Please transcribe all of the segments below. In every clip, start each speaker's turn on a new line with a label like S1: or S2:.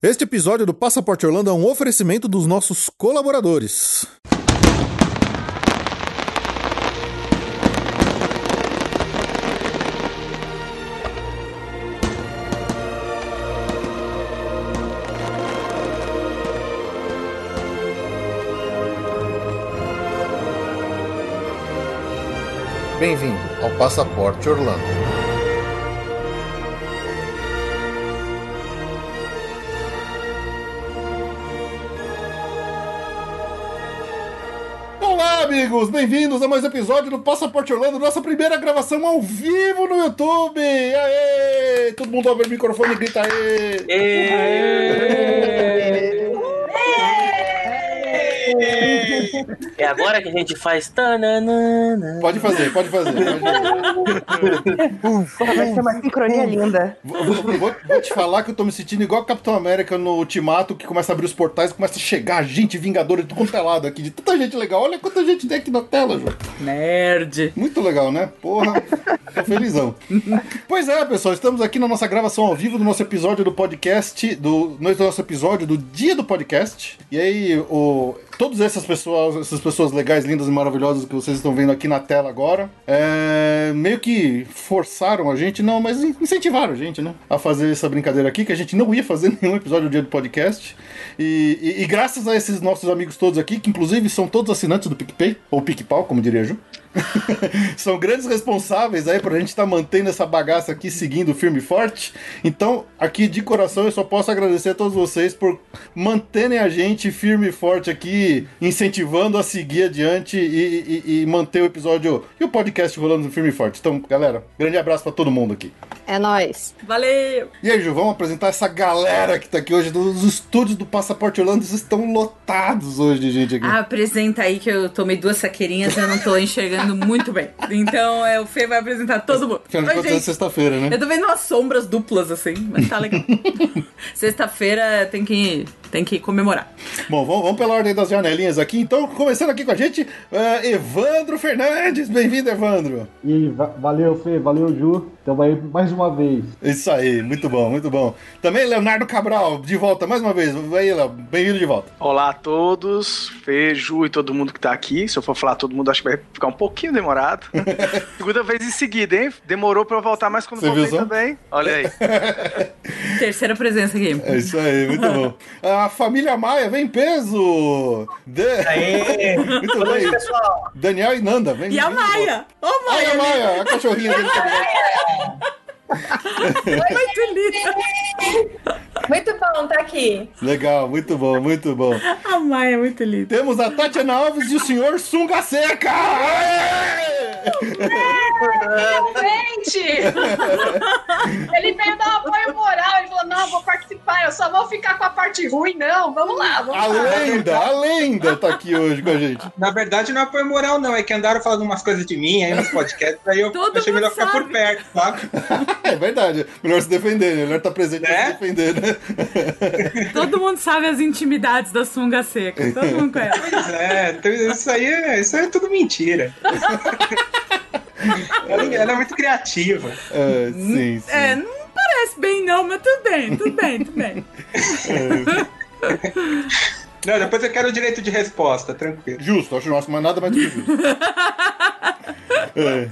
S1: Este episódio do Passaporte Orlando é um oferecimento dos nossos colaboradores. Bem-vindo ao Passaporte Orlando. Olá, amigos! Bem-vindos a mais um episódio do Passaporte Orlando, nossa primeira gravação ao vivo no YouTube! Aê! Todo mundo abre o microfone e grita aê!
S2: É agora que a gente faz. tananana.
S1: Pode fazer, pode fazer. Pode fazer.
S3: Porra, vai ser uma sincronia linda.
S1: Vou, vou- vou- vou te falar que eu tô me sentindo igual o Capitão América no Ultimato, que começa a abrir os portais, começa a chegar gente vingadora de tudo quanto é lado aqui, de tanta gente legal. Olha quanta gente tem aqui na tela, João.
S4: Nerd.
S1: Muito legal, né? Porra, tô felizão. pois é, pessoal, estamos aqui na nossa gravação ao vivo do nosso episódio do podcast, do, no nosso episódio do dia do podcast. E aí, o, todas essas pessoas, essas pessoas legais, lindas e maravilhosas que vocês estão vendo aqui na tela agora, é, meio que forçaram a gente, não, mas incentivaram a gente, né? A fazer essa brincadeira aqui, que a gente não ia fazer nenhum episódio do dia do podcast. E, e- e graças a esses nossos amigos todos aqui, que inclusive são todos assinantes do PicPay, ou PicPau, como diria a Ju. São grandes responsáveis aí pra gente estar mantendo essa bagaça aqui seguindo firme e forte. Então, aqui de coração eu só posso agradecer a todos vocês por manterem a gente firme e forte aqui, incentivando a seguir adiante e, e- e manter o episódio e o podcast rolando firme e forte. Então, galera, grande abraço pra todo mundo aqui.
S3: É nóis.
S4: Valeu.
S1: E aí, Ju, vamos apresentar essa galera que tá aqui hoje. Os estúdios do Passaporte Orlando estão lotados hoje de gente aqui.
S4: Ah, apresenta aí que eu tomei duas saqueirinhas e eu não tô enxergando muito bem. Então é, o Fê vai apresentar todo mundo.
S1: Afinal de
S4: Oi,
S1: contas, é
S4: gente.
S1: sexta-feira, né?
S4: Eu tô vendo umas sombras duplas assim, mas tá legal. Sexta-feira tem que, tem que comemorar.
S1: Bom, vamos, vamos pela ordem das janelinhas aqui. Então, começando aqui com a gente, ah, Evandro Fernandes. Bem-vindo, Evandro.
S5: E va- valeu, Fê, valeu, Ju. Tamo aí mais uma vez.
S1: Isso aí, muito bom, muito bom. Também Leonardo Cabral, de volta mais uma vez. Vai, Léo, bem-vindo de volta.
S6: Olá a todos, Feju e todo mundo que tá aqui. Se eu for falar todo mundo, acho que vai ficar um pouquinho demorado. Segunda vez em seguida, hein? Demorou pra eu voltar, mas quando
S1: Você viu
S6: voltei
S1: só?
S6: também. Olha aí.
S4: Terceira presença aqui.
S1: É isso aí, muito bom. A família Maia vem em peso. De-
S7: Aê!
S1: Muito
S7: Boa noite,
S1: bem.
S7: pessoal!
S1: Daniel e Nanda, vem.
S4: E a
S1: vem de volta.
S4: Maia! Ô,
S1: Ai,
S4: Maia!
S1: a Maia, a cachorrinha dele também.
S4: é Muito linda!
S8: Muito bom, tá aqui.
S1: Legal, muito bom, muito bom.
S4: A Maia é muito linda.
S1: Temos a Tatiana Alves e o senhor Sunga Seca. Aê!
S8: Gente! ele me dá apoio moral. Ele falou: não, vou participar, eu só vou ficar com a parte ruim, não. Vamos lá, vamos
S1: A
S8: lá.
S1: lenda, a lenda tá aqui hoje com a gente.
S7: Na verdade, não é apoio moral, não. É que andaram falando umas coisas de mim aí nos podcasts, aí eu
S4: Todo
S7: achei
S4: mundo
S7: melhor ficar
S4: sabe.
S7: por perto, sabe?
S1: É verdade. Melhor se defender, né? Melhor estar presente pra
S7: Né?
S1: se defender, né?
S4: Todo mundo sabe as intimidades da sunga seca. Todo mundo conhece.
S7: Pois é, então isso aí, é- isso aí é tudo mentira. ela, ela é muito criativa.
S1: É, sim, sim.
S4: É, não parece bem não, mas tudo bem, tudo bem, tudo bem.
S7: Não, depois eu quero o direito de resposta, tranquilo.
S1: Justo, acho nosso, mas nada mais do que justo. É.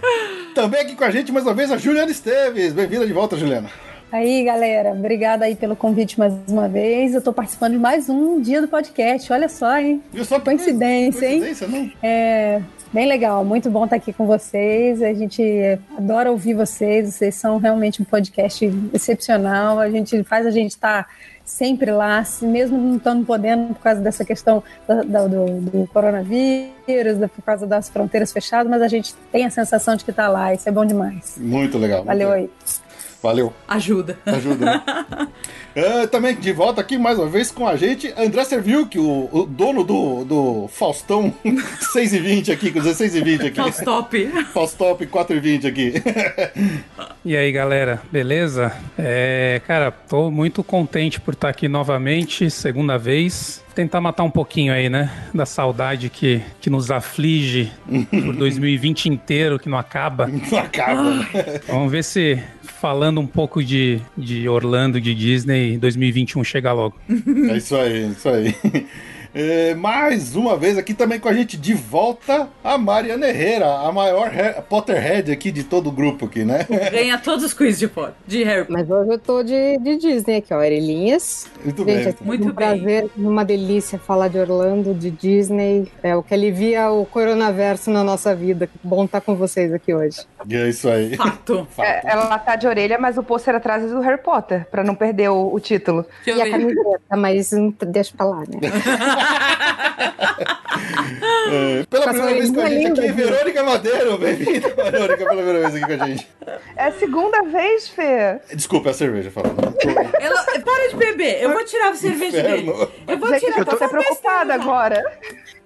S1: Também aqui com a gente, mais uma vez, a Juliana Esteves. Bem-vinda de volta, Juliana.
S9: Aí, galera, obrigada aí pelo convite mais uma vez. Eu tô participando de mais um dia do podcast, olha só, hein?
S1: Viu só?
S9: Coincidência, hein?
S1: Coincidência, não?
S9: É bem legal, muito bom estar aqui com vocês. A gente adora ouvir vocês, vocês são realmente um podcast excepcional. A gente faz a gente estar sempre lá, se mesmo não estando podendo por causa dessa questão da- da- do, do coronavírus, da- por causa das fronteiras fechadas, mas a gente tem a sensação de que está lá, isso é bom demais.
S1: Muito legal. muito
S9: Valeu
S1: legal.
S9: aí.
S1: Valeu.
S4: Ajuda.
S1: Ajuda, né? Ah, também de volta aqui mais uma vez com a gente, André Serviu, que o, o dono do, do Faustão 6 e 20 aqui, com 16 e 20 aqui.
S4: Faustop.
S1: Faustop 4 e 20 aqui.
S10: E aí, galera, beleza? É, cara, tô muito contente por estar aqui novamente, segunda vez. tentar matar um pouquinho aí, né? Da saudade que, que nos aflige por 2020 inteiro, que não acaba.
S1: Não acaba. né?
S10: Vamos ver se falando um pouco de, de Orlando, de Disney, 2021 chega logo.
S1: É isso aí, é isso aí. É, mais uma vez aqui também com a gente de volta a Mariana Herrera, a maior Har- Potterhead aqui de todo o grupo aqui, né?
S4: Ganha todos os quiz de, Potter- de Harry Potter.
S11: Mas hoje eu tô de, de Disney aqui, ó, Erelinhas.
S1: Muito
S11: Gente,
S1: bem.
S11: é sempre um prazer, uma delícia falar de Orlando, de Disney. É o que alivia o coronaverso na nossa vida. Que Bom estar com vocês aqui hoje.
S1: E é isso aí.
S3: É, ela tá de orelha, mas o pôster atrás é do Harry Potter, pra não perder o, o título.
S11: E a camiseta, mas hum, deixa pra lá, né?
S1: É, pela
S11: Tá
S1: primeira vez com a gente
S11: linda,
S1: aqui,
S11: viu?
S1: Verônica Madeiro. Bem-vinda, Verônica, pela primeira vez aqui com a gente.
S3: É a segunda vez, Fê.
S1: Desculpa, é a cerveja falando.
S4: Ela, para de beber, eu vou tirar a cerveja dele.
S1: Inferno.
S4: Eu vou tirar, tá
S3: tô até preocupada agora.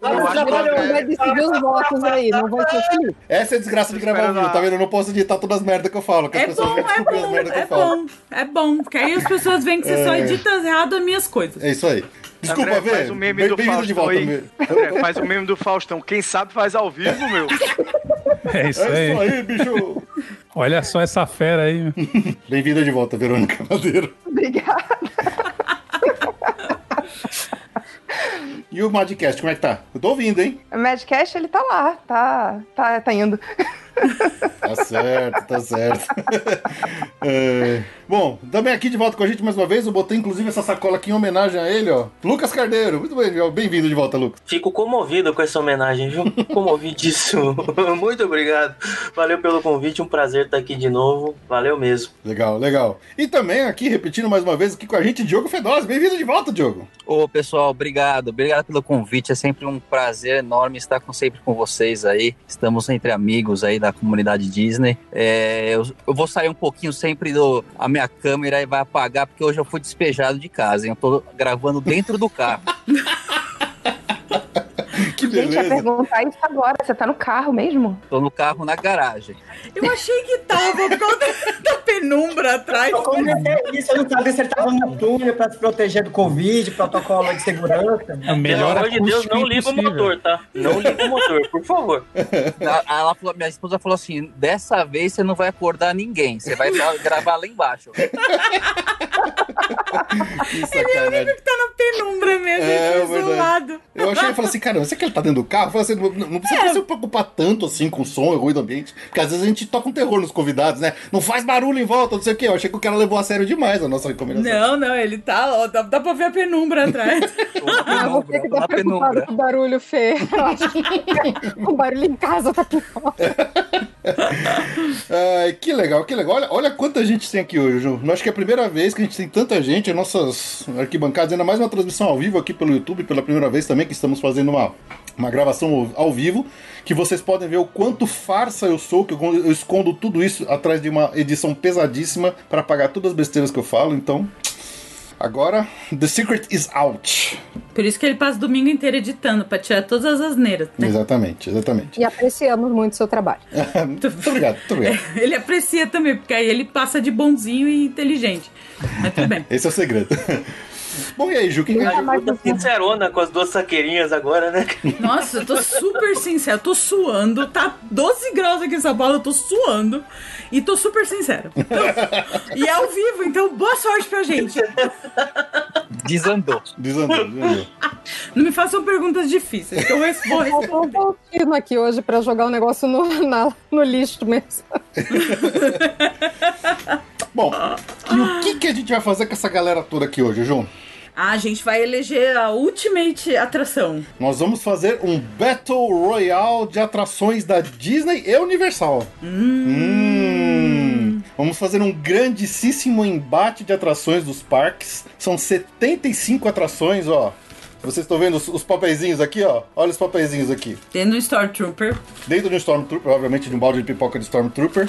S1: Eu acho que ela
S11: Tá, Vai decidir os votos aí, não vai ser assim? Felipe.
S1: Essa é a desgraça de gravar o vídeo, tá vendo? Eu não posso editar todas as merdas que eu falo, que as
S4: É
S1: pessoas
S4: bom,
S1: vão
S4: é
S1: descobrir as
S4: bom,
S1: merdas tipo, que
S4: é
S1: eu falo.
S4: bom, é bom. Porque aí as pessoas veem que você só
S1: É.
S4: edita errado as minhas coisas.
S1: É isso aí. Desculpa,
S6: André,
S1: Vê.
S6: Faz o meme do
S1: Bem-vindo
S6: Faustão
S1: de volta,
S6: aí.
S1: Vê.
S6: André, faz o meme do Faustão. Quem sabe faz ao vivo, meu.
S10: É isso aí.
S1: bicho.
S10: Olha só essa fera aí.
S1: Bem-vinda de volta, Verônica Madeiro.
S3: Obrigada.
S1: E o Madcast, como é que tá? Eu tô ouvindo, hein?
S3: O Madcast, ele tá lá, tá, tá, tá indo.
S1: Tá certo, tá certo. É, Bom, também aqui de volta com a gente mais uma vez. Eu botei inclusive essa sacola aqui em homenagem a ele, ó. Lucas Cardeiro. Muito bem, ó, Então, bem-vindo de volta, Lucas.
S2: Fico comovido com essa homenagem, viu? Comovidíssimo. Muito obrigado. Valeu pelo convite, um prazer estar aqui de novo. Valeu mesmo.
S1: Legal, legal. E também aqui, repetindo mais uma vez, aqui com a gente, Diogo Fedós. Bem-vindo de volta, Diogo.
S12: Ô, pessoal, obrigado. Obrigado pelo convite. É sempre um prazer enorme estar com, sempre com vocês aí. Estamos entre amigos aí da comunidade Disney. É, eu, eu vou sair um pouquinho sempre do... A minha câmera e vai apagar, porque hoje eu fui despejado de casa. Hein? Eu tô gravando dentro do carro.
S1: que
S3: Gente, ia perguntar isso agora. Você tá no carro mesmo?
S12: Tô no carro na garagem.
S4: Eu achei que tava por causa da penumbra atrás.
S13: Eu comentei isso, eu não sabia se ele tava no túnel pra se proteger do Covid, protocolo de segurança.
S2: Pelo amor de Deus, não liga o motor, tá? Não liga o motor, por favor.
S12: Ela- ela falou- minha esposa falou assim: dessa vez você não vai acordar ninguém, você vai só gravar lá embaixo.
S4: Ele é o único que tá na penumbra mesmo,
S1: É,
S4: é,
S1: verdade.
S4: isolado.
S1: Eu achei e falei assim, caramba, será que ele tá dentro do carro? Eu falei assim, não, não precisa se preocupar tanto assim com o som e ruído do ambiente, porque às vezes a gente toca um terror nos convidados, né? Não faz barulho em volta, não sei o quê. Eu achei que o cara levou a sério demais a nossa recomendação.
S4: Não, não, ele tá. Ó, dá, dá pra ver a penumbra atrás.
S11: Ah, você que tá preocupado com o barulho, Fê. Eu acho que o barulho em casa tá pior.
S1: Ai, que legal, que legal. Olha, olha quanta gente tem aqui hoje, Ju. Eu acho que é a primeira vez que a gente tem tanta gente, as nossas arquibancadas, ainda mais uma transmissão ao vivo aqui pelo YouTube, pela primeira vez também, que estamos fazendo uma, uma gravação ao- ao vivo, que vocês podem ver o quanto farsa eu sou, que eu, eu escondo tudo isso atrás de uma edição pesadíssima para pagar todas as besteiras que eu falo, então. Agora, The Secret is out.
S4: Por isso que ele passa o domingo inteiro editando, pra tirar todas as asneiras.
S1: Exatamente, exatamente.
S11: E apreciamos muito o seu trabalho.
S1: muito obrigado, muito obrigado.
S4: Ele aprecia também, porque aí ele passa de bonzinho e inteligente.
S1: Esse é o segredo. Bom, e aí, Ju? O que que a gente-
S2: Tá sincerona com as duas saqueirinhas agora, né?
S4: Nossa, eu tô super sincero, tô suando, tá 12 graus aqui em São Paulo, eu tô suando e tô super sincero. Então, e é ao vivo, então boa sorte pra gente.
S12: Desandou.
S1: Desandou, desandou.
S4: Não me façam perguntas difíceis, que eu res- vou responder.
S9: é
S11: Faltou um pouquinho aqui hoje pra jogar o negócio no, na- no lixo mesmo.
S1: Bom, e o que, que a gente vai fazer com essa galera toda aqui hoje, João?
S4: Ah, a gente vai eleger a Ultimate Atração.
S1: Nós vamos fazer um Battle Royale de atrações da Disney e Universal. Hum. Vamos fazer um grandíssimo embate de atrações dos parques. São 75 atrações, ó. Vocês estão vendo os, os papeizinhos aqui, ó? Olha os papeizinhos aqui.
S4: Dentro do Stormtrooper.
S1: Dentro de um Stormtrooper, obviamente de um balde de pipoca de Stormtrooper.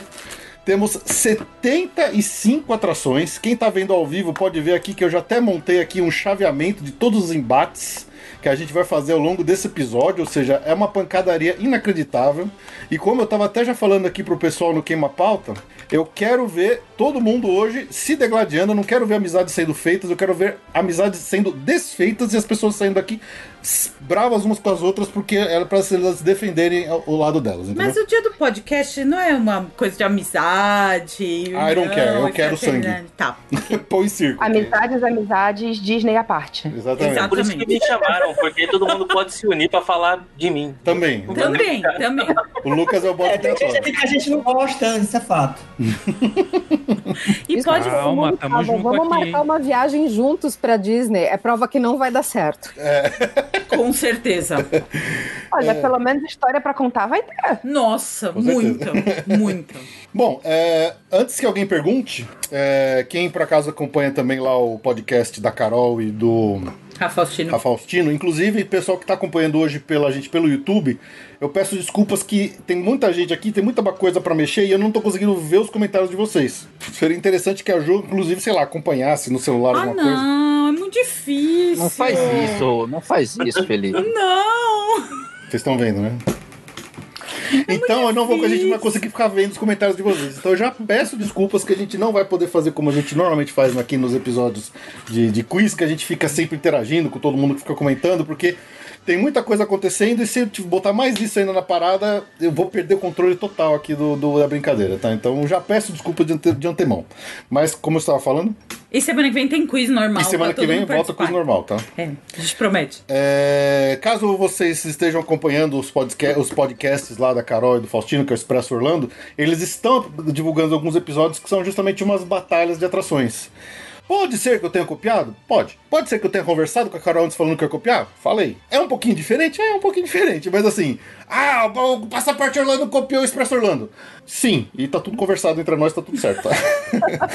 S1: Temos 75 atrações. Quem tá vendo ao vivo pode ver aqui que eu já até montei aqui um chaveamento de todos os embates. que a gente vai fazer ao longo desse episódio, ou seja, é uma pancadaria inacreditável. E como eu tava até já falando aqui pro pessoal no Queima Pauta, eu quero ver todo mundo hoje se degladiando, eu não quero ver amizades sendo feitas, eu quero ver amizades sendo desfeitas e as pessoas saindo aqui s- bravas umas com as outras porque é pra se elas defenderem o- o lado delas, entendeu?
S4: Mas o dia do podcast não é uma coisa de amizade.
S1: Ah, I don't care, eu
S4: etc.
S1: quero sangue.
S4: Tá.
S1: Põe circo.
S3: Amizades, amizades, Disney à parte.
S1: Exatamente.
S2: Por isso que me chamaram, porque todo mundo pode se unir pra falar de mim.
S1: Também.
S4: Também, também.
S1: O Lucas é o bode
S13: Tem gente aqui que a gente não gosta, isso é fato.
S4: E
S9: Isso
S10: pode-
S9: que todo
S10: Calma,
S9: mundo
S10: tamo
S9: fala,
S10: junto
S9: Vamos
S10: aqui,
S9: marcar
S10: hein?
S9: uma viagem juntos pra Disney. É prova que não vai dar certo.
S4: Com certeza.
S3: Olha,
S1: É.
S3: pelo menos história pra contar vai ter.
S4: Nossa, muita, muita.
S1: Bom, é, antes que alguém pergunte, é, quem por acaso acompanha também lá o podcast da Carol e do
S4: Rafa um Faustino.
S1: Rafa Faustino, inclusive pessoal que está acompanhando hoje pela gente pelo YouTube, eu peço desculpas que tem muita gente aqui, tem muita coisa para mexer e eu não estou conseguindo ver os comentários de vocês. Seria interessante que a Ju, inclusive, sei lá, acompanhasse no celular
S4: Ah,
S1: alguma coisa.
S4: não, é muito difícil.
S12: Não faz isso, não faz isso, Felipe.
S4: Não!
S1: Vocês estão vendo, né? então eu não vou, a gente não vai conseguir ficar vendo os comentários de vocês. Então eu já peço desculpas que a gente não vai poder fazer como a gente normalmente faz aqui nos episódios de, de quiz, que a gente fica sempre interagindo com todo mundo que fica comentando, porque tem muita coisa acontecendo e se eu te botar mais isso ainda na parada, eu vou perder o controle total aqui do, do- da brincadeira, tá? Então eu já peço desculpa de, ante- de antemão. Mas como eu estava falando,
S4: E semana que vem tem quiz normal.
S1: e semana
S4: pra
S1: que
S4: todo
S1: vem
S4: mundo
S1: volta com o
S4: participar.
S1: normal, tá?
S4: É, a gente promete.
S1: É, caso vocês estejam acompanhando os, podca- os podcasts lá da Carol e do Faustino, que é o Expresso Orlando, eles estão divulgando alguns episódios que são justamente umas batalhas de atrações. Pode ser que eu tenha copiado? Pode. Pode ser que eu tenha conversado com a Carol antes falando que eu ia copiar? Falei. É um pouquinho diferente? É um pouquinho diferente, mas assim. Ah, o Passaporte Orlando copiou o Expresso Orlando. Sim, e tá tudo conversado entre nós, tá tudo certo. tá?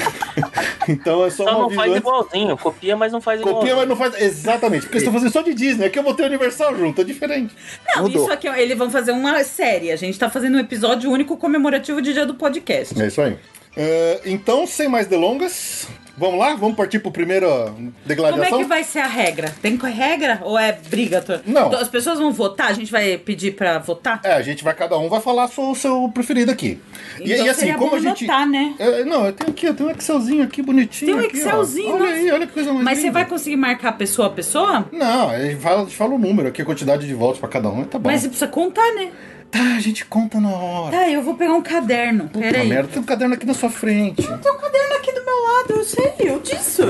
S1: então é só,
S2: Só
S1: um
S2: não
S1: aviso
S2: faz
S1: antes.
S2: igualzinho. Copia, mas não faz
S1: Copia,
S2: igualzinho.
S1: mas não faz. Exatamente, porque estão fazendo só de Disney. Aqui eu botei Universal junto, é diferente.
S4: Não, isso aqui, ó, eles vão fazer uma série. A gente tá fazendo um episódio único comemorativo de dia do podcast.
S1: É isso aí. É, então, sem mais delongas, vamos lá? Vamos partir pro primeiro
S4: Como é
S1: degladiação?
S4: que vai ser a regra? Tem co- regra ou é briga? to-
S1: Não.
S4: As pessoas vão votar? A gente vai pedir pra votar?
S1: É, a gente vai, cada um vai falar o seu, o seu preferido aqui. E,
S4: Então
S1: e assim,
S4: seria
S1: como
S4: bom
S1: a gente.
S4: anotar, né?
S1: É, não, eu tenho aqui, eu tenho um Excelzinho aqui bonitinho.
S4: Tem um
S1: aqui, ó.
S4: Excelzinho.
S1: Olha
S4: nossa.
S1: aí, olha que coisa mais
S4: Mas você
S1: linda.
S4: vai conseguir marcar pessoa a pessoa?
S1: Não, a gente fala, a gente fala o número aqui, a quantidade de votos pra cada um, tá bom.
S4: Mas você precisa contar, né?
S1: Tá, a gente conta na hora.
S4: Tá, eu vou pegar um caderno.
S1: Puta
S4: Peraí.
S1: merda, tem um caderno aqui na sua frente.
S4: Tem um caderno aqui do meu lado, eu sei, eu disse.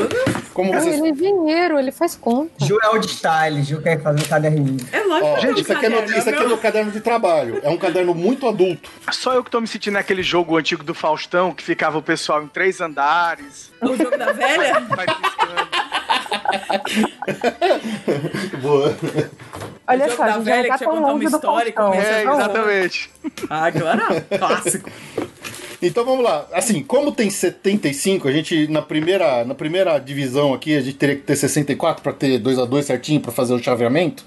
S1: Como
S11: Ah,
S1: vocês
S11: Ele é engenheiro, ele faz conta.
S13: Ju é o de style, Ju quer fazer um caderninho.
S4: É lógico
S1: Ó, gente, isso aqui, é no, isso aqui é meu caderno de trabalho. É um caderno muito adulto.
S6: Só eu que tô me sentindo naquele jogo antigo do Faustão, que ficava o pessoal em três andares.
S4: O jogo da velha?
S1: Boa.
S3: Olha
S4: O jogo
S3: só, a
S4: da
S3: gente
S4: velha
S3: já
S4: que tinha
S3: tá tão
S4: contado uma
S3: longe do né?
S4: história e
S3: Faustão.
S4: começa
S3: vocês
S6: É,
S3: não-
S6: exatamente.
S4: Ah, claro, clássico.
S1: Então vamos lá. Assim, como tem 75, a gente na primeira, na primeira divisão aqui, a gente teria que ter 64 para ter 2 a 2 certinho para fazer o chaveamento.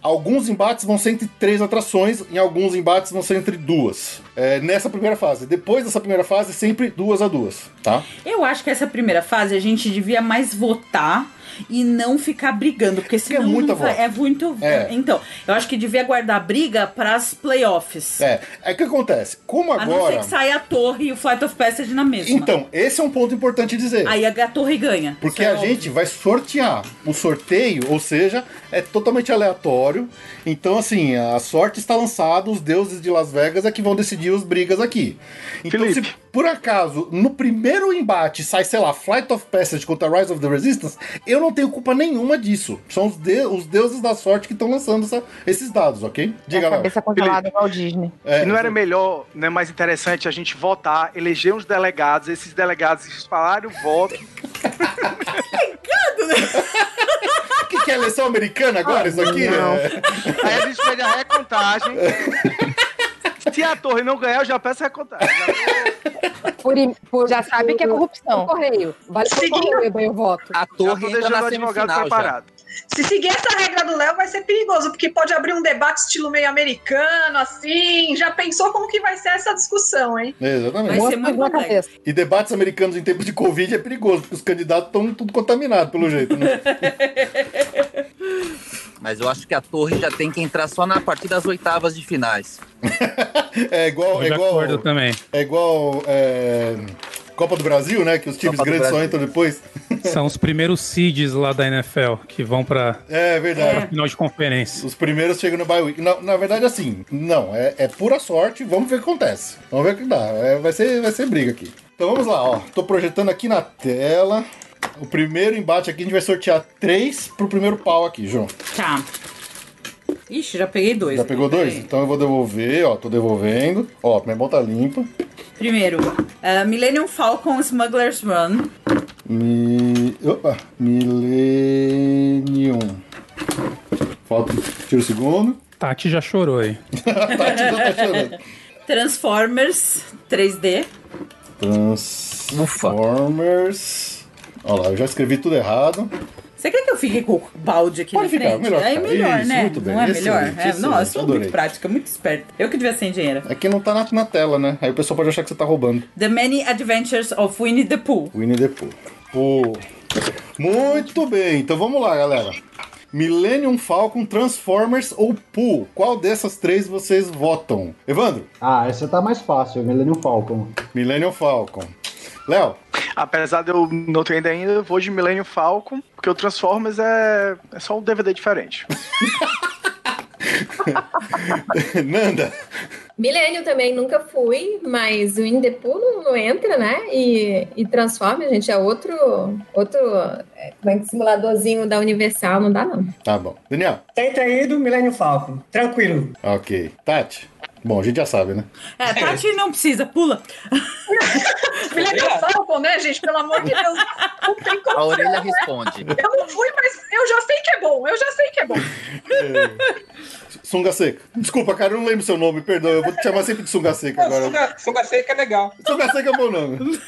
S1: Alguns embates vão ser entre três atrações, em alguns embates vão ser entre duas. É, nessa primeira fase. Depois dessa primeira fase, sempre duas a duas, tá?
S4: Eu acho que essa primeira fase a gente devia mais votar e não ficar brigando, porque senão não
S1: muita
S4: vai-
S1: voto.
S4: é muito
S1: É.
S4: Então, eu acho que devia guardar a briga pras playoffs.
S1: É, é o que acontece. Como
S4: A não ser
S1: agora.
S4: que saia a torre e o Flight of Passage na mesma.
S1: Então, esse é um ponto importante dizer.
S4: Aí É a, a torre ganha.
S1: Porque
S4: Isso é
S1: a gente vai sortear. O sorteio, ou seja, é totalmente aleatório. Então, assim, a sorte está lançada, os deuses de Las Vegas é que vão decidir os brigas aqui. Então, se por acaso, no primeiro embate sai, sei lá, Flight of Passage contra Rise of the Resistance, eu não tenho culpa nenhuma disso. São os, de- os deuses da sorte que estão lançando essa- esses dados, ok? Diga lá.
S3: Cabeça controlada igual Disney.
S1: É,
S6: E não era melhor, né, mais interessante a gente votar, eleger uns delegados, esses delegados espalharem o voto.
S1: O que, que é eleição americana agora, isso aqui?
S6: não.
S1: É.
S6: Aí a gente pede a recontagem. Se a torre não ganhar, eu já peço a recontagem.
S9: Por, im- por-
S3: Já sabe que é corrupção.
S9: por correio. Vale por correio, eu dei o voto.
S12: A
S6: Já tô
S12: torre entra
S6: deixando o
S12: na
S6: advogado
S12: semifinal já.
S6: preparado.
S8: Se seguir essa regra do Léo, vai ser perigoso, porque pode abrir um debate estilo meio americano, assim. Já pensou como que vai ser essa discussão, hein?
S1: Exatamente.
S9: Mostra na cabeça.
S1: E debates americanos em tempo de Covid é perigoso, porque os candidatos estão tudo contaminados, pelo jeito, né?
S12: Mas eu acho que a torre já tem que entrar só na partir das oitavas de finais.
S1: É igual. É igual também. É igual. é, Copa do Brasil, né? Que os times
S10: Copa do
S1: grandes só
S10: Brasil.
S1: entram depois.
S10: São os primeiros seeds lá da NFL que vão pra
S1: É verdade.
S10: pra final de conferência.
S1: Os primeiros chegam no bye week. Na, na verdade, assim, não, é, é pura sorte. Vamos ver o que acontece. Vamos ver o que dá. É, vai, ser, vai ser briga aqui. Então vamos lá, ó. Tô projetando aqui na tela. O primeiro embate aqui, a gente vai sortear três pro primeiro pau aqui, João.
S4: Tá. Ixi, já peguei dois.
S1: Já pegou dois? Então eu vou devolver, ó. Tô devolvendo. Ó, minha mão tá limpa.
S4: Primeiro, eh, Millennium Falcon Smuggler's Run.
S1: Mi... Opa! Millennium. Falta. Tira o segundo.
S10: Tati já chorou aí.
S4: Tá, Transformers 3D.
S1: Transformers. Olha lá, eu já escrevi tudo errado.
S4: Você quer que eu fique com o balde aqui
S1: Pode
S4: na
S1: ficar,
S4: frente?
S1: melhor
S4: Aí é
S1: ficar.
S4: melhor,
S1: Isso,
S4: né?
S1: muito bem,
S4: Não é
S1: excelente,
S4: melhor? É,
S1: excelente,
S4: não, eu sou
S1: adorei.
S4: muito prática, muito esperta. Eu que devia ser engenheira.
S1: É que não tá na, na tela, né? Aí o pessoal pode achar que você tá roubando.
S4: The Many Adventures of Winnie the Pooh.
S1: Winnie the Pooh. Pô. Muito bem, então vamos lá, galera. Millennium Falcon, Transformers ou Pooh? Qual dessas três vocês votam? Evandro?
S5: Ah, essa tá mais fácil, Millennium Falcon.
S1: Millennium Falcon. Léo?
S6: Apesar de eu não ter ainda ainda, eu vou de Millennium Falcon, porque o Transformers é, é só um DVD diferente.
S1: Nanda?
S14: Milênio também nunca fui, mas o Indepool não, não entra, né? E, e transforma, gente, é outro, outro é, como é que simuladorzinho da Universal, não dá não.
S1: Tá bom. Daniel?
S13: Tenta ir do Millennium Falcon. Tranquilo.
S1: Ok. Tati? Bom, a gente já sabe, né?
S4: É, Tati não precisa, pula.
S8: Millennium Falcon, né, gente? Pelo amor de Deus. Não tem como
S12: A orelha
S8: não, né?
S12: responde.
S8: Eu não fui, mas eu já sei que é bom. Eu já sei que é bom.
S1: É. Sunga Seca. Desculpa, cara, eu não lembro seu nome, perdão. Eu vou te chamar sempre de Sunga Seca agora.
S7: Sunga, sunga seca é legal.
S1: Sunga seca é bom nome.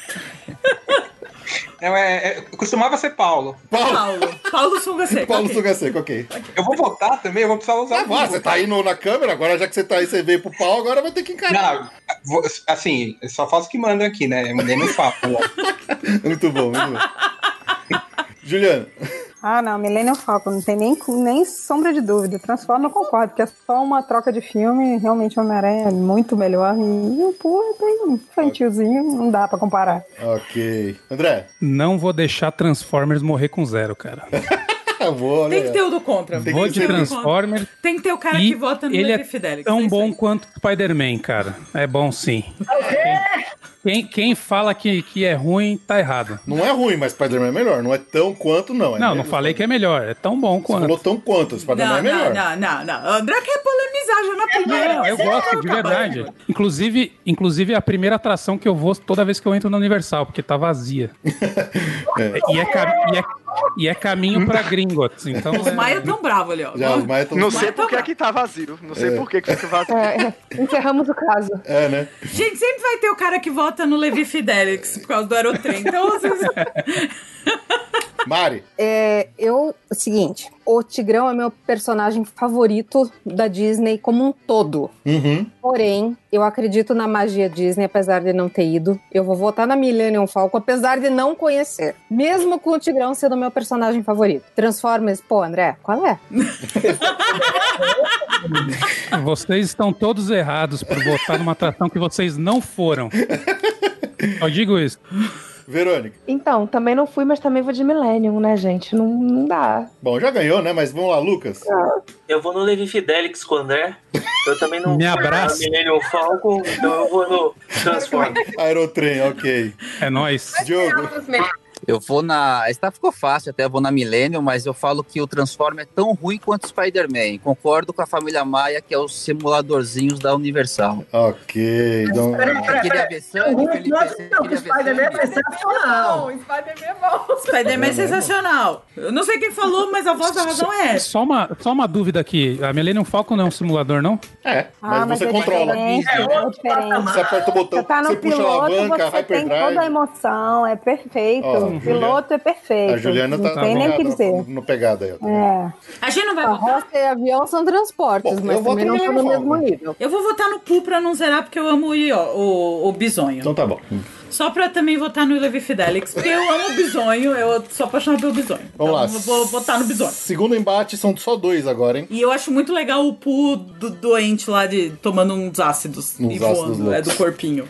S7: Não, é, é- costumava ser Paulo.
S4: Paulo. Paulo Sunga Seca.
S1: Paulo Sunga Seca, ok.
S7: Eu vou votar também, eu vou precisar usar
S1: Ah, vá, você tá aí no- na câmera, agora já que você tá aí, você veio pro pau, agora vai ter que encarar.
S7: Não, vou- assim, eu só faço o que mandam aqui, né? Ninguém me fala.
S1: muito bom, muito bom. Juliana.
S9: Ah, não, Millennium Falcon, não tem nem, nem sombra de dúvida. Transforma, eu concordo, que é só uma troca de filme, realmente Homem-Aranha é muito melhor. E o Pooh é bem infantilzinho, não dá pra comparar.
S1: Ok. André.
S10: Não vou deixar Transformers morrer com zero, cara.
S1: Boa,
S4: Tem que ter o do contra.
S10: Vou de Transformer.
S4: Tem que ter o cara
S10: E
S4: que vota no
S10: ele é
S4: Levi Fidelix.
S10: tão bom quanto Spider-Man, cara. É bom assim. sim. Quem, quem fala que, que é ruim, tá errado.
S1: Não é ruim, mas Spider-Man é melhor. Não é tão quanto, não. É
S10: não, não
S1: menos
S10: falei que é melhor. É tão bom quanto. Você falou
S1: tão quanto. é
S4: Não, não, não, não, não. O André quer polemizar já na primeira.
S10: Eu gosto,
S4: tá
S10: de verdade. Inclusive, inclusive, é a primeira atração que eu vou toda vez que eu entro na Universal, porque tá vazia. E, é cam- e é- e é caminho pra gringos. Então,
S4: Os
S10: é-
S4: Maia tão bravo ali, ó.
S10: Já, os Maia tão-
S6: Não
S10: Mas
S6: sei
S10: tá
S6: por que é que tá vazio. Não sei
S1: É.
S6: por que que fica vazio.
S9: encerramos o caso.
S1: É, né?
S4: Gente, sempre vai ter o cara que vota no Levi Fidelix por causa do Aerotrem. Então, às vezes...
S1: Mari.
S11: É, eu, o seguinte, o Tigrão é meu personagem favorito da Disney como um todo.
S1: Uhum.
S11: Porém, eu acredito na magia Disney, apesar de não ter ido. Eu vou votar na Millennium Falcon, apesar de não conhecer. Mesmo com o Tigrão sendo meu personagem favorito. Transformers, pô, André, qual é?
S10: Vocês estão todos errados por votar numa atração que vocês não foram. Só digo isso.
S1: Verônica.
S15: Então, também não fui, mas também vou de Millennium, né, gente? Não, não dá.
S1: Bom, já ganhou, né? Mas vamos lá, Lucas.
S9: Ah,
S2: Eu vou no Levi Fidelix com o André. Eu também não fui
S1: Me
S2: na
S1: abraça.
S2: Millennium Falcon, então eu vou no Transformers.
S1: Aerotrem, ok.
S10: É nóis.
S1: Diogo.
S12: Eu vou na. Essa ficou fácil, até eu vou na Millennium, mas eu falo que o Transformer é tão ruim quanto o Spider-Man. Concordo com a família Maia, que é os simuladorzinhos da Universal.
S1: Ok. Então...
S12: Queria ver Sandy, Felipe,
S13: Não, o Spider-Man é sensacional.
S4: Spider-Man é bom.
S1: Tá
S4: Spider-Man é
S1: né,
S4: sensacional. Eu não sei quem falou, mas a voz da razão é
S10: Só,
S4: essa.
S10: só uma, só uma dúvida aqui. A Millennium Falcon não é um simulador, não?
S1: É,
S9: Ah, mas é diferente, é diferente.
S10: Você aperta o botão,
S9: você, tá no
S10: você puxa a
S9: piloto,
S10: alavanca,
S9: você tem
S1: hyperdrive.
S9: toda a emoção, é perfeito.
S1: Ó,
S9: o piloto é perfeito.
S1: A Juliana
S9: não
S1: tá
S9: tem nem o que
S1: no-
S9: dizer.
S1: no pegada aí. ó.
S9: É.
S4: A gente não vai
S11: votar? e avião são transportes, mas também não estão no mesmo nível.
S4: Eu vou votar no Poo pra não zerar, porque eu amo o, Io- o, o Bisonho.
S1: Então tá bom.
S4: Só pra também votar no Levi Fidelix. Porque eu amo o bisonho, eu sou apaixonada pelo bisonho.
S1: Vamos lá.
S4: Então, eu vou votar no bisonho.
S1: Segundo embate, são só dois agora, hein?
S4: E eu acho muito legal o pu do doente lá de tomando uns
S1: Uns
S4: ácidos e
S1: ácidos
S4: voando.
S1: loucos.
S4: É do corpinho.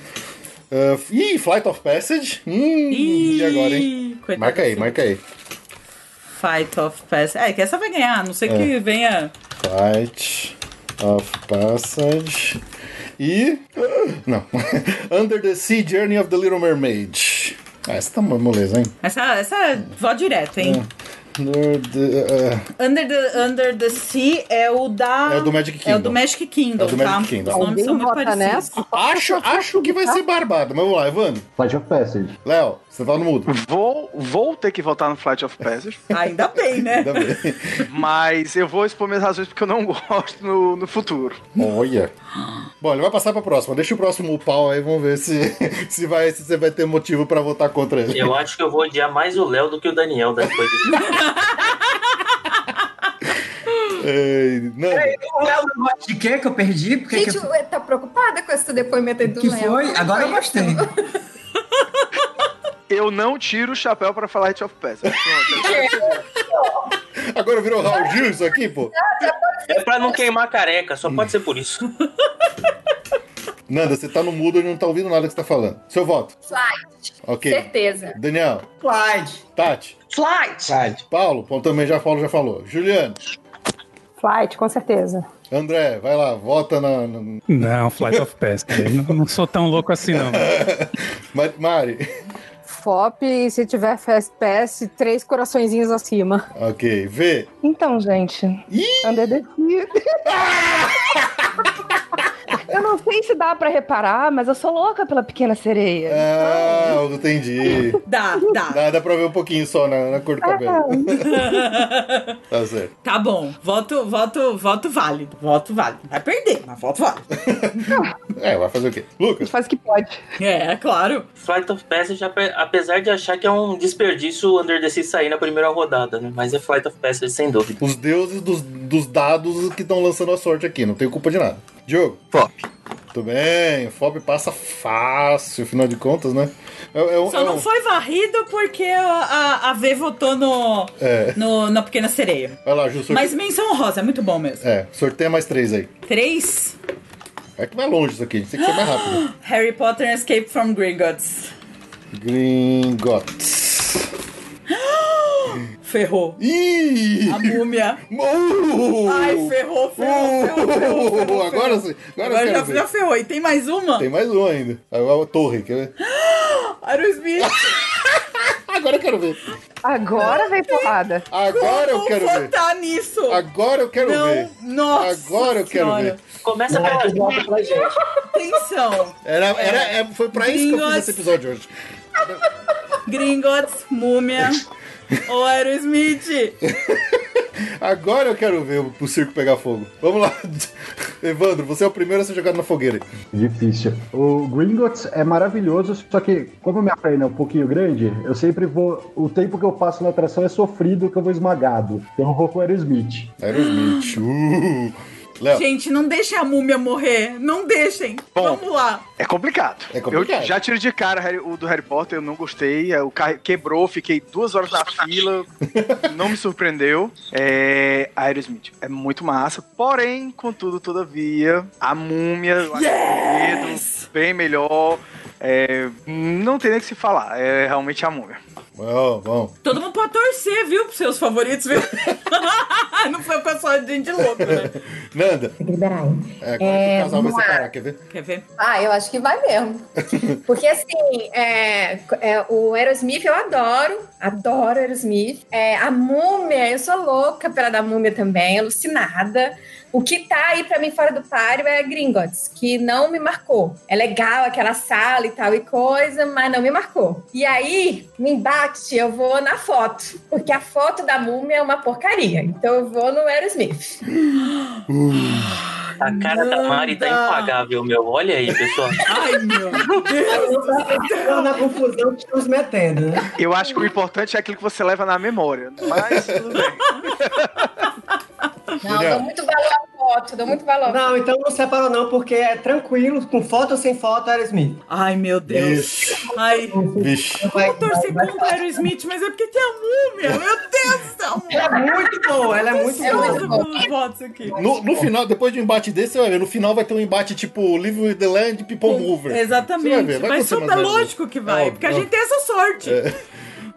S1: Ah, ih, Flight of Passage. Hum, e agora, hein?
S4: coitado
S1: Marca aí,
S4: desse
S1: marca aí.
S4: Fight of Pass. É, que essa vai ganhar, a não sei
S1: É.
S4: que venha.
S1: Flight of Passage. E. Não. Under the Sea Journey of the Little Mermaid. Ah, essa tá uma moleza, hein? Ah,
S4: Essa, essa é vó direto,
S1: É.
S4: hein?
S1: Under the. ah,
S4: Under, the, Under the Sea é o da.
S1: É o do Magic
S4: É o
S1: Kingdom.
S4: do Magic Kingdom,
S1: É o do
S4: tá?
S1: Magic Kingdom.
S4: Os nomes
S1: Alguém
S4: são muito
S1: vota
S4: parecidos.
S1: Acho, acho que vai ser barbado, mas vamos lá, Evandro.
S5: Flight of Passage.
S1: Léo, você tá no mudo.
S6: Vou, vou ter que voltar no Flight of Passage.
S4: Ainda bem, né?
S1: Ainda bem.
S6: Mas eu vou expor minhas razões porque eu não gosto no, no futuro.
S1: Olha. Bom, ele vai passar pra próxima. Deixa o próximo o pau aí, vamos ver se, se, vai, se você vai ter motivo pra votar contra ele.
S2: Eu acho que eu vou odiar mais o Léo do que o Daniel depois disso.
S1: Ei, Nando,
S13: O Léo não gosta um de quê que eu perdi? Porque
S14: Gente, ué, tá preocupada com esse depoimento aí do
S13: que
S14: Léo?
S13: foi? Agora eu gostei.
S6: Eu não tiro o chapéu pra falar Flight of Passage.
S1: agora virou Raul Gil isso aqui, pô?
S14: tá
S2: É pra não queimar a careca, só pode ser por isso.
S1: Nanda, você tá no mudo e não tá ouvindo nada que você tá falando. Seu voto.
S8: Flight.
S1: Ok.
S8: Certeza.
S1: Daniel.
S8: Flight.
S1: Tati.
S8: Flight.
S1: Flight. Paulo, Paulo também já Paulo já falou. Juliano.
S9: Flight, com certeza.
S1: André, vai lá, vota na. na-
S10: Não, Flight of Pass. cara. Eu Não sou tão louco assim, não.
S1: Ma- Mari.
S11: FOP e se tiver Fast Pass, três coraçõezinhos acima.
S1: Ok, vê.
S15: Então, gente.
S9: Under the
S15: Eu não sei se dá pra reparar, mas eu sou louca pela pequena sereia.
S1: Ah, eu entendi.
S4: Dá, dá.
S1: Dá, dá pra ver um pouquinho só na, na cor do cabelo. Tá certo.
S4: Tá bom, voto, voto, voto válido. Voto válido. Vai perder, mas voto válido.
S1: É, vai fazer o quê? Lucas.
S4: Faz o que pode. É, claro.
S2: Flight of Passage, ape- apesar de achar que é um desperdício o Under the Sea sair na primeira rodada, né? Mas é Flight of Passage, sem dúvida.
S1: Os deuses dos, dos dados que estão lançando a sorte aqui, não tenho culpa de nada. Diogo.
S12: Fop.
S1: Tudo bem, o Fop passa fácil, afinal de contas, né? É, é um-
S4: Só
S1: é
S4: não
S1: um-
S4: foi varrido porque a, a V votou no,
S1: É.
S4: no- na Pequena Sereia.
S1: Vai lá, Ju, sorte...
S4: Mas menção rosa, é muito bom mesmo.
S1: É, sorteia mais três aí.
S4: Três.
S1: É que vai longe isso aqui, tem que ser mais rápido.
S4: Harry Potter and Escape from Gringotts.
S1: Gringotes.
S4: Ferrou.
S1: Ih!
S4: A múmia.
S1: Uh!
S4: Ai, ferrou, ferrou, ferrou, ferrou,
S1: Uh!
S4: ferrou,
S1: Agora
S4: ferrou.
S1: sim, agora, eu
S4: Agora
S1: quero
S4: já,
S1: ver.
S4: já ferrou. E tem mais uma?
S1: Tem mais um ainda. Agora a torre, quer ver?
S4: Aerosmith.
S1: Agora eu quero ver.
S3: Agora vem porrada.
S1: Agora eu quero ver.
S4: votar Ah, nisso?
S1: Agora eu quero
S4: Não,
S1: ver.
S4: Nossa
S1: Agora eu quero
S4: Senhora.
S1: ver.
S2: Começa pela
S4: gente. Atenção.
S1: Era, era, é, foi pra isso que eu fiz esse episódio hoje.
S4: Gringotts, múmia. ou Aerosmith.
S1: Agora eu quero ver o, o circo pegar fogo. Vamos lá. Evandro, você é o primeiro a ser jogado na fogueira.
S5: Difícil. O Gringotts é maravilhoso, só que como minha perna é um pouquinho grande, eu sempre vou. O tempo que eu passo na atração é sofrido que eu vou esmagado. Então eu vou com o Aerosmith.
S1: Aerosmith. Uh. Léo.
S4: Gente, não deixem a múmia morrer. Não deixem. Vamos lá.
S6: É complicado.
S1: É complicado.
S6: Eu já tiro de cara Harry- o do Harry Potter, eu não gostei. é, O carro quebrou, fiquei duas horas na fila. não me surpreendeu. É. Aerosmith é muito massa. Porém, contudo, todavia, a múmia, eu acho medo, bem melhor. É, não tem nem o que se falar. É realmente a múmia.
S1: Bom, Tá bom.
S4: Todo mundo pode torcer, viu? Pros seus favoritos, viu? não foi com a sua gente louca, né?
S1: Nanda.
S14: Tem que liberar aí.
S1: É, agora
S14: É,
S1: que o casal vai
S14: vamos lá.
S1: separar, quer ver?
S4: Quer ver?
S14: Ah, eu acho que vai mesmo. Porque assim, é, é, o Aerosmith eu adoro, adoro Aerosmith. É, a múmia, eu sou louca pela da múmia também, alucinada. O que tá aí pra mim fora do páreo é Gringotts, que não me marcou. É legal aquela sala e tal e coisa, mas não me marcou. E aí, no embate, eu vou na foto, porque a foto da múmia é uma porcaria. Então eu vou no Aerosmith.
S1: Uh.
S2: A cara da Mari tá impagável, meu. Olha aí, pessoal.
S4: Ai, meu
S13: Deus. na confusão que estamos metendo, né?
S6: Eu acho que o importante é aquilo que você leva né? na memória. Mas tudo bem.
S14: Não, dou muito valor à foto, tu deu muito valor.
S13: Não, então não separa não, porque é tranquilo, com foto ou sem foto, Aerosmith.
S4: Ai, meu Deus. Ai, eu torci contra o Aerosmith, mas é porque tem a múmia. Meu Deus do céu.
S13: Ela é muito boa, ela é muito boa.
S4: Votos aqui.
S1: No, no final, depois de um embate desse, você vai ver. No final vai ter um embate tipo Live with the Land, People Mover. Você vai
S4: Exatamente.
S1: ver, vai
S4: Mas
S1: acontecer
S4: super
S1: umas vezes.
S4: lógico que vai,
S1: Não,
S4: porque a
S1: É, não.
S4: gente tem essa sorte.
S1: É.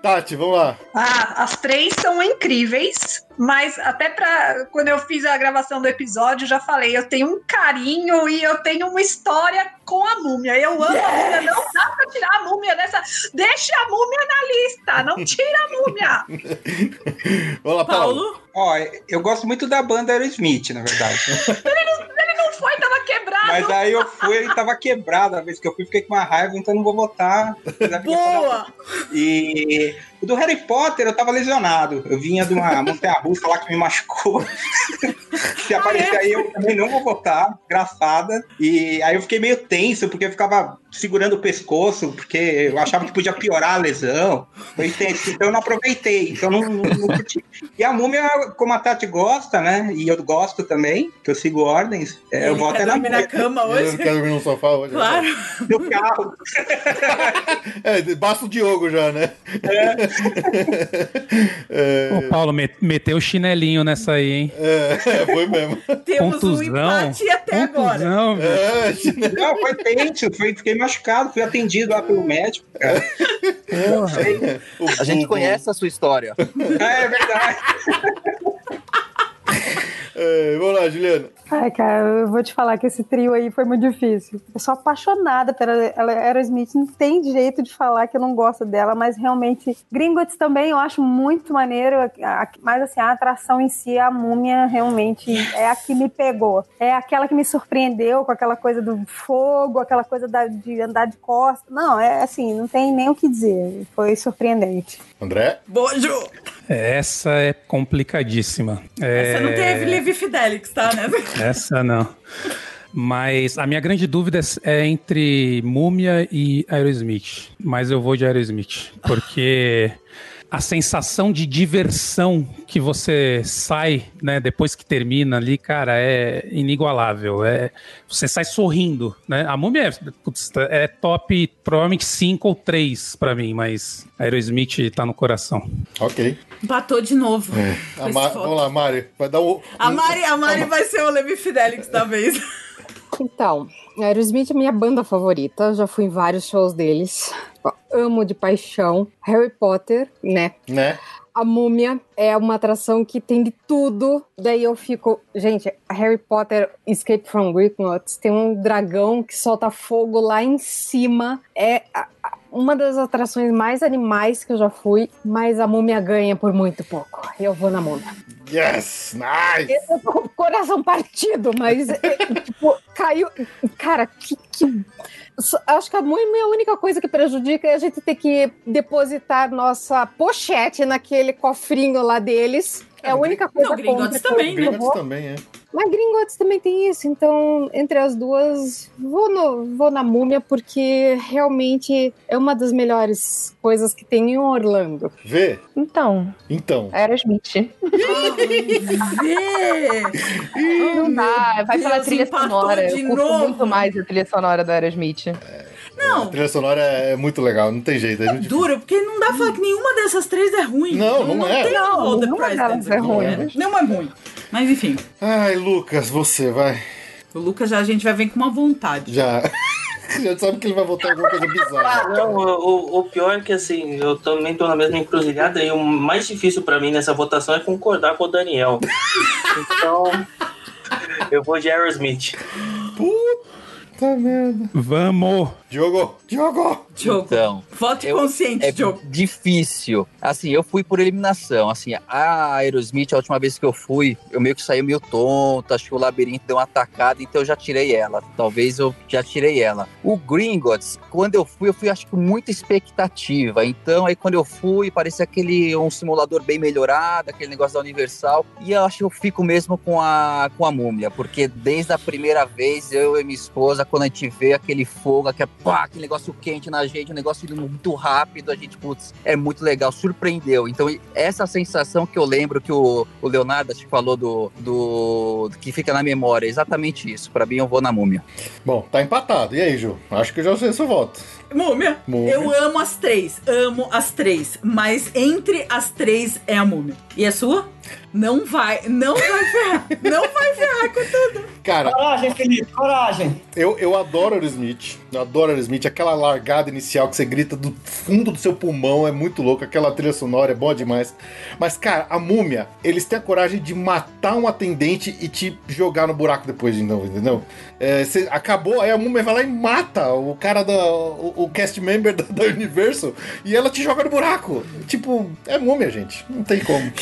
S1: Tati, vamos lá.
S8: Ah, as três são incríveis, mas até pra quando eu fiz a gravação do episódio, eu já falei, eu tenho um carinho e eu tenho uma história com a múmia. Eu amo a múmia, não dá pra tirar a múmia dessa. Deixa a múmia na lista, não tira a múmia.
S1: Vamos lá,
S4: Paulo.
S7: Ó, eu gosto muito da banda Aerosmith, na verdade.
S8: Ele não, ele não foi, tava quebrado.
S7: Mas aí eu fui e tava quebrado a vez que eu fui, fiquei com uma raiva, então não vou votar.
S4: Boa!
S7: E o do Harry Potter eu tava lesionado. Eu vinha de uma montanha russa lá que me machucou.
S4: Ah,
S7: Se
S4: é?
S7: aparecer aí, eu também não vou votar, engraçada. E aí eu fiquei meio tenso, porque eu ficava segurando o pescoço, porque eu achava que podia piorar a lesão. Foi tenso, então eu não aproveitei, então não, não, não curti. E a múmia, como a Tati gosta, né? E eu gosto também, que eu sigo ordens. é, eu
S4: Ele
S7: voto
S4: quer
S7: é na
S4: dormir na
S7: múmia.
S4: cama hoje?
S1: Quer dormir no sofá hoje? né?
S4: Claro.
S7: No carro.
S1: É, basta o Diogo já, né? É.
S10: Ô, Paulo, me- meteu o chinelinho nessa aí, hein?
S1: É, foi mesmo.
S4: Temos um
S10: Contusão.
S4: empate até agora.
S10: Contusão, velho.
S1: É.
S7: Não, foi tenso, foi, fiquei machucado, fui atendido lá pelo médico, cara.
S12: A gente conhece a sua história.
S7: É verdade.
S1: É, vamos lá, Juliana.
S9: Ai, cara, eu vou te falar que esse trio aí foi muito difícil. Eu sou apaixonada pela ela- Aerosmith, não tem jeito de falar que eu não gosto dela, mas realmente. Gringotts também eu acho muito maneiro, a- a- mas assim, a atração em si, a múmia realmente é a que me pegou. É aquela que me surpreendeu com aquela coisa do fogo, aquela coisa da- de andar de costas. Não, é assim, não tem nem o que dizer. Foi surpreendente.
S1: André?
S4: Bojo!
S10: Essa é complicadíssima. É...
S4: Você não teve Levi Fidelix, tá, né?
S10: Essa não. Mas a minha grande dúvida é entre Múmia e Aerosmith. Mas eu vou de Aerosmith. Porque a sensação de diversão que você sai, né, depois que termina ali, cara, é inigualável. É, você sai sorrindo, né? A Múmia é, putz, é top, provavelmente 5 ou 3 pra mim, mas Aerosmith tá no coração.
S1: Ok.
S4: Empatou de novo.
S1: A Ma- É. Vamos lá, Mari. Vai dar um.
S4: A Mari, a Mari vai ser o Levi Fidelix da vez.
S11: Então, Aerosmith é minha banda favorita, já fui em vários shows deles. Amo de paixão. Harry Potter, né?
S1: Né?
S11: A Múmia é uma atração que tem de tudo. Daí eu fico. Gente, Harry Potter Escape from Gringotts tem um dragão que solta fogo lá em cima. É a- a- uma das atrações mais animais que eu já fui, mas a Múmia ganha por muito pouco. Eu vou na Múmia.
S1: Yes! Nice!
S11: Eu tô com o coração partido, mas é, tipo, caiu. Cara, que, que- Só- Acho que a mu- minha única coisa que prejudica é a gente ter que depositar nossa pochete naquele cofrinho lá deles. É a única coisa
S4: Não, Gringotts
S11: contra que
S4: também, né?
S11: eu vou.
S1: também, é.
S11: Mas Gringotts também tem isso, então entre as duas, vou, no- vou na múmia, porque realmente é uma das melhores coisas que tem em Orlando.
S1: Vê?
S11: Então.
S1: Então.
S11: Aerosmith.
S15: Não dá, vai pela
S4: Deus,
S15: trilha
S4: empatou
S15: sonora.
S4: de
S15: Eu curto
S4: novo.
S15: muito mais a trilha sonora do Aerosmith.
S1: A trilha sonora é muito legal, não tem jeito. É muito difícil.
S4: Dura, porque não dá pra falar que nenhuma dessas três é ruim.
S1: Não, não é.
S4: Tem
S1: Não,
S4: all the
S1: nenhuma
S4: presidents
S1: delas é
S4: aqui,
S1: ruim.
S4: né? Nenhuma é ruim. Mas enfim.
S1: Ai, Lucas, você vai.
S4: O Lucas já a gente vai vir com uma vontade.
S1: Já. já sabe que ele vai voltar alguma coisa bizarra.
S2: Ah, não, o, o- o pior é que assim, eu também tô na mesma encruzilhada e o mais difícil pra mim nessa votação é concordar com o Daniel. Então, eu vou de Aerosmith.
S1: Puta merda.
S10: Vamos!
S1: Diogo! Diogo!
S12: Então,
S4: Vote
S12: eu-
S4: consciente,
S12: é
S4: Diogo.
S12: difícil. Assim, eu fui por eliminação. Assim, a Aerosmith, a última vez que eu fui, eu meio que saí meio tonto, acho que o labirinto deu uma atacada, então eu já tirei ela. Talvez eu já tirei ela. O Gringotts, quando eu fui, eu fui acho que com muita expectativa. Então, aí quando eu fui, parecia aquele um simulador bem melhorado, aquele negócio da Universal. E eu acho que eu fico mesmo com a, com a múmia, porque desde a primeira vez, eu e minha esposa, quando a gente vê aquele fogo, aquela pá, aquele negócio quente na gente, um negócio indo muito rápido, a gente, putz, é muito legal, surpreendeu. Então, essa sensação que eu lembro que o, o Leonardo acho que falou do, do, do que fica na memória, é exatamente isso. Pra mim, eu vou na múmia.
S1: Bom, tá empatado. E aí, Ju? Acho que eu já sei seu voto.
S4: Múmia.
S1: Múmia.
S4: Eu amo as três. Amo as três. Mas entre as três é a múmia. E a sua? Não vai. Não vai ferrar. não vai ferrar com tudo.
S1: Cara.
S13: Coragem, Felipe, coragem.
S1: Eu, eu adoro Aerosmith. Eu adoro Aerosmith. Aquela largada inicial que você grita do fundo do seu pulmão é muito louco. Aquela trilha sonora é boa demais. Mas, cara, a múmia, eles têm a coragem de matar um atendente e te jogar no buraco depois de novo, entendeu? É, você acabou, aí a múmia vai lá e mata o cara da. o, o cast member da, da Universo e ela te joga no buraco. Tipo, é múmia, gente. Não tem como.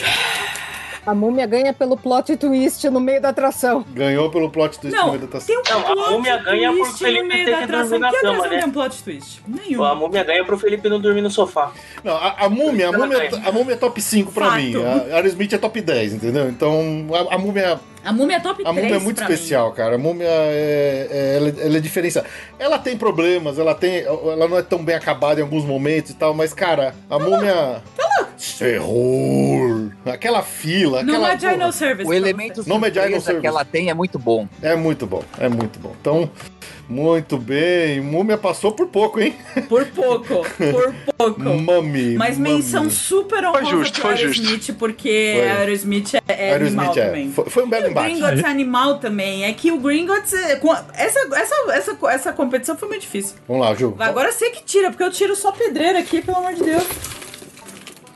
S11: A múmia ganha pelo plot twist no meio da atração.
S1: Ganhou pelo plot twist
S4: Não,
S1: da atração.
S4: tem um
S2: Não, a múmia ganha por
S4: twist no
S2: Felipe
S4: meio
S2: ter
S4: da
S2: que
S4: atração.
S2: dormir na
S4: Que
S2: cama,
S4: atração
S2: né?
S4: tem um plot twist? Nenhum.
S2: A múmia ganha pro Felipe não dormir no sofá.
S1: Não, a, a múmia, a
S2: Ela
S1: múmia,
S2: ganha.
S1: a múmia é top 5 pra
S4: Fato.
S1: mim. A Aerosmith é top 10, entendeu? Então, a, a múmia.
S4: A múmia é top
S1: A
S4: 3
S1: múmia é muito
S4: pra mim.
S1: especial, cara. A múmia é, é- ela, ela é diferença. Ela tem problemas, ela tem. Ela não é tão bem acabada em alguns momentos e tal, mas, cara, a múmia. Terror! Aquela fila,
S4: No
S1: aquela.
S4: Magino Service.
S12: O elemento
S1: No Magino
S12: surpresa
S1: Service.
S12: que ela tem é muito bom.
S1: É muito bom, é muito bom. Então, muito bem. Múmia passou por pouco, hein?
S4: Por pouco, por pouco.
S1: Mami.
S4: Mas
S1: mami.
S4: menção super honrosa
S1: Foi justo,
S4: pro
S1: foi justo.
S4: Aerosmith, porque
S1: Foi.
S4: Aerosmith é, é
S1: Aerosmith
S4: animal
S1: é.
S4: também.
S1: Foi- foi um belo
S4: E o
S1: embate.
S4: Gringotts
S1: Aí.
S4: é animal também. É que o Gringotts... é- com- Essa, essa, essa, essa competição foi muito difícil.
S1: Vamos lá, Ju.
S4: Agora eu sei que tira, porque eu tiro só pedreira aqui, pelo amor de Deus.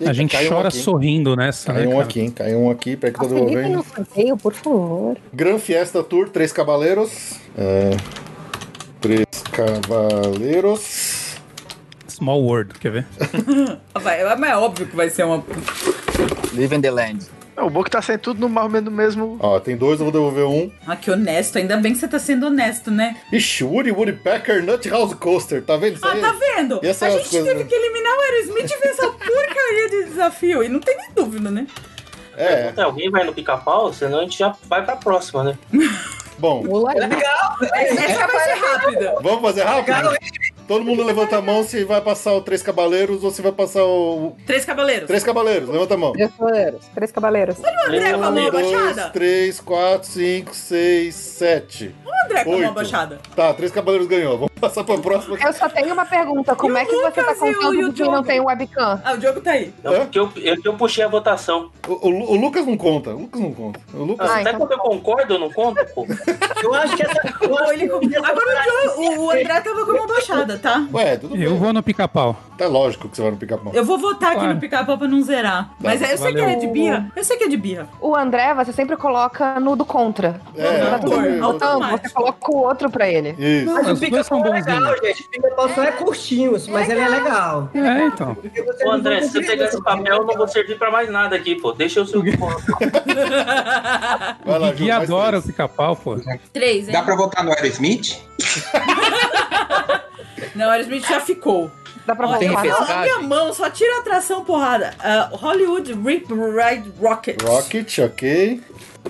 S1: Eita,
S10: a gente
S1: caiu um
S10: chora
S1: aqui, hein?
S10: sorrindo nessa.
S1: Caiu
S10: né,
S1: um
S10: cara?
S1: aqui, hein? Caiu um aqui, peraí que eu tô
S11: Felipe
S1: devolvendo.
S11: no sorteio, por favor.
S1: Gran Fiesta Tour, Três Cavaleiros. É, Três Cavaleiros.
S10: Small World, quer ver?
S4: Vai, mas é óbvio que vai ser uma...
S12: Live in the Land.
S6: o bom que tá saindo tudo no mais ou menos no mesmo.
S1: Ó, tem dois, eu vou devolver um.
S4: Ah, que honesto. Ainda bem que você tá sendo honesto, né?
S1: Ixi, Woody Woodpecker Nut House Coaster, tá vendo isso
S4: Ah,
S1: aí?
S4: tá vendo?
S1: E essa
S4: A
S1: é
S4: gente
S1: as coisas,
S4: teve
S1: né?
S4: que eliminar o Aerosmith e ver essa porcaria de desafio. E não tem nem dúvida, né?
S1: É.
S2: Pergunta, alguém vai no pica-pau, senão a gente já vai pra próxima, né?
S1: Bom,
S4: Legal!
S13: É,
S4: Essa vai ser rápida.
S1: vamos fazer rápido? Todo mundo levanta a mão se vai passar o Três Cavaleiros ou se vai passar o.
S4: Três Cavaleiros.
S1: Três Cavaleiros, levanta a mão.
S11: Três Cavaleiros.
S3: Três Cavaleiros.
S4: André com a mão
S1: Um, dois,
S4: abaixada?
S1: três, quatro, cinco, seis, sete.
S4: O André com a mão
S1: oito.
S4: abaixada.
S1: Tá, Três Cavaleiros ganhou. Vamos passar pra próxima.
S3: Eu só tenho uma pergunta. Como é que você tá contando que não tem webcam?
S4: Ah, o Diogo tá aí.
S2: Não, porque eu, eu, eu puxei a votação.
S1: É? O, o- o Lucas não conta, o Lucas não conta. O Lucas...
S2: Ah, até quando eu concordo, eu não conto, pô.
S13: Eu acho que essa. eu assim, acho
S4: Ele-
S13: que essa
S4: Agora o, Diogo,
S2: assim.
S4: o André tava com
S13: é.
S4: a mão abaixada, tá?
S1: Ué, tudo bem.
S10: Eu vou no pica-pau.
S1: Tá lógico que você vai no pica-pau.
S4: Eu vou votar aqui
S10: Claro.
S4: no pica-pau pra não
S1: Tá,
S4: zerar. Mas eu sei que
S10: valeu.
S4: é de birra. Eu sei que é de birra.
S3: O André, você sempre coloca no do contra.
S1: É,
S3: Quando tá todo
S1: automático.
S3: mundo votando, você coloca o outro pra ele.
S1: Isso.
S13: Mas
S10: Os
S13: o
S10: dois
S13: pica-pau
S10: são
S13: é legal,
S10: bonzinhos.
S13: gente. O pica-pau só é curtinho, mas ele é legal.
S10: É, então.
S13: Porque você
S2: Ô,
S13: não
S2: André,
S13: vai
S2: se você pegar esse papel, eu não vou servir pra mais nada aqui, pô. Deixa eu ser o
S1: Vai lá,
S10: O Gui adora o pica-pau, pô.
S4: Três, hein?
S7: Dá pra votar no Aerosmith?
S4: Não, a Smith já ficou.
S3: Dá pra
S4: Ó,
S3: votar.
S4: eu falo,
S12: pesagem?
S4: minha mão, só tira a atração, porrada. Ah, Hollywood Rip Ride Rocket.
S1: Rocket, ok.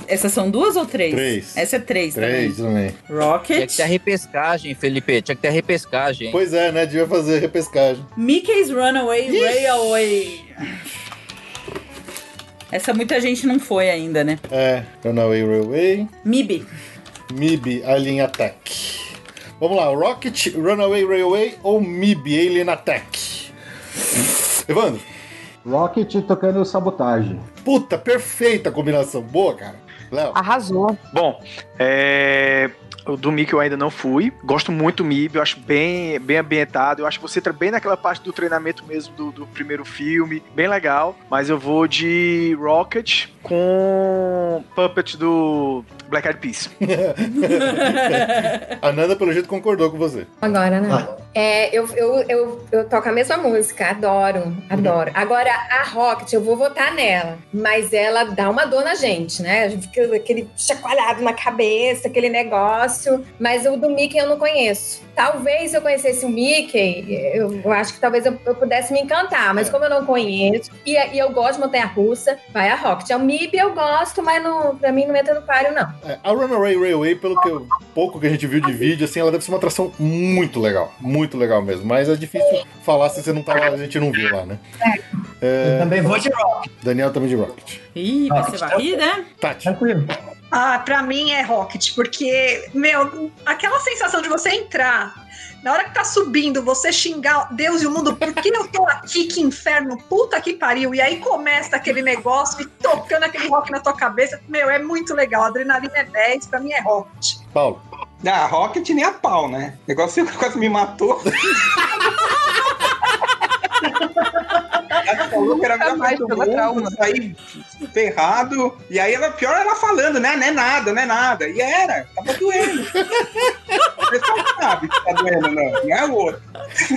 S4: Essas são duas ou três?
S1: Três.
S4: Essa é três,
S1: Três
S4: também.
S1: também.
S12: Tinha que
S4: Rocket.
S12: ter a repescagem, Felipe. Tinha que ter a repescagem.
S1: Pois é, né? Devia fazer repescagem.
S4: Mickey's Runaway Railway. Essa muita gente não foi ainda, né?
S1: É, Runaway Railway.
S4: MIB.
S1: MIB, Alien Attack. Vamos lá, Rocket, Runaway Railway ou MIB, Alien Attack? Evandro.
S5: Rocket tocando sabotagem.
S1: Puta, perfeita combinação. Boa, cara. Léo.
S3: Arrasou.
S6: Bom, é, o do MIB eu ainda não fui. Gosto muito do MIB, eu acho bem, bem ambientado. Eu acho que você entra bem naquela parte do treinamento mesmo do, do primeiro filme. Bem legal. Mas eu vou de Rocket com Puppet do Black Eyed Peas.
S1: A Nanda, pelo jeito, concordou com você.
S14: Agora, né? É, eu, eu, eu, eu toco a mesma música, adoro, adoro. Agora, a Rocket, eu vou votar nela. mas ela dá uma dor na gente, né? A gente fica aquele chacoalhado na cabeça, aquele negócio. Mas o do Mickey eu não conheço. Talvez eu conhecesse o Mickey, eu acho que talvez eu, eu pudesse me encantar, mas como eu não conheço, e, e eu gosto de montanha russa, vai a Rocket. A MIB eu gosto, mas não, pra mim não entra no páreo, não.
S1: É, a Runaway Railway, pelo que eu- pouco que a gente viu de vídeo, assim, ela deve ser uma atração muito legal. Muito legal mesmo. Mas é difícil falar se você não tá lá, a gente não viu lá, né? É,
S13: Eu também vou de Rocket.
S1: Daniel também de Rocket.
S4: Ih, vai ser varrida, né?
S1: Tati.
S13: Tranquilo.
S8: Ah, pra mim é Rocket, porque, meu, aquela sensação de você entrar, na hora que tá subindo, você xingar Deus e o mundo, por que eu tô aqui, que inferno, puta que pariu, e aí começa aquele negócio e tocando aquele rock na tua cabeça, meu, é muito legal, a adrenalina é 10, pra mim é Rocket.
S1: Paulo.
S7: Ah, Rocket nem a pau, né? O negócio que quase me matou. Ela falou que era a melhor coisa do mundo, saí ferrado. E aí, ela, pior ela falando, né? Não é nada, não é nada. E era, tava doendo. Você só sabe que tá doendo, não. Não é o outro.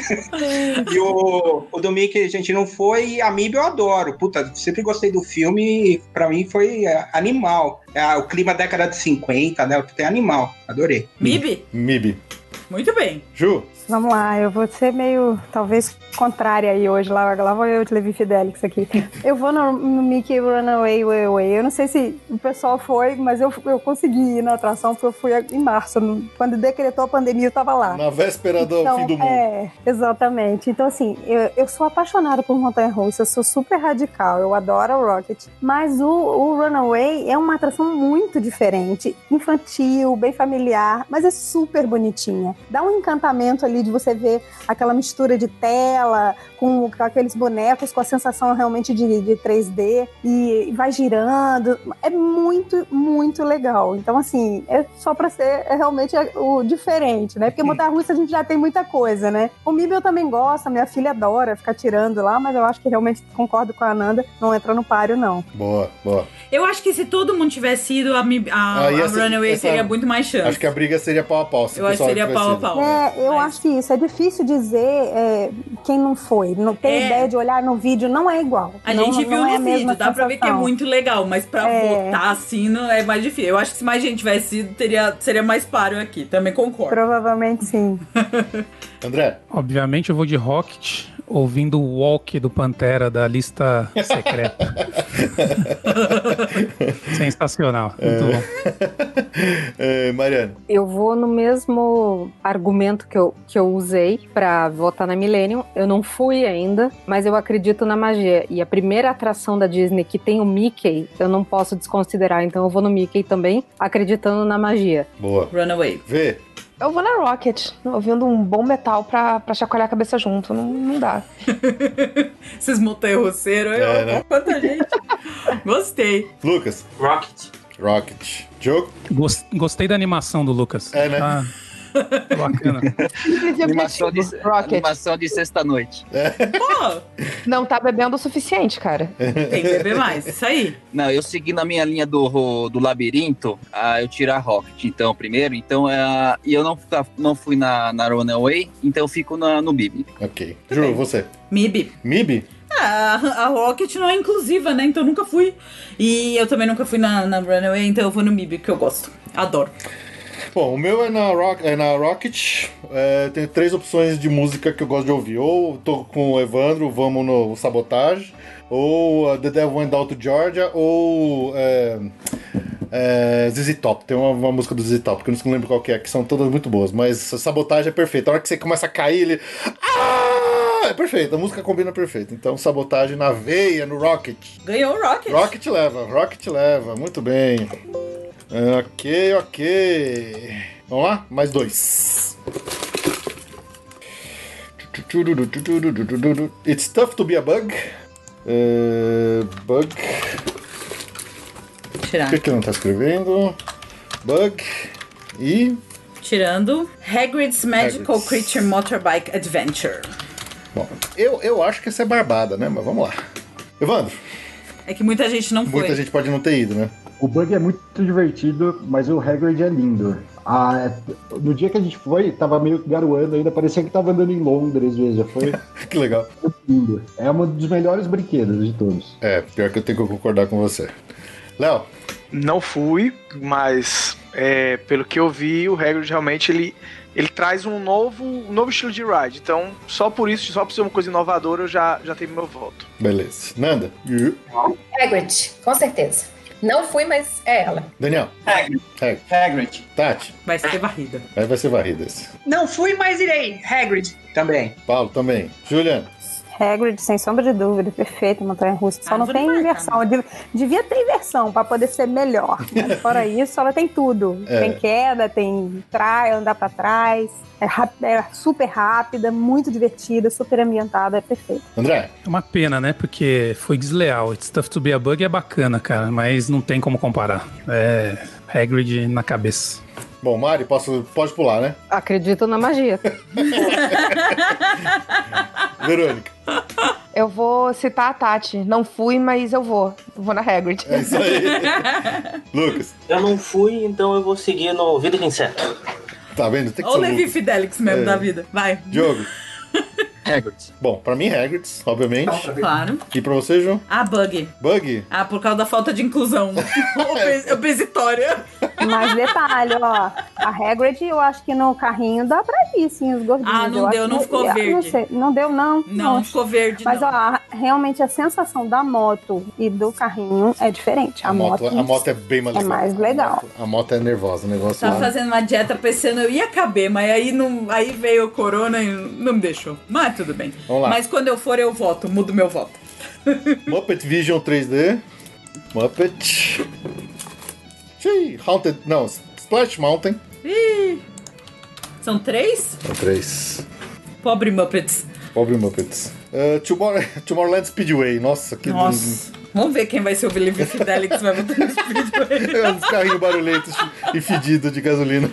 S7: e o, o do Mickey a gente não foi, e a Mib eu adoro. Puta, sempre gostei do filme, e pra mim foi é, animal. É, o clima década de 50, né? Tem animal, adorei.
S4: Mib?
S1: Mib.
S4: Muito bem.
S1: Ju?
S9: Vamos lá, eu vou ser meio, talvez, contrária aí hoje. Lá, lá vou eu de Levi Fidelix aqui. Eu vou no, no Mickey Runaway Way Way. Eu não sei se o pessoal foi, mas eu, eu consegui ir na atração, porque eu fui em março. no- Quando decretou a pandemia, eu tava lá.
S1: Na véspera do
S9: Então,
S1: fim do mundo.
S9: É, exatamente. Então, assim, eu, eu sou apaixonada por montanha russa, eu sou super radical, eu adoro o Rocket. Mas o, o Runaway é uma atração muito diferente, infantil, bem familiar, mas é super bonitinha. Dá um encantamento ali de você ver aquela mistura de tela com, com aqueles bonecos, com a sensação realmente de, de 3D e vai girando. É muito, muito legal. Então, assim, é só pra ser é realmente o diferente, né? Porque montanha russa a gente já tem muita coisa, né? O Mib eu também gosto, a minha filha adora ficar tirando lá, mas eu acho que realmente concordo com a Ananda, não entra no páreo, não.
S1: Boa, boa.
S4: Eu acho que se todo mundo tivesse ido, a, Mi- a,
S1: Aí
S4: Ah, a
S1: essa-
S4: Runaway
S1: Ah, essa-
S4: teria muito mais chance.
S1: Acho que a briga seria pau a pau. se
S4: Eu
S1: o
S4: acho
S1: pessoal
S4: que seria
S1: tivesse
S4: pau a
S1: ido.
S4: pau.
S9: É, eu acho que isso. É difícil dizer é, quem não foi. Não tem
S4: É.
S9: ideia de olhar no vídeo, não é igual.
S4: A
S9: Não-
S4: gente viu
S9: não é a
S4: no
S9: mesma
S4: vídeo, dá pra ver que é
S9: sensação. É.
S4: muito legal, mas pra votar assim não é mais difícil. Eu acho que se mais gente tivesse ido, teria, seria mais páreo aqui, também concordo.
S9: Provavelmente sim.
S1: André?
S10: Obviamente eu vou de Rocket, ouvindo o Walk do Pantera da lista secreta. Sensacional. Muito bom.
S1: É, Mariana.
S11: Eu vou no mesmo argumento que eu, que eu usei pra votar na Millennium. Eu não fui ainda, mas eu acredito na magia. E a primeira atração da Disney que tem o Mickey, eu não posso desconsiderar. Então eu vou no Mickey também, acreditando na magia.
S1: Boa.
S4: Runaway.
S1: Vê.
S3: Eu vou na Rocket, ouvindo um bom metal pra, pra chacoalhar a cabeça junto. Não, não dá.
S4: Esses montanhoseiros, eu
S1: É, né?
S4: quanta gente. Gostei.
S1: Lucas.
S2: Rocket.
S1: Rocket. Jogo?
S10: Gos- Gostei da animação do Lucas. É, né? bacana.
S12: Animação de,
S3: Rocket.
S12: animação de sexta-noite.
S1: É.
S3: Não tá bebendo o suficiente, cara.
S4: Tem que beber mais, isso aí.
S12: Não, eu seguindo a minha linha do, ro- do labirinto, ah, eu tirar Rocket, então, primeiro. Então, ah, e eu não, fica- não fui na, na Runaway, então eu fico na- no Bibi.
S1: Ok. Ju, você.
S4: Mib.
S1: Mib?
S4: Ah, a Rocket não é inclusiva, né? Então eu nunca fui. E eu também nunca fui na, na Runaway, então eu vou no Mib, que eu gosto. Adoro.
S1: Bom, o meu é na, Rock, é na Rocket. É, tem três opções de música que eu gosto de ouvir. Ou tô com o Evandro, vamos no Sabotage. Ou uh, The Devil Went Down to Georgia. Ou é, é, ZZ Top. Tem uma, uma música do ZZ Top, que eu não lembro qual que é, que são todas muito boas. Mas Sabotage é perfeito. A hora que você começa a cair, ele... Ah! É perfeito. A música combina perfeito. Então, Sabotage na veia, no Rocket.
S4: Ganhou o Rocket.
S1: Rocket leva, Rocket leva, muito bem. Ok, ok. Vamos lá? Mais dois. It's tough to be a bug. Eh, bug.
S4: Tirar.
S1: O que, que ele não tá escrevendo? Bug. E.
S4: Tirando Hagrid's Magical
S1: Hagrid's.
S4: Creature Motorbike Adventure.
S1: Bom, eu, eu acho que essa é barbada, né? Mas vamos lá. Evandro,
S4: É que muita gente não foi.
S1: muita gente pode não ter ido, né?
S5: O bug é muito divertido, mas o Hagrid é lindo. Ah, no dia que a gente foi, tava meio garoando ainda, parecia que tava andando em Londres, veja. Foi.
S1: que legal.
S5: lindo. É um dos melhores brinquedos de todos.
S1: É, pior que eu tenho que concordar com você. Léo?
S6: Não fui, mas é, pelo que eu vi, o Hagrid realmente ele, ele traz um novo, um novo estilo de ride. Então, só por isso, só por ser uma coisa inovadora, eu já, já tenho meu voto.
S1: Beleza. Nanda?
S14: Hagrid, com certeza. Não fui, mas é ela.
S1: Daniel? Hagrid.
S13: Hagrid.
S1: Tati?
S4: Vai ser varrida.
S1: Aí vai ser varrida esse.
S14: Não fui, mas irei. Hagrid.
S1: Também. Paulo, também. Juliana?
S9: Hagrid, sem sombra de dúvida, perfeito, montanha russa.
S4: Ah,
S9: Só não tem inversão. Dev- Devia ter inversão para poder ser melhor. Mas fora isso, ela tem tudo.
S1: É.
S9: Tem queda, tem traia, andar para trás. É, rap- é super rápida, muito divertida, super ambientada, é perfeito.
S1: André?
S10: É uma pena, né? Porque foi desleal. It's Tough to Be a Bug é bacana, cara, mas não tem como comparar. É Hagrid na cabeça.
S1: Bom, Mari, posso, pode pular, né?
S11: Acredito na magia.
S1: Verônica?
S3: Eu vou citar a Tati. Não fui, mas eu vou. Vou na Hagrid.
S1: É isso aí. Lucas?
S2: Eu não fui, então eu vou seguir no Vida de Inseto.
S1: Tá vendo? Tem que
S4: Ou
S1: ser
S4: Levi
S1: Lucas.
S4: Fidelix mesmo
S1: É.
S4: da vida. Vai.
S1: Diogo? Hagrid. Bom, pra mim, Hagrid, obviamente.
S4: Claro.
S1: E pra você, João?
S4: Ah, bug.
S1: Bug?
S4: Ah, por causa da falta de inclusão.
S1: É.
S4: Obes- Obesitória.
S9: Mas detalhe, ó, a Hagrid, eu acho que no carrinho dá pra ir, sim, os gordinhos.
S4: Ah, não
S9: Eu
S4: deu,
S9: acho
S4: não
S9: que-
S4: ficou
S9: eu Não,
S4: verde.
S9: sei, não deu, não.
S4: Não, ficou verde.
S9: Mas,
S4: não.
S9: ó, a- realmente a sensação da moto e do carrinho é diferente. A,
S1: A moto, a moto é bem mais
S9: é mais legal.
S1: A moto é nervosa, o negócio
S4: Tava
S1: lá.
S4: Tá fazendo uma dieta pensando eu ia caber, mas aí não, aí veio o corona e não me deixou. Mas tudo bem.
S1: Vamos lá.
S4: Mas quando eu for eu voto, mudo meu voto.
S1: Muppet Vision 3D. Muppet. Xiii, Haunted. Não, Splash Mountain.
S4: Ih, são três?
S1: É o 3.
S4: Pobre Muppets.
S1: Pobre Muppets. Uh, Tomorrow, Tomorrowland Speedway. Nossa, que.
S4: Nossa. Vamos ver quem vai ser o Believe Fidelix vai votar no Speedway.
S1: É um carrinho barulhento e fedido de gasolina.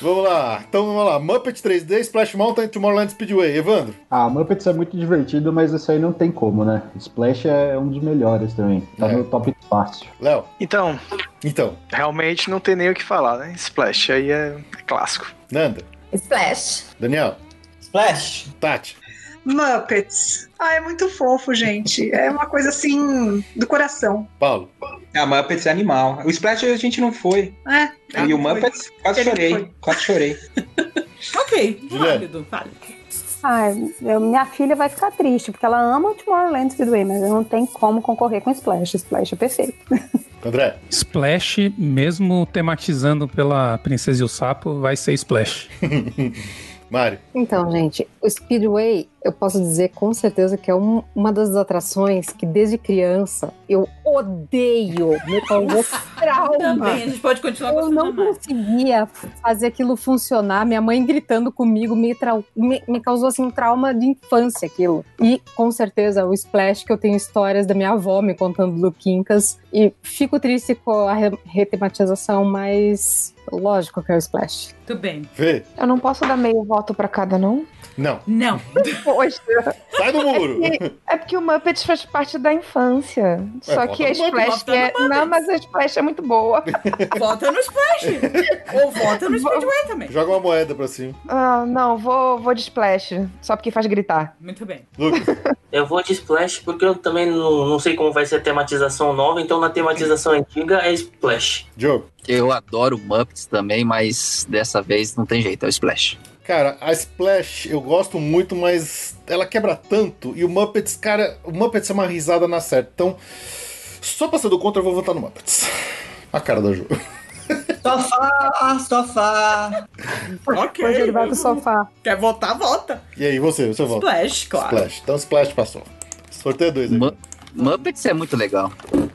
S1: vamos lá. Então vamos lá. Muppet 3D, Splash Mountain, Tomorrowland Speedway. Evandro.
S5: Ah, Muppets é muito divertido, mas isso aí não tem como, né? Splash é um dos melhores também. Tá no top fácil.
S1: Léo.
S6: Então.
S1: Então.
S6: Realmente não tem nem o que falar, né? Splash aí é, é clássico.
S1: Nanda.
S14: Splash.
S1: Daniel.
S6: Splash.
S1: Tati.
S8: Muppets. Ah, é muito fofo, gente. É uma coisa assim do coração.
S1: Paulo.
S7: Ah, Muppets é animal. O Splash a gente não foi.
S8: É.
S16: Ah,
S7: e o Muppets, quase
S8: Ele
S7: chorei.
S8: foi.
S7: Quase chorei.
S4: ok,
S1: Juliana.
S4: válido, válido.
S9: Ai, eu- minha filha vai ficar triste, porque ela ama o Tomorrowland Speedway, mas não tem como concorrer com Splash. Splash é perfeito.
S1: André.
S10: Splash, mesmo tematizando pela Princesa e o Sapo, vai ser Splash.
S1: Mari.
S11: Então, gente, o Speedway, eu posso dizer com certeza que é um- uma das atrações que desde criança eu odeio. é Me causou trauma.
S4: Também, Tá a gente pode continuar
S11: Eu não conseguia fazer aquilo funcionar. Minha mãe gritando comigo me, trau- me- me causou assim um trauma de infância aquilo. E com certeza o Splash que eu tenho histórias da minha avó me contando do Quincas e fico triste com a re- retematização, mas lógico que é o Splash.
S4: Tudo bem.
S1: Vê.
S3: Eu não posso dar meio voto pra cada, não?
S1: Não.
S4: Não.
S3: Poxa.
S1: Sai do muro.
S3: É porque, é porque o Muppet faz parte da infância. Só
S1: É, bota
S3: que a
S1: no Muppet,
S3: Splash
S4: bota no
S3: é... Não, mas a Splash é muito boa.
S4: Vota no Splash. Ou vota no Speedway também.
S1: Joga uma moeda pra cima.
S3: Ah, não, vou, vou de Splash. Só porque faz gritar.
S4: Muito bem.
S1: Lucas.
S2: Eu vou de Splash porque eu também não, não sei como vai ser a tematização nova, então na tematização antiga é Splash.
S1: Diogo.
S12: Eu adoro Muppets também, mas dessa vez não tem jeito, é o Splash.
S1: Cara, a Splash eu gosto muito, mas ela quebra tanto. E o Muppets, cara, o Muppets é uma risada na certa. Então, só pra ser do contra, eu vou votar no Muppets. A cara da Ju.
S13: Sofá, ah, sofá.
S4: Ok.
S9: Hoje ele vai pro sofá.
S4: Quer votar, vota.
S1: E aí, você, você vota?
S4: Splash, claro.
S1: Splash. Então, Splash passou. Sorteio dois aí.
S12: Muppets é muito legal.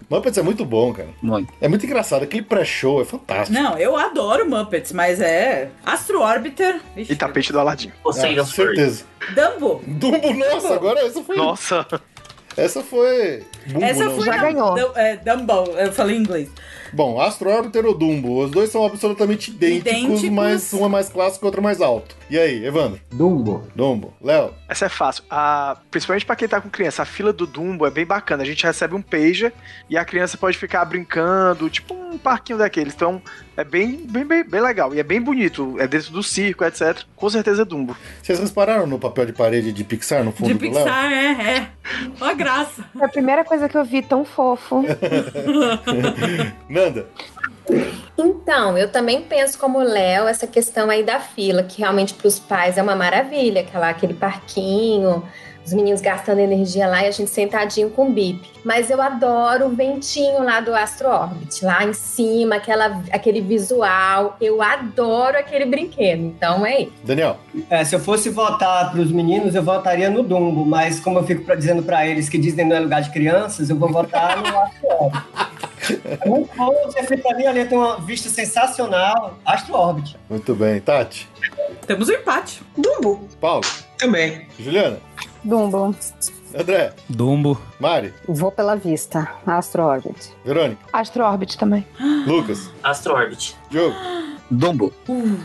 S1: Muppets é muito bom, cara.
S12: Muito.
S1: É muito engraçado. Aquele pré-show é fantástico.
S4: Não, eu adoro Muppets, mas é Astro Orbiter, Ixi,
S6: E tapete do Aladim.
S1: Ah, certeza.
S4: Dumbo.
S1: Dumbo, nossa, agora essa foi.
S6: Nossa.
S1: Essa foi. Bumbo,
S4: Essa
S1: não.
S4: foi a- Dum- é, Dumbo, eu falei em inglês.
S1: Bom, Astro Orbiter ou Dumbo? Os dois são absolutamente idênticos,
S4: Idênticos.
S1: mas um é mais clássico e outro é mais alto. E aí, Evandro?
S5: Dumbo.
S1: Dumbo. Léo?
S6: Essa é fácil. A- principalmente pra quem tá com criança, a fila do Dumbo é bem bacana. A gente recebe um pager e a criança pode ficar brincando, tipo um parquinho daqueles. Então, É bem, bem, bem, bem legal. E é bem bonito. É dentro do circo, etc. Com certeza é Dumbo.
S1: Vocês repararam no papel de parede de Pixar no fundo
S4: De
S1: do Léo?
S4: Pixar, é, é. Ó, a graça.
S3: É
S15: Foi a primeira coisa que eu vi, tão fofo.
S1: Nanda,
S14: Então, eu também penso como o Léo, essa questão aí da fila, que realmente para os pais é uma maravilha, aquela, aquele parquinho, os meninos gastando energia lá e a gente sentadinho com o bip. Mas eu adoro o ventinho lá do Astro Orbit, lá em cima, aquela, aquele visual, eu adoro aquele brinquedo, então é isso.
S1: Daniel.
S13: É, se eu fosse votar pros meninos, eu votaria no Dumbo, mas como eu fico pra- dizendo pra eles que Disney não é lugar de crianças, eu vou votar no Astro Orbit. É muito bom, você fica ali, ali tem uma vista sensacional, Astro Orbit.
S1: muito bem. Tati,
S4: Temos um empate.
S13: Dumbo.
S1: Paulo.
S7: Também.
S1: Juliana,
S11: Dumbo.
S1: André.
S10: Dumbo.
S1: Mari,
S11: Vou pela vista. Astro Orbit.
S1: Verônica,
S3: Astro Orbit também.
S1: Lucas,
S2: Astro Orbit.
S1: Diogo.
S12: Dumbo.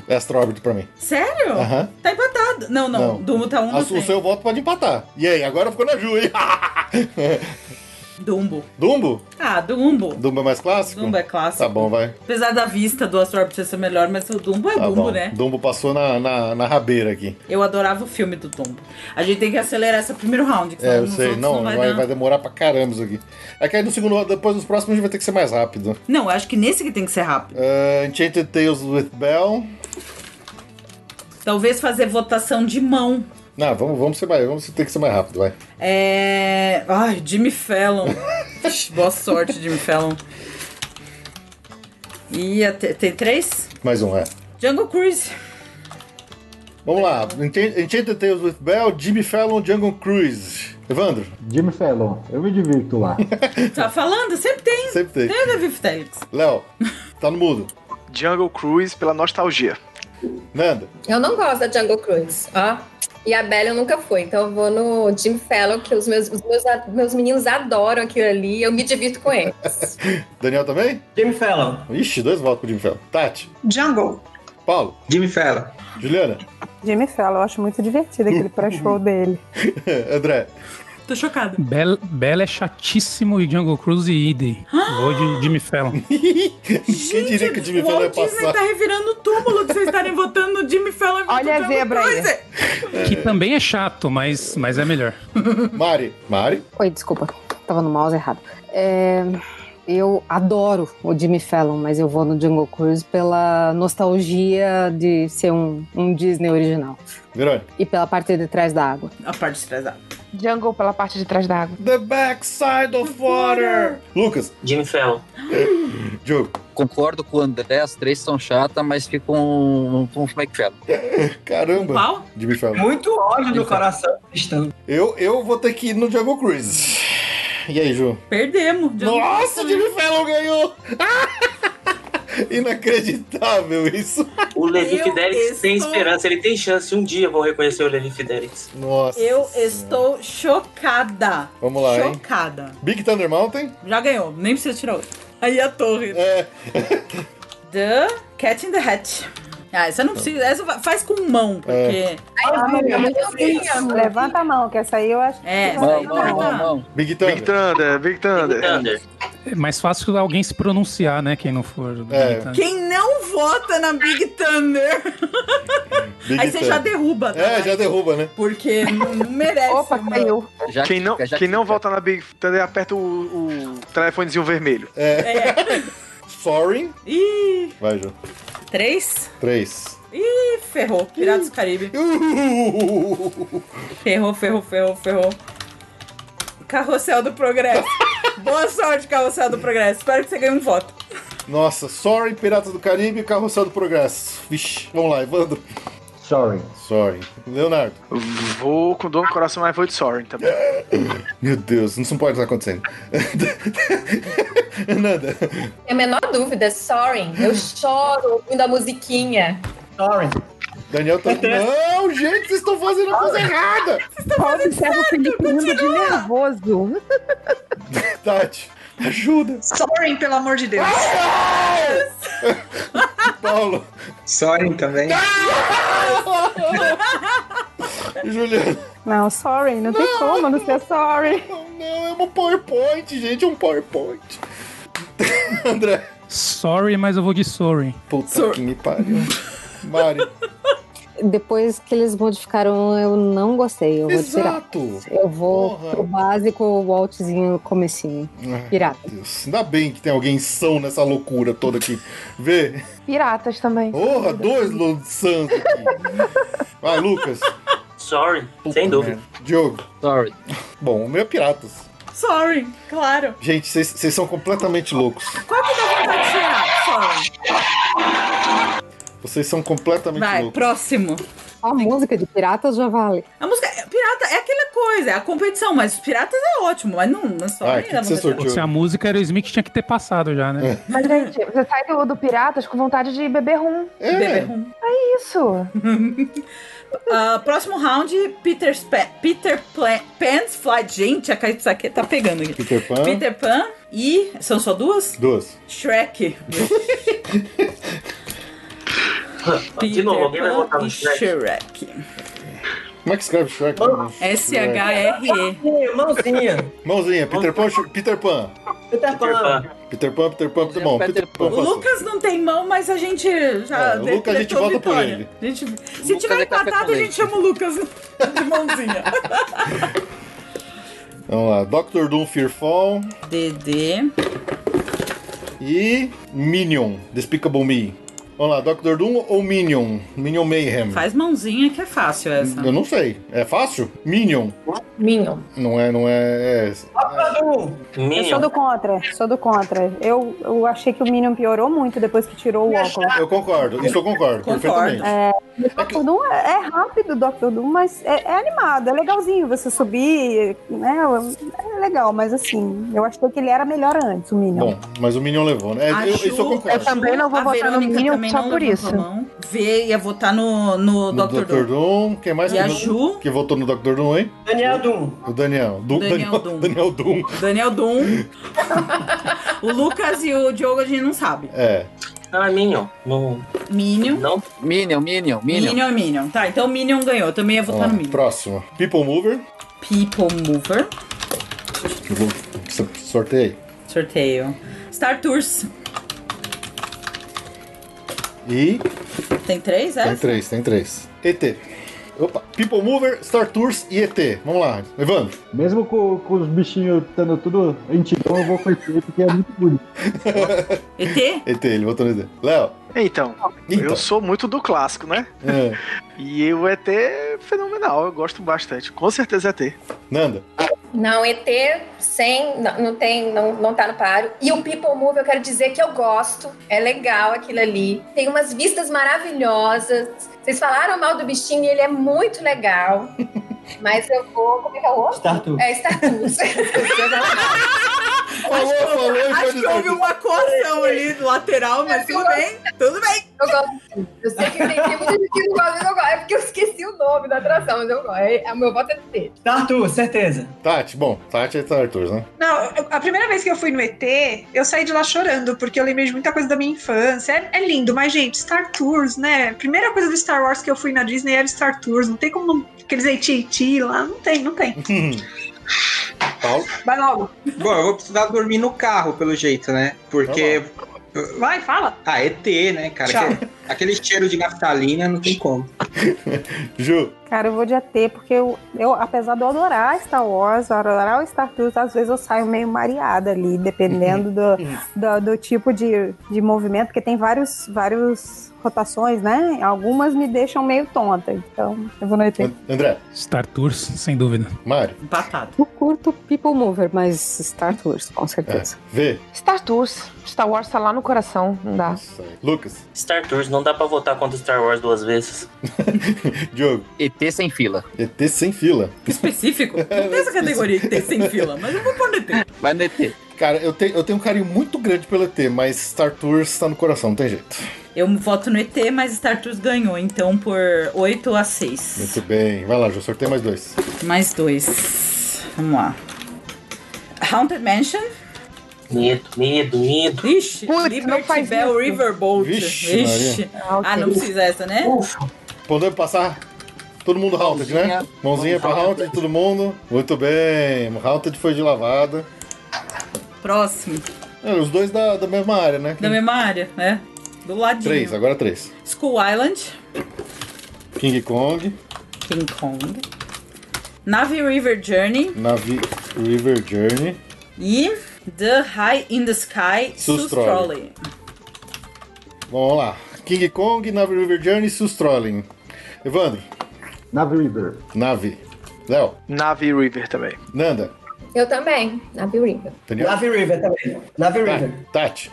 S1: É Astro Orbit pra mim.
S4: Uh. Sério?
S1: Aham.
S4: Tá empatado. Não, não.
S1: Não.
S4: Dumbo tá um.
S1: A-
S4: não
S1: o
S4: tem.
S1: seu voto pode empatar. E aí, agora ficou na Ju, hein?
S4: Dumbo.
S1: Dumbo?
S4: Ah, Dumbo.
S1: Dumbo é mais clássico?
S4: Dumbo é clássico.
S1: Tá bom, vai.
S4: Apesar da vista do Astro Orbit ser melhor, mas o Dumbo é
S1: Tá
S4: Dumbo,
S1: bom.
S4: né?
S1: Dumbo passou na, na, na rabeira aqui.
S4: Eu adorava o filme do Dumbo. A gente tem que acelerar esse primeiro round. que
S1: É,
S4: senão
S1: eu
S4: nos
S1: sei.
S4: outros
S1: Não, vai,
S4: vai dar.
S1: vai demorar pra caramba isso aqui. É que aí no segundo, depois dos próximos, a gente vai ter que ser mais rápido.
S4: Não, eu acho que nesse que tem que ser rápido.
S1: Uh, Enchanted Tales with Bell.
S4: Talvez fazer votação de mão.
S1: Não, vamos, vamos ser mais. Vamos ter que ser mais rápido, vai.
S4: É. Ai, Jimmy Fallon. Boa sorte, Jimmy Fallon. E até- tem três?
S1: Mais um, é.
S4: Jungle Cruise.
S1: Vamos lá. Encha- Enchanted Tales with Bell, Jimmy Fallon, Jungle Cruise. Evandro,
S5: Jimmy Fallon, eu me divirto lá.
S4: Tá falando? Sempre tem. né,
S1: Sempre tem.
S4: Tem da Viv Telix.
S1: Léo, tá no mudo.
S6: Jungle Cruise pela nostalgia.
S1: Nanda.
S14: Eu não gosto da Django Cruz, ó. E a Bela eu nunca fui, então eu vou no Jim Fallon, que os meus, os meus, meus meninos adoram aquilo ali, eu me divirto com ele.
S1: Daniel também?
S13: Jimmy Fallon.
S1: Ixi, dois votos pro Jimmy Fallon. Tati.
S14: Jungle.
S1: Paulo.
S7: Jimmy Fallon.
S1: Juliana.
S15: Jimmy Fallon, eu acho muito divertido aquele pré-show dele.
S1: André.
S4: Tô chocada.
S10: Bela, Bela é chatíssimo e Jungle Cruise e idem. Vou de Jimmy Fallon.
S1: Quem diria que o Jimmy
S4: o
S1: Fallon ia
S4: Walt Disney
S1: passar?
S4: tá revirando o túmulo de vocês estarem votando no Jimmy Fallon. Olha a zebra aí.
S10: Que também é chato, mas, mas é melhor.
S1: Mari. Mari.
S11: Oi, desculpa. Tava no mouse errado. É, eu adoro o Jimmy Fallon, mas eu vou no Jungle Cruise pela nostalgia de ser um, um Disney original.
S1: Verônica.
S11: E pela parte de trás da água.
S4: A parte estressada.
S15: Jungle pela parte de trás da água.
S1: The backside of water. Lucas.
S2: Jimmy Fallon.
S1: Diogo.
S12: Concordo com o André, as três são chatas, mas fica um, um Mike Fallon.
S1: Caramba.
S4: Qual?
S1: Jimmy Fallon.
S13: Muito ódio do coração cristão.
S1: Eu, eu vou ter que ir no Jungle Cruise. E aí, Ju?
S4: Perdemos. Jungle
S1: Nossa, o
S4: Cruise.
S1: Jimmy Fallon ganhou! Inacreditável isso.
S2: O Levi
S4: Eu
S2: Fidelix tem
S4: estou-
S2: esperança, ele tem chance. Um dia eu vou reconhecer o Levi Fidelix.
S1: Nossa.
S4: Eu estou chocada.
S1: Vamos lá, hein?
S4: Chocada.
S1: Big Thunder Mountain.
S4: Já ganhou, nem precisa tirar outro. Aí a torre.
S1: É.
S4: The Cat in the Hat. Ah, essa não precisa. Essa fa- faz com mão,
S1: É.
S4: porque.
S13: Ah,
S4: meu
S13: meu
S4: Deus.
S13: Deus.
S15: Levanta a mão, que essa aí eu acho que
S4: É,
S15: vai
S4: essa aí
S15: dar.
S4: tá-
S1: Big Thunder.
S6: Big Thunder, Big Thunder.
S10: É mais fácil alguém se pronunciar, né? Quem não for. militante.
S4: Quem não vota na Big Thunder,
S1: Big
S4: aí você já derruba, tá?
S1: É, já derruba, né?
S4: Porque não, não merece. Opa, caiu.
S6: quem não, quem não volta na Big Thunder aperta o, o telefonezinho vermelho.
S1: É, Sorry.
S4: É. Ih,
S1: Vai, Ju.
S4: três?
S1: Três.
S4: Ih, ferrou. Piratas do Caribe. Ferrou, ferrou, ferrou, ferrou. Carrossel do Progresso. Boa sorte, Carrossel do Progresso. Espero que você ganhe um voto.
S1: Nossa, Sorry, Piratas do Caribe e Carrossel do Progresso. Vixe, vamos lá, Evandro.
S5: Sorry.
S1: Sorry. Leonardo.
S6: Vou com dor no coração, mas vou de Soren também.
S1: Meu Deus, isso não pode estar acontecendo. Nada.
S14: Tem a menor dúvida, Soren. Eu choro ouvindo a musiquinha.
S13: Soren.
S1: Daniel tá. Não, gente, vocês estão fazendo a coisa errada.
S15: Paulo observa o Felipe rindo de nervoso.
S1: Tati, ajuda.
S14: Soren, pelo amor de Deus.
S1: Paulo.
S7: Soren também.
S1: Juliana.
S15: Não, sorry, não, tem como não ser sorry.
S1: Não, é um PowerPoint, gente, é um PowerPoint. André.
S10: Sorry, mas eu vou de sorry.
S1: Puta que me pariu. Mari.
S11: Depois que eles modificaram, eu não gostei. Eu vou tirar.
S1: Exato.
S11: Eu vou
S1: Porra.
S11: pro básico, o altzinho, o comecinho. Pirata.
S1: Ai, Deus. Ainda bem que tem alguém são nessa loucura toda aqui. Vê.
S3: Piratas também.
S1: Porra, dois Lu- santos aqui. Vai, Lucas.
S2: Sorry, sem dúvida.
S1: Diogo.
S12: Sorry.
S1: Bom, o meu é piratas.
S4: Sorry, claro.
S1: Gente, vocês vocês são completamente loucos.
S4: Qual que dá vontade de chorar? Sorry.
S1: Vocês são completamente
S4: Vai,
S1: loucos.
S4: próximo.
S11: A música de piratas já vale.
S4: A música pirata é aquela coisa, é a competição, mas piratas é ótimo, mas não, não é
S1: Ah,
S4: só ainda a música.
S10: Se a música Aerosmith tinha que ter passado já,
S1: É.
S10: né?
S3: Mas, gente, você sai do, do Piratas com vontade de beber rum.
S1: É.
S4: Beber rum.
S3: É isso.
S4: Ah, próximo round, Peter, Spa- Peter Pla- Pan's Flight. Gente, a Kaitsake tá pegando aqui.
S1: Peter Pan.
S4: Peter Pan e. São só duas?
S1: Duas.
S4: Shrek.
S2: De novo, alguém vai
S4: Peter
S2: votar
S4: Pan
S2: no
S4: e
S2: Shrek.
S4: Shrek.
S1: Como é que escreve Shrek?
S4: S-H-R-E.
S13: Mãozinha.
S1: Mãozinha. Peter Pan. Sh- Peter Pan.
S13: Peter Pan.
S1: Peter Pan, Peter Pan, Peter Pan. Peter
S4: O
S1: Pan passou.
S4: Lucas não tem mão, mas a gente já.
S1: É, o Lucas a gente
S4: decretou
S1: vota por
S4: vitória.
S1: ele.
S4: A gente- se tiver empatado, a gente chama o Lucas de mãozinha.
S1: Vamos lá. Doctor Doom Fearfall.
S4: DD.
S1: E Minion. Despicable Me. Vamos lá. Doctor Doom ou Minion? Minion Mayhem.
S4: Faz mãozinha que é fácil essa.
S1: Eu não sei. É fácil? Minion.
S9: Minion.
S1: Não é, não é. é...
S9: Eu sou do contra, sou do contra. Eu, eu achei que o Minion piorou muito depois que tirou o óculos.
S1: Eu concordo, isso eu concordo, perfeitamente.
S9: É, o Doctor Doom é é rápido, Doctor Doom, mas é, é animado, é legalzinho você subir, né? É legal, mas assim, eu achei que ele era melhor antes, o Minion.
S1: Bom, mas o Minion levou, né? É, eu, isso eu concordo.
S4: a Verônica também não levantou a mão. Vê, ia votar no, no,
S1: No Dr.
S4: Dr. Doom.
S1: Doom, quem mais
S4: E
S1: que,
S4: a Ju?
S1: que votou no Dr. Doom, hein?
S13: Daniel Doom.
S1: O Daniel. Du-
S4: Daniel Doom.
S1: Daniel Doom.
S4: Daniel Doom. o Lucas e o Diogo a gente não sabe.
S1: É.
S2: Não, é Minion. Não.
S4: Minion.
S2: Não.
S12: Minion, Minion, Minion.
S4: Minion é Minion. Tá, então o Minion ganhou. Eu Também ia
S1: Vamos lá,
S4: votar no Minion.
S1: Próximo. People Mover.
S4: People Mover.
S1: Eu vou- Sorteio.
S4: Sorteio. Star Tours.
S1: E
S4: Tem três, é?
S1: tem três, tem três. ET. Opa. People Mover, Star Tours e ET. Vamos lá, Evandro.
S5: Mesmo com, com os bichinhos estando tudo antigão, eu vou com ele porque é muito bonito.
S4: ET?
S1: ET, ele votou no ET. Léo.
S6: Então,
S1: Então.
S6: eu sou muito do clássico, né?
S1: É.
S6: E o ET é fenomenal, eu gosto bastante. Com certeza é ET.
S1: Nanda.
S14: Não, ET sem, não, não tem, não, não tá no paro. E o People Move, eu quero dizer que eu gosto. É legal aquilo ali. Tem umas vistas maravilhosas. Vocês falaram mal do bichinho e ele é muito legal. Mas eu vou. Como é que é o outro?
S13: Startup.
S14: É, Startups.
S1: Falou, falou então e foi
S4: Acho que houve uma coação ali no lateral, mas tudo bem. Tudo bem.
S14: Eu gosto sim. Eu sei que tem, tem muita gente que não gosta, mas eu gosto. É porque eu esqueci o nome da atração, mas eu gosto. É, o meu voto é ET.
S4: Tá.
S13: Tartu, certeza.
S1: Tati, bom, Tati é Star Tours, né?
S8: Não, eu- a primeira vez que eu fui no ET, eu saí de lá chorando, porque eu lembrei de muita coisa da minha infância. É, é lindo, mas, gente, Star Tours, né? Primeira coisa do Star Wars que eu fui na Disney era Star Tours. Não tem como não- aqueles AT&T lá. Não tem, não tem.
S1: Paulo.
S8: Vai logo.
S7: Bom, eu vou precisar dormir no carro, pelo jeito, né? Porque.
S8: Vai, fala.
S7: Ah, ET, né, cara?
S9: Tchau.
S7: Aquele, aquele cheiro de naftalina não tem como.
S1: Ju.
S9: Cara, eu vou de AT, porque eu, eu, apesar de eu adorar Star Wars, adorar o Star Tours, às vezes eu saio meio mareada ali, dependendo do, do, do tipo de, de movimento, porque tem vários, vários rotações, né? Algumas me deixam meio tonta, então eu vou no ET.
S1: André.
S10: Star Tours, sem dúvida.
S1: Mário.
S4: Empatado.
S11: Eu curto People tipo Mover, mas Star Tours, com certeza.
S1: Vê.
S3: Star Tours. Star Wars tá lá no coração, não dá.
S1: Lucas.
S2: Star Tours, não dá pra votar contra Star Wars duas vezes.
S1: Diogo.
S12: ET sem fila.
S1: ET sem fila.
S4: Específico? Não tem essa categoria de ter sem fila, mas eu vou pôr no ET.
S12: Vai no ET.
S1: Cara, eu, te, eu tenho um carinho muito grande pelo ET, mas Star Tours tá no coração, não tem jeito.
S4: Eu voto no ET, mas Star Tours ganhou, então por 8 a 6.
S1: Muito bem. Vai lá, Ju, sorteio mais dois.
S4: Mais dois. Vamos lá. Haunted Mansion.
S2: Medo, medo, medo.
S4: Ixi,
S3: não
S4: Liberty
S3: faz
S4: Bell
S3: isso.
S4: Riverboat.
S1: Vixe,
S4: Ixi. Ah, não precisa essa, né?
S1: Podemos passar? Todo mundo Haunted, né? Mãozinha pra Haunted, todo mundo. Muito bem. Haunted foi de lavada.
S4: Próximo.
S1: É, os dois da, da mesma área, né?
S4: Da mesma área, né? Do ladinho.
S1: Três, agora três.
S4: School Island,
S1: King Kong,
S4: King Kong, Navi River Journey
S1: Navi River Journey.
S4: e The High in the Sky
S1: Sus
S4: Sus
S1: Trolley.
S4: Trolley.
S1: Vamos lá. King Kong, Navi River Journey e Sus Trolling. Evandro.
S5: Navi River.
S1: Navi. Léo.
S6: Navi River também.
S1: Nanda.
S14: Eu também, na River.
S1: Daniel. Tá.
S13: Nave River também. Nave River.
S1: Tati.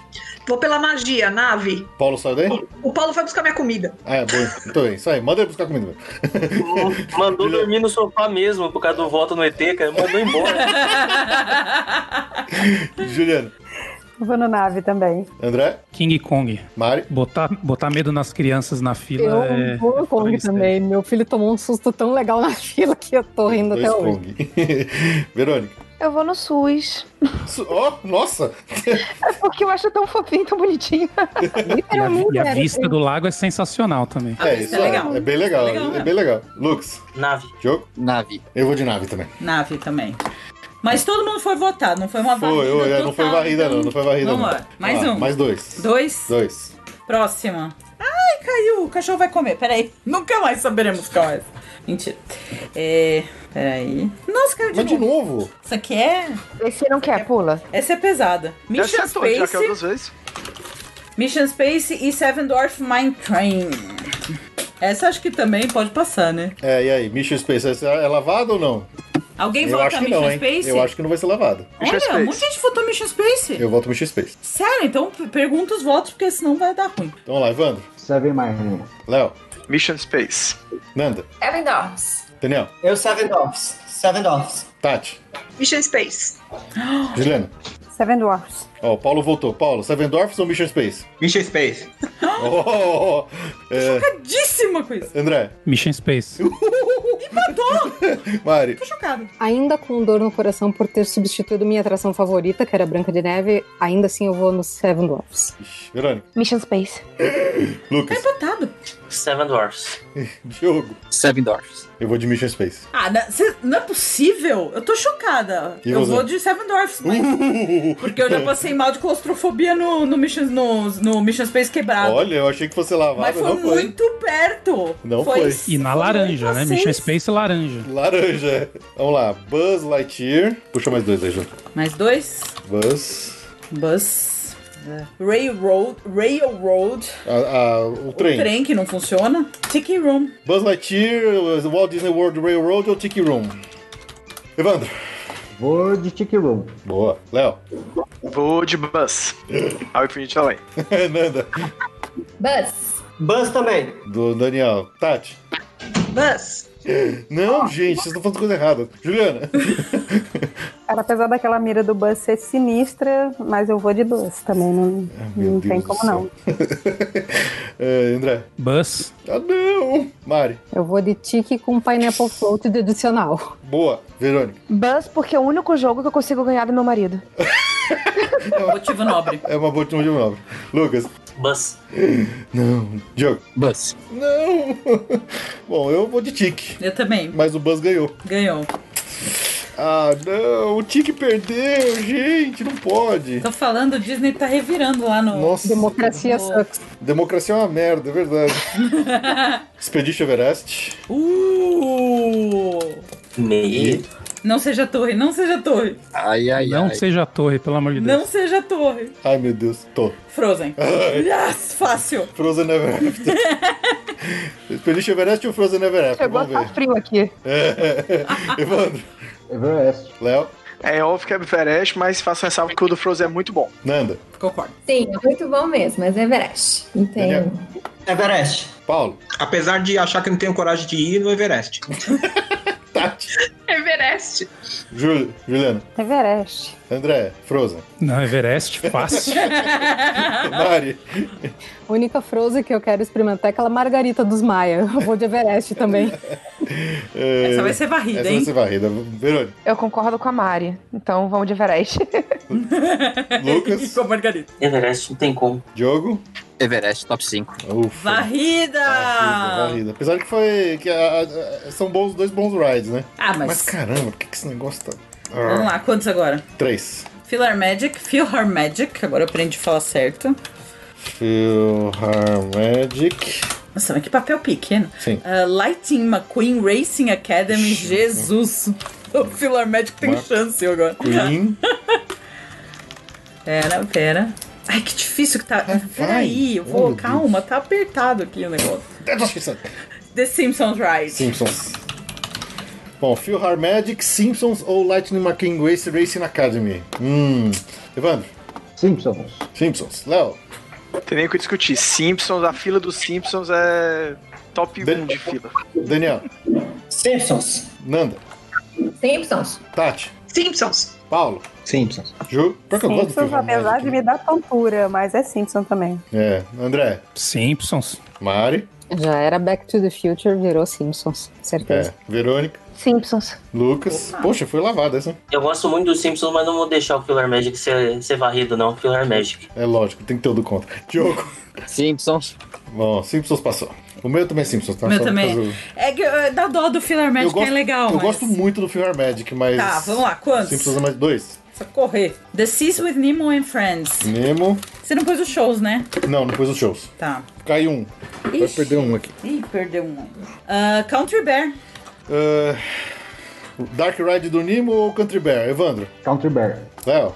S8: Vou pela magia, nave.
S1: Paulo saiu daí?
S8: O Paulo foi buscar minha comida.
S1: Ah, é, bom. Muito bem. Isso aí. Manda ele buscar comida.
S2: Mandou dormir no sofá mesmo por causa do voto no ET, cara. Mandou embora.
S1: Juliana.
S9: Vou no nave também.
S1: André?
S10: King Kong.
S1: Mari?
S10: Botar, botar medo nas crianças na
S11: Eu
S10: fila é...
S11: vou no Kong também. Meu filho tomou um susto tão legal na fila que eu tô rindo
S1: Dois
S11: até hoje.
S1: Kong. Verônica.
S15: Eu vou no SUS.
S1: Su- Ó, nossa!
S15: É porque eu acho tão fofinho, tão bonitinho.
S10: E a, e a
S15: era-
S10: vista do lago é sensacional
S4: Ah,
S10: também.
S1: É, isso é, é bem legal. É,
S4: legal, né?
S1: bem legal. Lux.
S2: Nave.
S1: Diogo?
S12: Nave.
S1: Eu vou de nave também.
S4: Nave também. Mas todo mundo foi votar, não foi uma
S1: Foi,
S4: varrida.
S1: eu- eu- não
S4: total,
S1: foi varrida,
S4: então-
S1: não. Não foi varrida,
S4: Vamos
S1: não.
S4: lá, mais
S1: Vamos lá,
S4: um.
S1: Mais dois.
S4: Dois.
S1: Dois.
S4: Próxima. Ai, caiu, o cachorro vai comer. Peraí, nunca mais saberemos qual é. Mentira. É. Peraí. Nossa, caiu de
S1: Mas de
S4: novo.
S1: novo?
S4: Isso aqui é.
S15: Esse não quer, pula.
S4: Essa é pesada. Mission
S6: acertou, já
S4: Space.
S6: caiu duas vezes.
S4: Mission Space e Seven Dwarf Mine Train. Essa acho que também pode passar, né?
S1: É, e aí? Mission Space, essa é lavada ou não?
S4: Alguém
S1: eu
S4: vota
S1: acho que
S4: Mission
S1: não, hein?
S4: Space?
S1: Eu acho que não vai ser lavada.
S4: Olha, um monte de gente votou Mission Space.
S1: Eu voto Mission Space.
S4: Sério, então p- pergunta os votos, porque senão vai dar ruim.
S1: Então vamos lá, Evandro.
S5: Seven Mine.
S1: Léo.
S6: Mission Space.
S1: Nanda.
S14: Evan Dorms.
S1: Daniel.
S13: Eu, Seven Dwarfs. Seven Dwarfs.
S1: Tati.
S8: Mission Space.
S1: Juliana.
S9: Seven Dwarfs.
S1: Ó, o Paulo voltou. Paulo, Seven Dwarfs ou Mission Space?
S7: Mission Space.
S1: Oh, oh, oh. É,
S4: Chocadíssima com isso.
S1: André.
S10: Mission Space.
S1: Mari.
S4: Chocado.
S11: Ainda com dor no coração por ter substituído minha atração favorita, que era Branca de Neve, ainda assim eu vou no Seven Dwarfs.
S1: Verônica.
S15: Mission Space.
S1: Lucas.
S4: Tá Empatado.
S2: Seven Dwarfs.
S1: Diogo.
S12: Seven Dwarfs.
S1: Eu vou de Mission Space.
S4: Ah, não, cê- não é possível? Eu tô chocada.
S1: E
S4: eu
S1: você?
S4: vou de Seven Dwarfs, mas. Porque eu já passei mal de claustrofobia no, no, Mission, no, no Mission Space quebrado.
S1: Olha, eu achei que fosse lavada,
S4: Ah. mas foi
S1: não foi.
S4: muito perto.
S1: Não foi.
S10: E na laranja, né?
S4: vocês.
S10: Mission Space laranja.
S1: Laranja. é. Vamos lá. Buzz Lightyear. Puxa mais dois aí, junto.
S4: Mais dois.
S1: Buzz.
S4: Bus. Railroad. Railroad.
S1: Ah, ah, o, trem.
S4: O trem que não funciona. Tiki Room.
S1: Buzz Lightyear, Walt Disney World Railroad ou Tiki Room? Evandro.
S5: Vou de Tiki Room.
S1: Boa. Léo.
S6: Vou de bus. Ao infinito além.
S1: Nanda.
S14: Buzz.
S13: Buzz também.
S1: Do Daniel. Tati.
S8: Buzz.
S1: Não, gente, vocês estão falando coisa errada. Juliana.
S9: Cara, apesar daquela mira do bus ser sinistra, mas eu vou de bus também. Não, não tem como não.
S1: É, André.
S10: Bus.
S1: Ah, não. Mari.
S11: Eu vou de Tiki com Pineapple Float de adicional.
S1: Boa. Verônica.
S15: Buzz, porque é o único jogo que eu consigo ganhar do meu marido.
S4: um Motivo nobre.
S1: É uma boa de nobre. Lucas.
S2: Bus.
S1: Não. Diogo.
S12: Bus.
S1: Não. Bom, eu vou de Tiki.
S4: Eu também.
S1: Mas o Buzz ganhou.
S4: Ganhou.
S1: Ah, não. O Tiki perdeu, gente. Não pode.
S4: Tô falando, o Disney tá revirando lá no.
S1: Nossa.
S11: Democracia sucks.
S1: Democracia é uma merda, é verdade. Expedition Everest.
S4: Uh!
S2: Meia.
S4: Não seja torre, não seja torre.
S12: Ai, ai,
S10: Não
S12: ai.
S10: seja a torre, pelo amor de Deus.
S4: Não seja torre.
S1: Ai, meu Deus. Tô.
S4: Frozen.
S1: Ai.
S4: Yes, fácil.
S1: Frozen Never After. Expedition Everest ou Frozen Never After?
S15: Chegou a
S1: É, Vamos
S15: ficar
S1: ver.
S15: frio aqui.
S1: É. Evandro.
S5: Everest.
S1: Léo.
S6: É óbvio que é Everest, mas faço um ressalva que o do Frozen é muito bom.
S1: Nanda.
S4: Concordo.
S14: Sim, é muito bom mesmo, mas é Everest. Entendo.
S13: Everest.
S1: Paulo.
S7: Apesar de achar que não tenho coragem de ir no Everest.
S1: Tati.
S8: Everest.
S1: Jul- Juliana.
S9: Everest.
S1: André. Frozen.
S10: Não, Everest, fácil.
S1: Mari.
S11: A única Frozen que eu quero experimentar é aquela Margarita dos Maia. Eu vou de Everest também.
S1: eh,
S4: Essa vai ser varrida,
S1: Essa
S4: hein?
S1: vai ser varrida. Verônica.
S15: Eu concordo com a Mari. Então vamos de Everest.
S1: Lucas.
S4: E com a Margarida.
S2: Everest, não tem como.
S1: Diogo.
S12: Everest, top 5.
S1: Ufa.
S4: Varrida!
S1: Varrida. Apesar que foi. Que a- a- são bons, dois bons rides, né?
S4: Ah, mas.
S1: Mas caramba, por que, que esse negócio tá.
S4: Vamos lá, quantos agora?
S1: Três.
S4: Filler Magic, Filler Magic, agora eu aprendi a falar certo.
S1: Philharmagic.
S4: Nossa, mas que papel pequeno.
S1: Sim.
S4: Ah, Lighting McQueen Racing Academy,
S1: né?
S4: Jesus. O Filler Magic tem
S1: Ma-
S4: chance agora.
S1: Queen.
S4: Pera, pera. Ai, que difícil que tá. Peraí, eu
S1: Oh,
S4: vou.
S1: meu
S4: Calma, tá apertado aqui o negócio. The Simpsons Rise.
S1: Simpsons. Bom, Philharmagic, Simpsons ou Lightning McQueen Race Racing Academy? Hum. Evandro?
S5: Simpsons.
S1: Simpsons. Léo?
S6: Tem nem o que discutir. Simpsons, a fila dos Simpsons é top 1 de fila.
S1: Daniel?
S13: Simpsons.
S1: Nanda?
S14: Simpsons.
S1: Tati?
S14: Simpsons.
S1: Paulo?
S7: Simpsons.
S1: Ju? Por que eu gosto do
S17: Simpsons,
S1: Philharmagic?
S17: apesar de me dar tontura, mas é Simpson também.
S1: É. André? Simpsons. Mari?
S11: Já era Back to the Future, virou Simpsons, certeza.
S1: É. Verônica?
S17: Simpsons.
S1: Lucas? Poxa, foi lavada essa.
S2: Eu gosto muito dos Simpsons, mas não vou deixar o Killer Magic ser, ser varrido, não. Killer Magic.
S1: É lógico, tem que ter o do contra. Diogo? Simpsons. Bom, Simpsons passou. O meu também é Simpsons, tá?
S4: O meu
S1: Só por causa
S4: também.
S1: do-
S4: É que eh, dá dó do Filler Magic, que é legal.
S1: eu
S4: mas-
S1: gosto muito do Philharmagic, mas...
S4: Tá, vamos lá, quantos?
S1: Simpsons é mais dois.
S4: Só correr. The Seas with Nemo and Friends.
S1: Nemo...
S4: Você não pôs os shows, né?
S1: Não, não pôs os shows.
S4: Tá.
S1: Cai um. Vai
S4: Ixi.
S1: perder um aqui.
S4: Ih, perdeu um. Ah, Country Bear.
S1: Ah, Dark Ride do Nemo ou Country Bear? Evandro?
S5: Country Bear.
S1: Léo?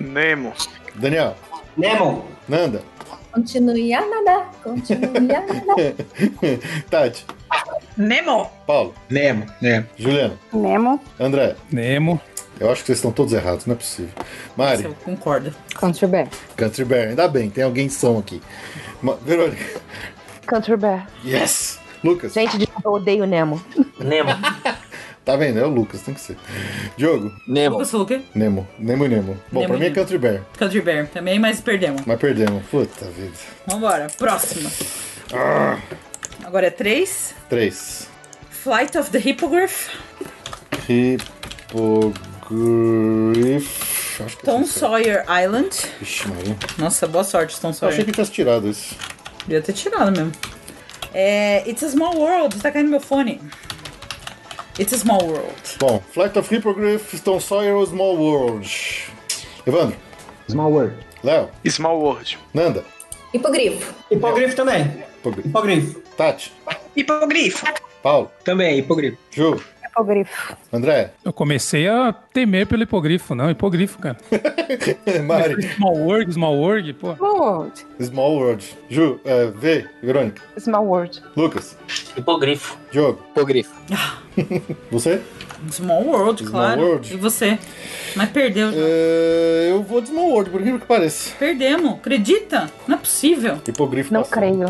S6: Nemo.
S1: Daniel?
S13: Nemo.
S1: Nanda?
S14: Continue a nadar, continue a nadar.
S1: Tati?
S14: Nemo.
S1: Paulo? Nemo. Nemo. Juliana?
S17: Nemo.
S1: André? Nemo. Eu acho que vocês estão todos errados, não é possível. Mari?
S4: Eu concordo.
S11: Country Bear.
S1: Country Bear, ainda bem, tem alguém são aqui. Ma- Verônica?
S17: Country Bear.
S1: Yes! Lucas?
S17: Gente, desculpa, eu odeio Nemo.
S2: Nemo.
S1: Tá vendo? É o Lucas, tem que ser. Diogo? Nemo.
S4: Lucas falou o quê?
S1: Nemo. Nemo e Nemo. Bom,
S4: Nemo
S1: pra
S4: e
S1: mim é
S4: Nemo.
S1: Country Bear,
S4: Country Bear também, mas um. perdemos.
S1: mas perdemos. Puta vida.
S4: Vambora. Próxima.
S1: Ah,
S4: Agora é 3.
S1: três.
S4: Flight of the Hippogriff.
S1: Hipogrif. Acho que
S4: Tom Sawyer Island.
S1: Ixi, Maria.
S4: Nossa, boa sorte, Tom
S1: Eu
S4: Sawyer.
S1: achei que tivesse tirado isso.
S4: Devia ter tirado mesmo. É, It's a Small World. Tá caindo meu fone. It's a Small World.
S1: Bom, Flight of Hippogriff, Tom Sawyer ou Small World? Evandro?
S5: Small World.
S1: Léo?
S6: Small World.
S1: Nanda?
S14: Hipogrifo.
S13: Hipogrifo também.
S1: Hipogrifo. Tati?
S14: Hipogrifo.
S1: Paulo?
S7: Também, hipogrifo.
S1: Ju?
S17: Hipogrifo.
S1: André?
S10: Eu comecei a temer pelo hipogrifo, não, hipogrifo, cara.
S1: Mari?
S10: Small World, Small World, pô.
S9: Small World.
S1: Small World. Ju, é, V, Verônica?
S17: Small World.
S1: Lucas?
S2: Hipogrifo.
S1: Diogo? Hipogrifo. Você?
S4: Small World,
S1: Small
S4: claro.
S1: World. É,
S4: E você? Mas perdeu.
S1: eu vou de Small World, por incrível que pareça.
S4: Perdemos. Acredita? Não é possível.
S1: Hipogrifo
S17: Não
S1: passou.
S17: creio.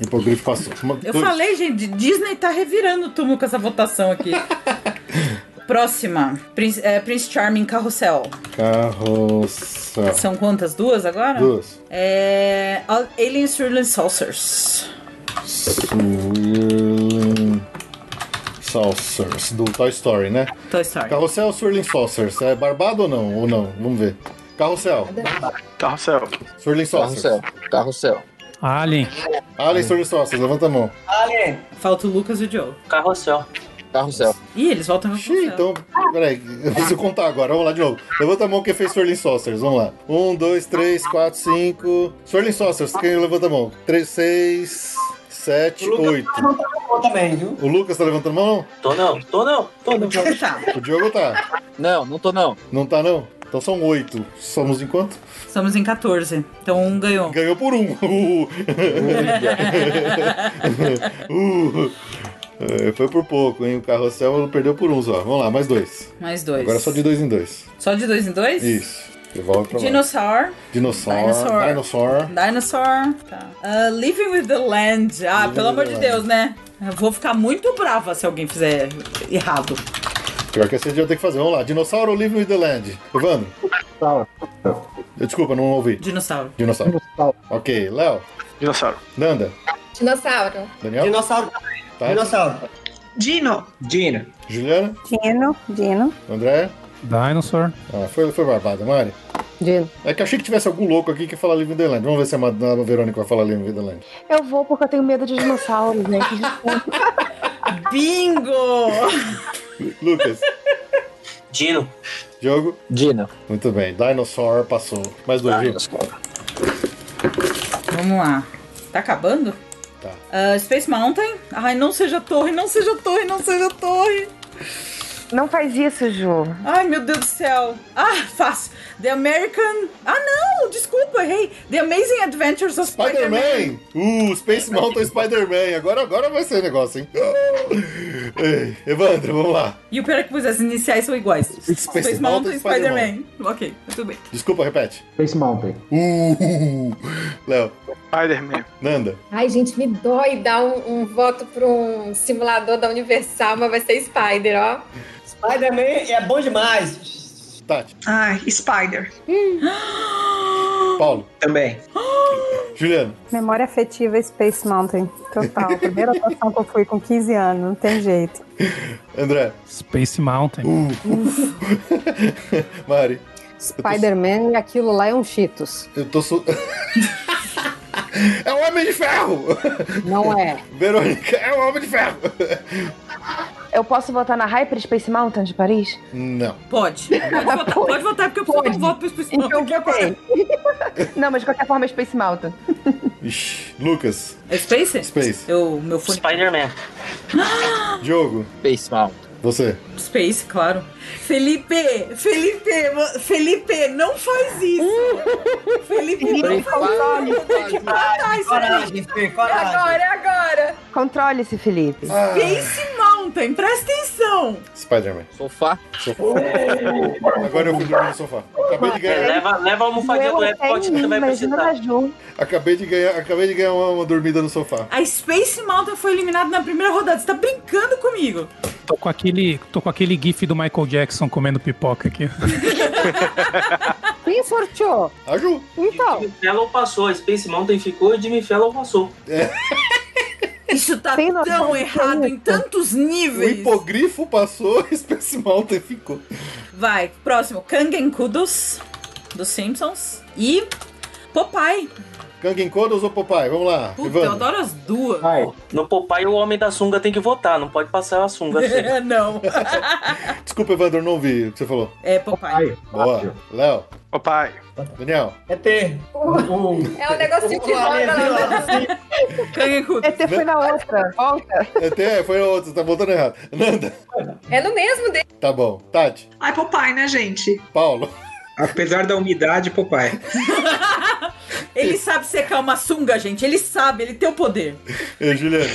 S1: Hipogrifo passou. Uma-
S4: Eu
S1: dois.
S4: falei, gente, Disney tá revirando o túmulo com essa votação aqui. Próxima. Prince, é, Prince Charming Carrossel.
S1: Carroça.
S4: São quantas? Duas agora?
S1: Tá. Duas.
S4: É, Al- Alien Swirling Saucers.
S1: Swirling Saucers, do Toy Story, né?
S4: Toy Story.
S1: Carrossel ou Swirling Saucers? É barbado ou não? Ou não? Vamos ver. Carrossel.
S6: Carrossel.
S1: Swirling Saucers.
S12: Carrossel. Carrossel.
S10: Alien.
S1: Alien Swirling Saucers, levanta a mão.
S13: Alien.
S4: Falta o Lucas e o Joe.
S2: Carrossel.
S12: Carrossel.
S4: Ih, eles voltam com
S1: Xiii, então, peraí, eu preciso contar agora. Vamos lá de novo. Levanta a mão quem fez Swirling Saucers. Vamos lá. Um, dois, três, quatro, cinco. Swirling Saucers, quem levanta a mão? Três, seis, sete, oito.
S13: tá também, viu?
S1: O Lucas tá levantando a mão?
S2: Tô não, tô não, tô não.
S1: O Diogo tá.
S12: Não, não tô não.
S1: Não tá não? Então são oito. Somos em quanto?
S4: Estamos em 14. Então um ganhou.
S1: Ganhou por um. Uh. Uh. É, Foi por pouco, hein? O carrossel perdeu por um só. Vamos lá, mais dois.
S4: Mais dois.
S1: Agora só de dois em dois.
S4: Só de dois em dois?
S1: Isso. Devolve pra lá.
S4: Dinosaur.
S1: Dinossauro.
S4: Dinosaur.
S1: Dinosaur.
S4: Dinosaur. Tá. Ah, living with the Land. Ah,
S1: Living
S4: pelo
S1: with
S4: amor
S1: the
S4: de
S1: Land.
S4: Deus, né? Eu vou ficar muito brava se alguém fizer errado.
S1: Pior que esse dia eu tenho que fazer. Vamos lá. Dinossauro ou Living with the Land? Evandro.
S5: Dinossauro.
S1: Desculpa, não ouvi.
S4: Dinossauro.
S1: Dinossauro. Ok. Léo.
S6: Dinossauro.
S1: Nanda.
S14: Dinossauro.
S1: Daniel.
S13: Dinossauro.
S1: Tati?
S13: Dinossauro.
S14: Dino.
S1: Dino. Juliana.
S17: Dino. Dino.
S1: André. Dinosaur. Ah, foi, foi barbada, Mari.
S11: Dino.
S1: É que eu achei que tivesse algum louco aqui que ia falar Living the Land. Vamos ver se a Mad- a Verônica vai falar Living the Land.
S17: Eu vou porque eu tenho medo de dinossauro, gente.
S4: Bingo!
S1: Lucas.
S2: Dino.
S1: Diogo?
S12: Dino.
S1: Muito bem, Dinosaur passou. Mais dois vivos.
S4: Vamos lá. Tá acabando?
S1: Tá.
S4: Ah, Space Mountain. Ai, não seja torre, não seja torre, não seja torre.
S3: Não faz isso, Ju.
S4: Ai, meu Deus do céu. Ah, fácil. The American. Ah, não! Desculpa, errei. The Amazing Adventures of Spider-Man.
S1: Spider-Man! Uh, Space Mountain Spider-Man. Agora, agora vai ser negócio, hein? Ei, Evandro, vamos lá.
S4: E o pior é que pois, as iniciais são iguais. Space, Mountain
S1: Mountain
S4: e
S1: e
S4: Spider-Man. ok, tudo bem.
S1: Desculpa, repete.
S5: Space Mountain.
S1: Uh, Léo.
S6: Spider-Man.
S1: Nanda.
S14: Ai, gente, me dói dar um, um voto pra um simulador da Universal, mas vai ser Spider, ó.
S13: Spider-Man é bom demais.
S1: Tati.
S14: Ai, Ah, Spider.
S1: Paulo.
S7: Também.
S1: Juliano.
S9: Memória afetiva é Space Mountain. Total. Primeira atuação que eu fui com 15 anos, não tem jeito.
S1: André.
S10: Space Mountain.
S1: Mari.
S11: Spider-Man e aquilo lá é um Cheetos.
S1: Eu tô su... É um homem de ferro!
S11: Não é.
S1: Verônica, é um homem de ferro!
S3: Eu posso votar na Hyper Space Mountain de Paris?
S1: Não.
S4: Pode. Pode votar, pode votar porque eu preciso de um voto pro Space Mountain.
S3: Então, votei. Não, mas de qualquer forma é Space Mountain.
S1: Ixi, Lucas.
S4: É Space?
S1: Space.
S4: Eu, meu fone.
S2: Spider-Man.
S1: Diogo.
S12: Space Mountain.
S1: Você.
S4: Space, claro. Felipe, Felipe, mo- Felipe, não faz isso. Felipe, não
S13: Felipe,
S4: faz isso. Tem que matar Ah, tá, isso
S13: Coragem,
S4: aqui.
S13: Fê, coragem.
S3: é agora. Controle-se, Felipe.
S4: Ah, Space Mountain, presta atenção.
S1: Spider-Man.
S12: Sofá.
S1: Sofá. Agora eu fui dormir no sofá. Acabei de ganhar.
S4: É,
S2: Leva, leva a almofadinha do
S1: é
S2: Epcot que você vai precisar.
S1: Acabei de ganhar, acabei de ganhar uma, uma dormida no sofá.
S4: A Space Mountain foi eliminada na primeira rodada. Você tá brincando comigo?
S10: Tô com aquele, tô com aquele gif do Michael Jackson comendo pipoca aqui.
S11: Quem sorteou?
S1: A Ju.
S11: Então.
S2: Jimmy Fallon passou, a Space Mountain ficou e Jimmy Fallon passou.
S1: É,
S4: Isso tá tão errado em tantos
S1: O
S4: níveis.
S1: hipogrifo passou, Space Mountain ficou.
S4: Vai, próximo. Kangen Kudos, dos Simpsons. E Popeye.
S1: Kangen Kodos ou Popeye? Vamos lá.
S4: Puta,
S1: Ivana.
S4: eu adoro as duas.
S2: No Popeye, o homem da sunga tem que votar, não pode passar a sunga. assim.
S4: É, não.
S1: Desculpa, Evandro, não ouvi o que você falou.
S4: É Popeye.
S1: Boa. Léo.
S6: Papai.
S1: Daniel.
S13: É ter.
S14: É um negocinho que roda.
S3: ET foi na outra. Volta.
S1: Até foi outro, tá voltando errado. Nanda.
S14: É no mesmo dele.
S1: Tá bom. Tati.
S14: Ai, papai, né, gente?
S1: Paulo.
S7: Apesar da umidade, papai.
S4: Ele sabe secar uma sunga, gente. Ele sabe, ele tem o poder.
S1: Eh, Juliano.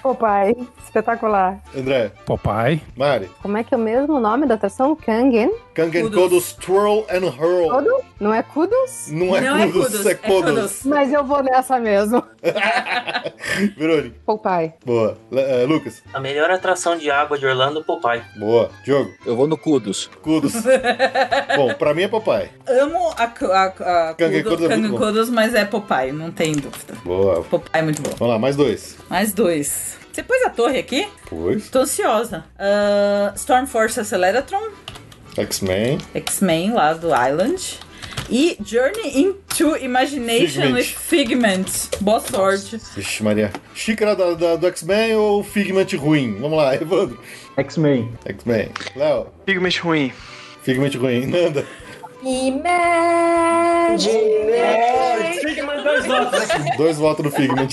S9: Popeye, espetacular.
S1: André.
S10: Popeye.
S1: Mari.
S11: Como é que é o mesmo nome da atração? Kangen?
S1: Kangen Kodos Twirl and Hurl.
S11: Kudos? Não é Kudos?
S1: Não é Não é Kudos, Kudos, é é Kodos. Kodos.
S11: Mas eu vou nessa mesmo.
S1: Verônica.
S11: Popeye.
S1: Boa. Le- eh, Lucas.
S2: A melhor atração de água de Orlando é o Popeye.
S1: Boa. Diogo.
S12: Eu vou no Kudos.
S1: Kudos. bom, pra mim é Popeye.
S4: Amo a, a, a
S1: Kangen
S4: Kudo-
S1: Kudos é muito
S4: Kangen
S1: bom.
S4: Kudos, mas é Popeye, não tem dúvida.
S1: Boa.
S4: Popeye é muito bom.
S1: Vamos lá, mais dois.
S4: Mais dois. Você pôs a torre aqui?
S1: Pois.
S4: Tô ansiosa. Ah, Storm Force Acceleratron,
S1: X-Men.
S4: X-Men lá do Island. E Journey into Imagination
S1: Figment.
S4: with Figment. Boa sorte.
S1: Vixe, Maria. Xícara da, da- do X-Men ou Figment ruim? Vamos lá, Evandro.
S5: X-Men.
S1: X-Men. Léo.
S6: Figment ruim.
S1: Figment ruim. Nanda.
S14: Imagine.
S13: Figment, dois votos.
S1: Dois votos no Figment.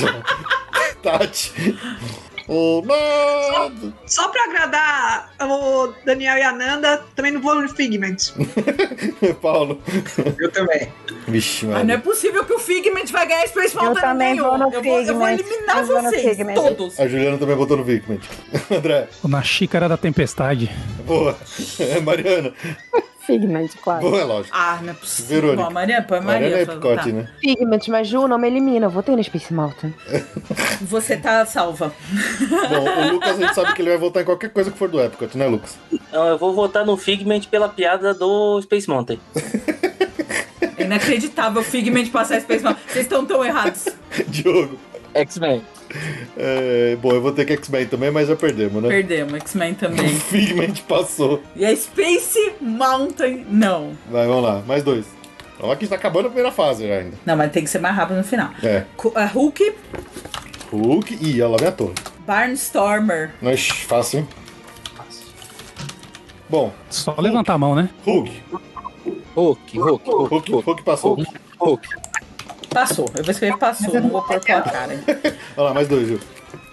S1: Tati. Oh, não!
S14: Só pra agradar o Daniel e a Nanda, também não vou no Figment.
S1: Paulo.
S7: Eu também.
S1: Vixe,
S4: Mas não é
S1: Maria.
S4: possível que o Figment vai ganhar Space
S9: Eu
S4: Mountain
S9: também
S4: nenhum.
S9: vou no
S4: eu, vou, eu vou
S9: Figment.
S4: eliminar
S9: Eu vou no
S4: vocês,
S9: Figment.
S4: todos.
S1: A Juliana também botou no Figment. André.
S10: Na xícara da tempestade.
S1: Boa. Mariana.
S9: Figment, claro.
S1: Boa, é lógico.
S4: Ah, não é possível.
S1: Verônica.
S4: Bom, a Maria, põe a Maria.
S1: Mariana é
S4: por favor.
S1: Epcot,
S4: Tá.
S1: né?
S3: Figment, mas Ju não me elimina. Eu votei no Space Mountain.
S4: Você tá salva.
S1: Bom, o Lucas a gente sabe que ele vai voltar em qualquer coisa que for do Epcot, né, Lucas?
S2: Não, Então, eu vou votar no Figment pela piada do Space Mountain.
S4: É inacreditável o Figment passar Space Mountain. Vocês estão tão errados.
S1: Diogo.
S12: X-Men.
S1: É, bom, eu vou ter que X-Men também, mas já perdemos, né?
S4: Perdemos, X-Men também.
S1: Figment passou.
S4: E a Space Mountain, não.
S1: Vai, vamos lá, mais dois. Ó, aqui está acabando a primeira fase já ainda.
S4: Não, mas tem que ser mais rápido no final.
S1: É.
S4: Co- A Hulk,
S1: Hulk. Ih, olha lá, minha torre.
S4: Barnstormer.
S1: Nós fácil, hein? Bom.
S10: Só levantar a mão, né?
S1: Hulk.
S12: Hulk, Hulk, Hulk,
S1: Hulk passou.
S12: Hulk.
S4: Passou. Eu vou escrever passou. Não vou pôr placar. hein?
S1: Olha lá, mais dois, viu?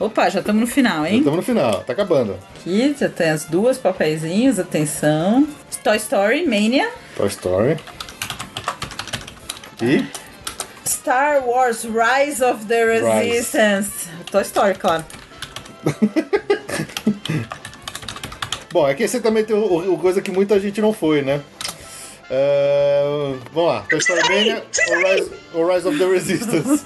S4: Opa, já estamos no final, hein?
S1: Estamos no final, tá acabando.
S4: Aqui já tem as duas papeizinhos, atenção. Toy Story, Mania.
S1: Toy Story. E
S4: Star Wars Rise of the
S1: Rise.
S4: Resistance. Toy Story, claro.
S1: Bom, é que esse também tem o, o- o coisa que muita gente não foi, né? Ah, vamos lá. Toy Story Mania ou Rise, ou Rise of the Resistance?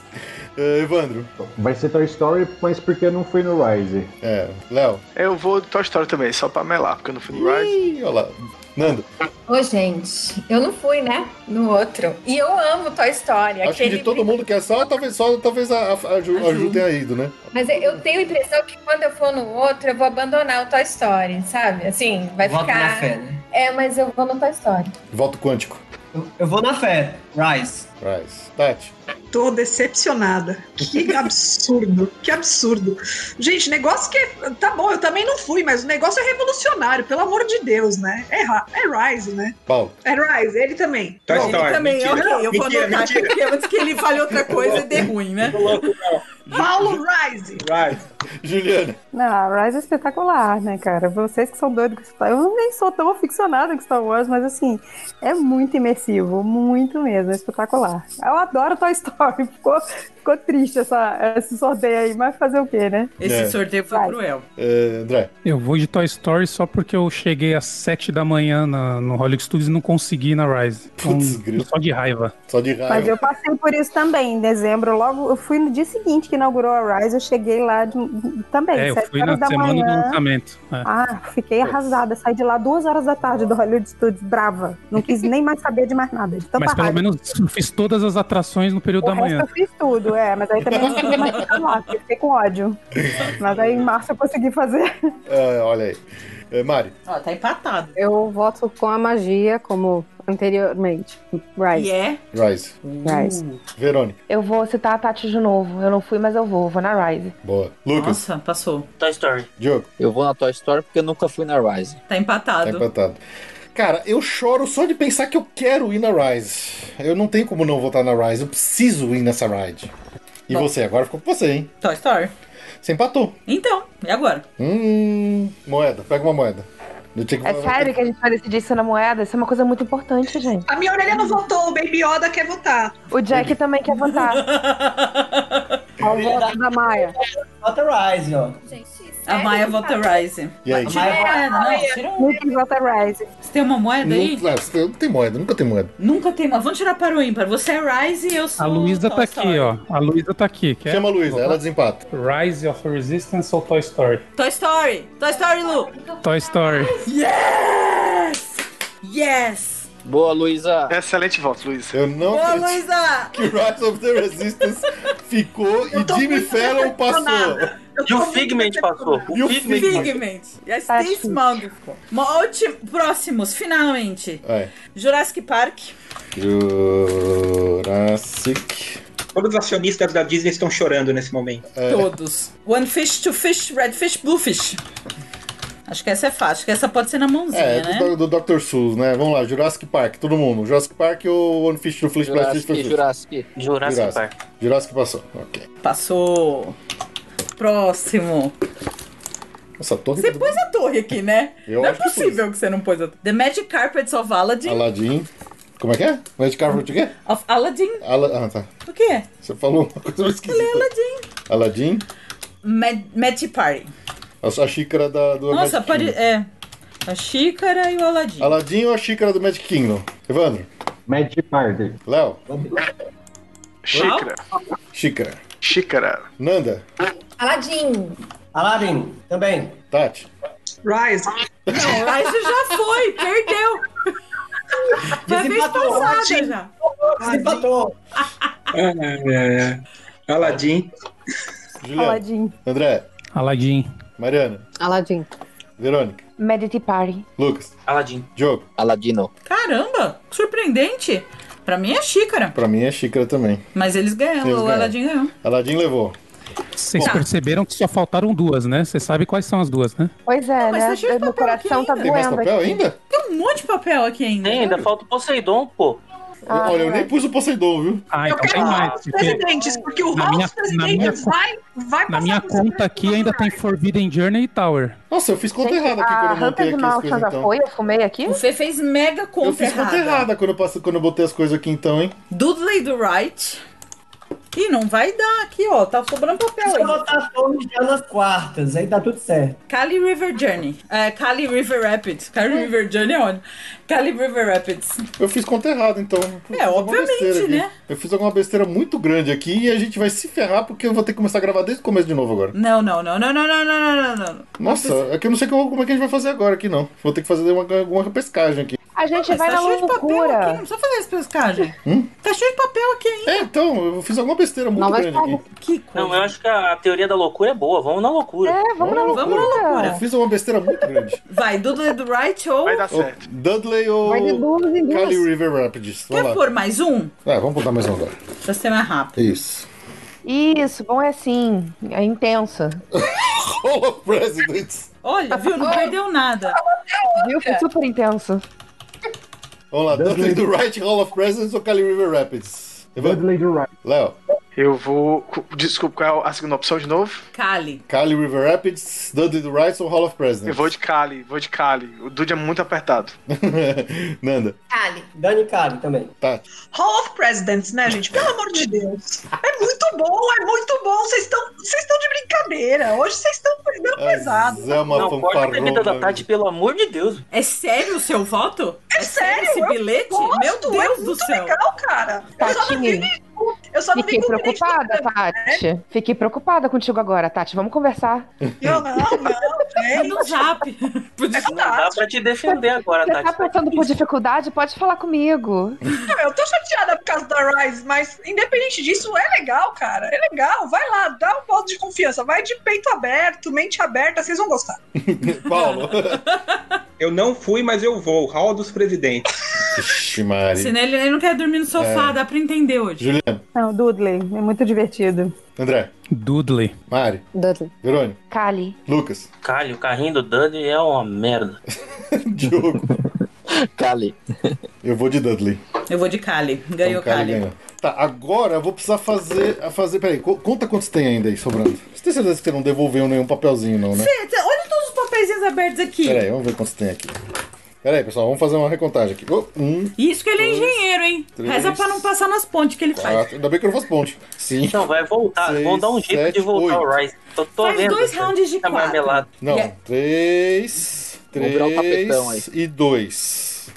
S1: Eh, Evandro.
S5: Vai ser Toy Story, mas porque eu não fui no Rise.
S1: É, Léo.
S6: Eu vou de Toy Story também, só pra melar, porque eu não fui no Rise.
S1: Ih, olha lá. Nando.
S14: Ô, gente, eu não fui, né? No outro. E eu amo Toy Story.
S1: Acho que
S14: Aquele...
S1: de todo mundo que é só, talvez, só, talvez a, a, a Ju, a Ju tenha ido, né?
S14: Mas eu tenho a impressão que quando eu for no outro, eu vou abandonar o Toy Story, sabe? Assim, vai
S13: Voto
S14: ficar.
S13: na fé, né?
S14: É, mas eu vou no Toy Story.
S1: Voto quântico.
S13: Eu vou na fé. Rise.
S1: Rise. Tati.
S16: Tô decepcionada. Que absurdo. que absurdo. Gente, negócio que. é- Tá bom, eu também não fui, mas o negócio é revolucionário, pelo amor de Deus, né? É, ra- é Rise, né?
S1: Paulo.
S16: É Rise, ele também.
S7: Toy
S16: Bom,
S7: Story,
S4: Também,
S7: Tá, então, é mentira.
S4: ok, eu vou
S7: Mentira,
S4: anotar aqui,
S7: mentira. Tá
S4: porque antes que ele fale outra coisa e dê ruim, né?
S16: Paulo Rise.
S1: Juliana.
S9: Não, Rise é espetacular, né, cara? Vocês que são doidos com Star Wars. Eu nem sou tão aficionada com Star Wars, mas assim, é muito imersivo, muito mesmo, é espetacular. Eu adoro Toy Story, ficou, ficou triste essa, esse sorteio aí, mas fazer o quê, né?
S4: Esse
S10: É.
S4: sorteio foi cruel.
S1: Eh, André.
S10: Eu vou de Toy Story só porque eu cheguei às 7 da manhã na- no Hollywood Studios e não consegui ir na Rise. Então,
S1: Putz, grilo.
S10: só de raiva.
S1: Só de
S9: Mas eu passei por isso também, em dezembro, logo, eu fui no dia seguinte que inaugurou a Rise, eu cheguei lá de- também,
S10: É, eu
S9: sete
S10: fui na
S9: horas da
S10: semana do
S9: manhã.
S10: lançamento. é.
S9: Ah, fiquei
S10: Putz.
S9: arrasada. Saí de lá duas horas da tarde do Hollywood Studios, brava. Não quis nem mais saber de mais nada. De tanta
S10: Mas pelo
S9: então tá raiva.
S10: menos eu fiz todas as atrações no período
S9: O
S10: da
S9: resto
S10: manhã.
S9: eu fiz tudo, é. Mas aí também não queria mais ficar lá, porque fiquei com ódio. Mas aí em março eu consegui fazer.
S1: Eh, olha aí. Eh, Mari.
S4: Ó, tá empatado.
S11: Eu voto com a magia, como anteriormente. Rise.
S4: é?
S1: Rise.
S11: Rise.
S1: Verônica.
S17: Eu vou citar a Tati de novo. Eu não fui, mas eu vou. Vou na Rise.
S1: Boa. Lucas.
S4: Nossa, passou.
S2: Toy Story.
S1: Diogo.
S12: Eu vou na Toy Story porque eu nunca fui na Rise.
S4: Tá empatado.
S1: Tá empatado. Cara, eu choro só de pensar que eu quero ir na Rise. Eu não tenho como não voltar na Rise. Eu preciso ir nessa ride. E
S4: Bom.
S1: você? Agora ficou com você, hein?
S4: Toy Story.
S1: Você empatou.
S4: Então, e agora?
S1: Hum, moeda. Pega uma moeda. Eu tinha que...
S17: É sério que a gente vai decidir isso na moeda? Isso é uma coisa muito importante, gente.
S16: A minha orelha não votou, o Baby Yoda quer votar.
S17: O Jack também quer votar.
S11: Ao voto da Maia.
S13: É. Vota Rise, ó.
S4: A Maia vota Rise.
S1: E aí?
S4: A Maia vota moeda, não? Tira um...
S9: Nunca vota Rise.
S4: Você tem uma moeda aí?
S1: Nunca, não tem moeda, nunca tem moeda.
S4: Nunca tem uma. Vamos tirar para o ímpar. Você é Rise e eu sou.
S10: A Luísa
S4: Toy
S10: tá
S4: Story.
S10: aqui, ó. A Luísa tá aqui. Quer?
S1: Chama a Luísa, ela desempata.
S10: Rise of Resistance ou Toy Story?
S4: Toy Story! Toy Story, Lu!
S10: Toy Story.
S4: Yes! Yes!
S12: Boa, Luísa.
S6: Excelente voto, Luísa.
S1: Eu não
S4: Boa,
S1: acredito
S4: Luísa!
S1: que Rise of the Resistance ficou e Jimmy Fallon passou.
S2: E o Figment passou.
S1: E o
S2: O Figment.
S4: Figment. Yes, this wonderful. Uma ulti- Próximos, finalmente.
S1: Vai.
S4: Jurassic Park.
S1: Jurassic.
S7: Todos os acionistas da Disney estão chorando nesse momento.
S1: É.
S4: É. Todos. One fish, two fish, red fish, blue fish. Acho que essa é fácil. Acho que essa pode ser na mãozinha,
S1: É,
S4: né?
S1: do, do Dr. Seuss, né? Vamos lá, Jurassic Park, todo mundo. Jurassic Park ou One Fish to Flash Blast
S12: Jurassic, Jurassic. Jurassic
S1: Park. Jurassic passou, ok.
S4: Passou. Próximo.
S1: Nossa, a torre. tá
S4: Você pôs a torre aqui, né?
S1: Eu
S4: não é
S1: acho que
S4: possível que você não pôs a torre. The Magic Carpets of Aladdin.
S1: Aladdin. Como é que é? Red Carpet o quê?
S4: Of Aladdin.
S1: Ala... Ah, tá.
S4: O quê?
S1: Você falou uma coisa eu esqueci.
S4: Falei Aladdin.
S1: Aladdin,
S4: Mad- Magic Party.
S1: a sua xícara da, do
S4: Nossa,
S1: Magic
S4: pare...
S1: Kingdom.
S4: é. A xícara e o Aladdin.
S1: Aladdin ou a xícara do Magic Kingdom? Evandro? Magic Party. Léo?
S6: Xícara.
S1: Xícara.
S6: Xícara.
S1: Nanda?
S14: Aladdin.
S13: Aladdin, também.
S1: Tati?
S16: Rise.
S4: Não, mas isso já foi, perdeu. Foi a vez
S13: Desempatou,
S4: passada
S13: Aladdin.
S4: já.
S13: Desempatou.
S7: É. Aladdin.
S1: Juliana?
S17: Aladdin.
S1: André?
S10: Aladdin.
S1: Mariana?
S11: Aladdin.
S1: Verônica?
S17: Medity Party.
S1: Lucas?
S2: Aladdin.
S1: Diogo?
S12: Aladino.
S4: Caramba, surpreendente. Pra mim é xícara.
S1: Pra mim é xícara também.
S4: Mas eles ganham,
S1: Eles
S4: o
S1: ganham.
S4: Aladdin ganhou.
S1: Aladdin levou.
S10: Vocês perceberam que só faltaram duas, né? Vocês sabem quais são as duas, né?
S3: Pois
S1: Então,
S3: é, né? Eu- Meu coração tá doendo. aqui.
S4: Tem um monte de papel aqui ainda.
S2: Tem, ainda falta o Poseidon, pô.
S4: Ah, Olha, eu nem
S1: pus o Poseidon, viu?
S10: Ah, então
S2: Eu
S10: tem
S2: quero
S10: mais.
S2: os
S10: porque
S16: presidentes, porque o
S10: na
S16: House
S10: minha- na
S16: Presidente
S10: minha-
S16: vai, vai
S10: Na minha conta aqui ainda tem Forbidden Journey e Tower.
S1: Nossa, eu fiz
S10: conta
S3: Gente,
S10: errada aqui
S17: Ah,
S3: a
S10: quando eu montei
S3: Hunter
S10: aqui
S3: do
S10: as
S3: Mal
S10: coisas,
S3: já
S1: então.
S3: foi? Eu fumei aqui?
S4: O Fê fez mega
S1: Eu fiz conta errada quando eu, passo, quando eu botei as coisas aqui então, hein?
S4: Dudley do Wright. Ih, não vai dar aqui, ó. Tá sobrando papel
S13: Só
S4: aí.
S13: botar todos já nas quartas, aí tá tudo certo.
S4: Cali River Journey. É, Cali River Rapids. Cali River Journey é onde? Cali River Rapids.
S1: Eu fiz conta errada, então.
S4: É, obviamente, né?
S1: Eu fiz alguma besteira muito grande aqui e a gente vai se ferrar porque eu vou ter que começar a gravar desde o começo de novo agora.
S4: Não, não, não, não, não, não, não, não, não, não.
S1: Nossa, é que eu não sei como, como é que a gente vai fazer agora aqui, não. Vou ter que fazer uma, alguma pescagem aqui.
S3: A gente
S4: Mas
S3: vai
S4: tá
S3: na
S4: cheio de papel
S3: loucura.
S4: aqui, não precisa fazer essa pescagem.
S1: Hum?
S4: Tá cheio de papel aqui ainda.
S1: É, então, eu fiz alguma besteira muito
S4: tá
S1: grande aqui.
S4: Que
S2: Não, eu acho que a teoria da loucura é boa. Vamos na loucura.
S4: É, vamos na Vamos loucura. na loucura.
S1: Eu fiz uma besteira muito grande.
S4: Vai, Dudley do Wright ou. Vai dar
S1: Ou Dudley ou
S4: Vai de duas em duas.
S1: Cali River Rapids. Vamos
S4: Quer
S1: lá.
S4: pôr mais um?
S1: É, vamos botar mais um agora. É
S4: Pra ser mais rápido.
S1: Isso.
S3: Isso, bom é assim. É intenso.
S1: Hello, Presidents.
S4: Olha, viu? Não perdeu nada.
S3: Viu?
S4: É.
S3: Foi super intenso.
S1: Vamos lá, Dudley do Right Hall of Presidents ou Cali River Rapids? Dudley
S5: do Right.
S1: Léo.
S6: Eu vou. Desculpa, qual é a segunda opção de novo?
S4: Cali.
S1: Cali River Rapids, Dudley do Right ou Hall of
S6: Eu
S1: Presidents?
S6: vou de Cali, vou de Cali. O Dude é muito apertado.
S1: Nanda.
S14: Cali.
S13: Dani Cali também.
S1: Tá.
S16: Hall of Presidents, né, gente? Pelo amor de Deus. É muito bom, é muito bom. Vocês estão vocês estão de brincadeira. Hoje vocês estão pegando
S10: É
S16: pesado.
S2: Não, corta a bebida da Tati, pelo amor de Deus.
S4: É sério o seu voto? É,
S16: sério,
S4: esse
S16: eu
S4: bilhete?
S16: gosto,
S4: Meu
S16: é
S4: Deus do
S16: muito
S4: céu.
S16: legal, cara. Eu só não
S3: Tatinho.
S16: vi- Eu só não vi
S3: Fiquei
S16: com o bilhete
S3: preocupada,
S16: do-
S3: Tati. Fiquei preocupada contigo agora, Tati. Vamos conversar.
S16: Eu não, não, gente.
S4: É
S16: É
S4: No zap.
S2: Não dá pra te defender agora,
S3: Você tá
S2: Tati.
S3: passando por dificuldade? Pode falar comigo.
S16: Não, eu tô chateada por causa da Rise, mas independente disso, é legal, cara. É legal. Vai lá, dá um voto de confiança. Vai de peito aberto, mente aberta, vocês vão gostar.
S1: Paulo.
S7: Eu não fui, mas eu vou. Hall dos presidentes.
S1: Ixi, Mari.
S4: Senão ele, ele não quer dormir no sofá,
S1: É.
S4: dá pra entender hoje.
S1: Juliana.
S9: Não, Dudley, é muito divertido.
S1: André.
S10: Dudley.
S1: Mari.
S9: Dudley.
S1: Verônica.
S3: Cali.
S1: Lucas.
S2: Cali, o carrinho do Dudley é uma merda.
S1: Diogo.
S12: Cali.
S1: Eu vou de Dudley.
S4: Eu vou de Cali. Ganhou
S1: Então,
S4: Cali.
S1: ganhou. Tá, agora eu vou precisar fazer. a fazer peraí, co- conta quantos tem ainda aí sobrando. Você tem certeza que você não devolveu nenhum papelzinho, não, né?
S4: Cê- cê- olha todos os papeizinhos abertos aqui.
S1: Peraí, vamos ver quantos tem aqui. Peraí, pessoal, vamos fazer uma recontagem aqui. Oh, um,
S4: Isso que ele é engenheiro, hein?
S1: três,
S4: Reza pra não passar nas pontes que ele faz.
S1: quatro. Ainda bem que eu não faço ponte. Sim.
S2: Não, vai voltar.
S1: Seis,
S2: Vão dar um jeito
S1: sete,
S2: de voltar
S1: oito.
S2: o Rise. Tô, tô
S4: Faz
S2: vendo.
S4: dois rounds de
S2: Tá
S4: quatro.
S2: marmelado.
S1: Não,
S4: Yeah.
S1: três,
S12: Vamos virar um tapetão aí.
S1: três e dois.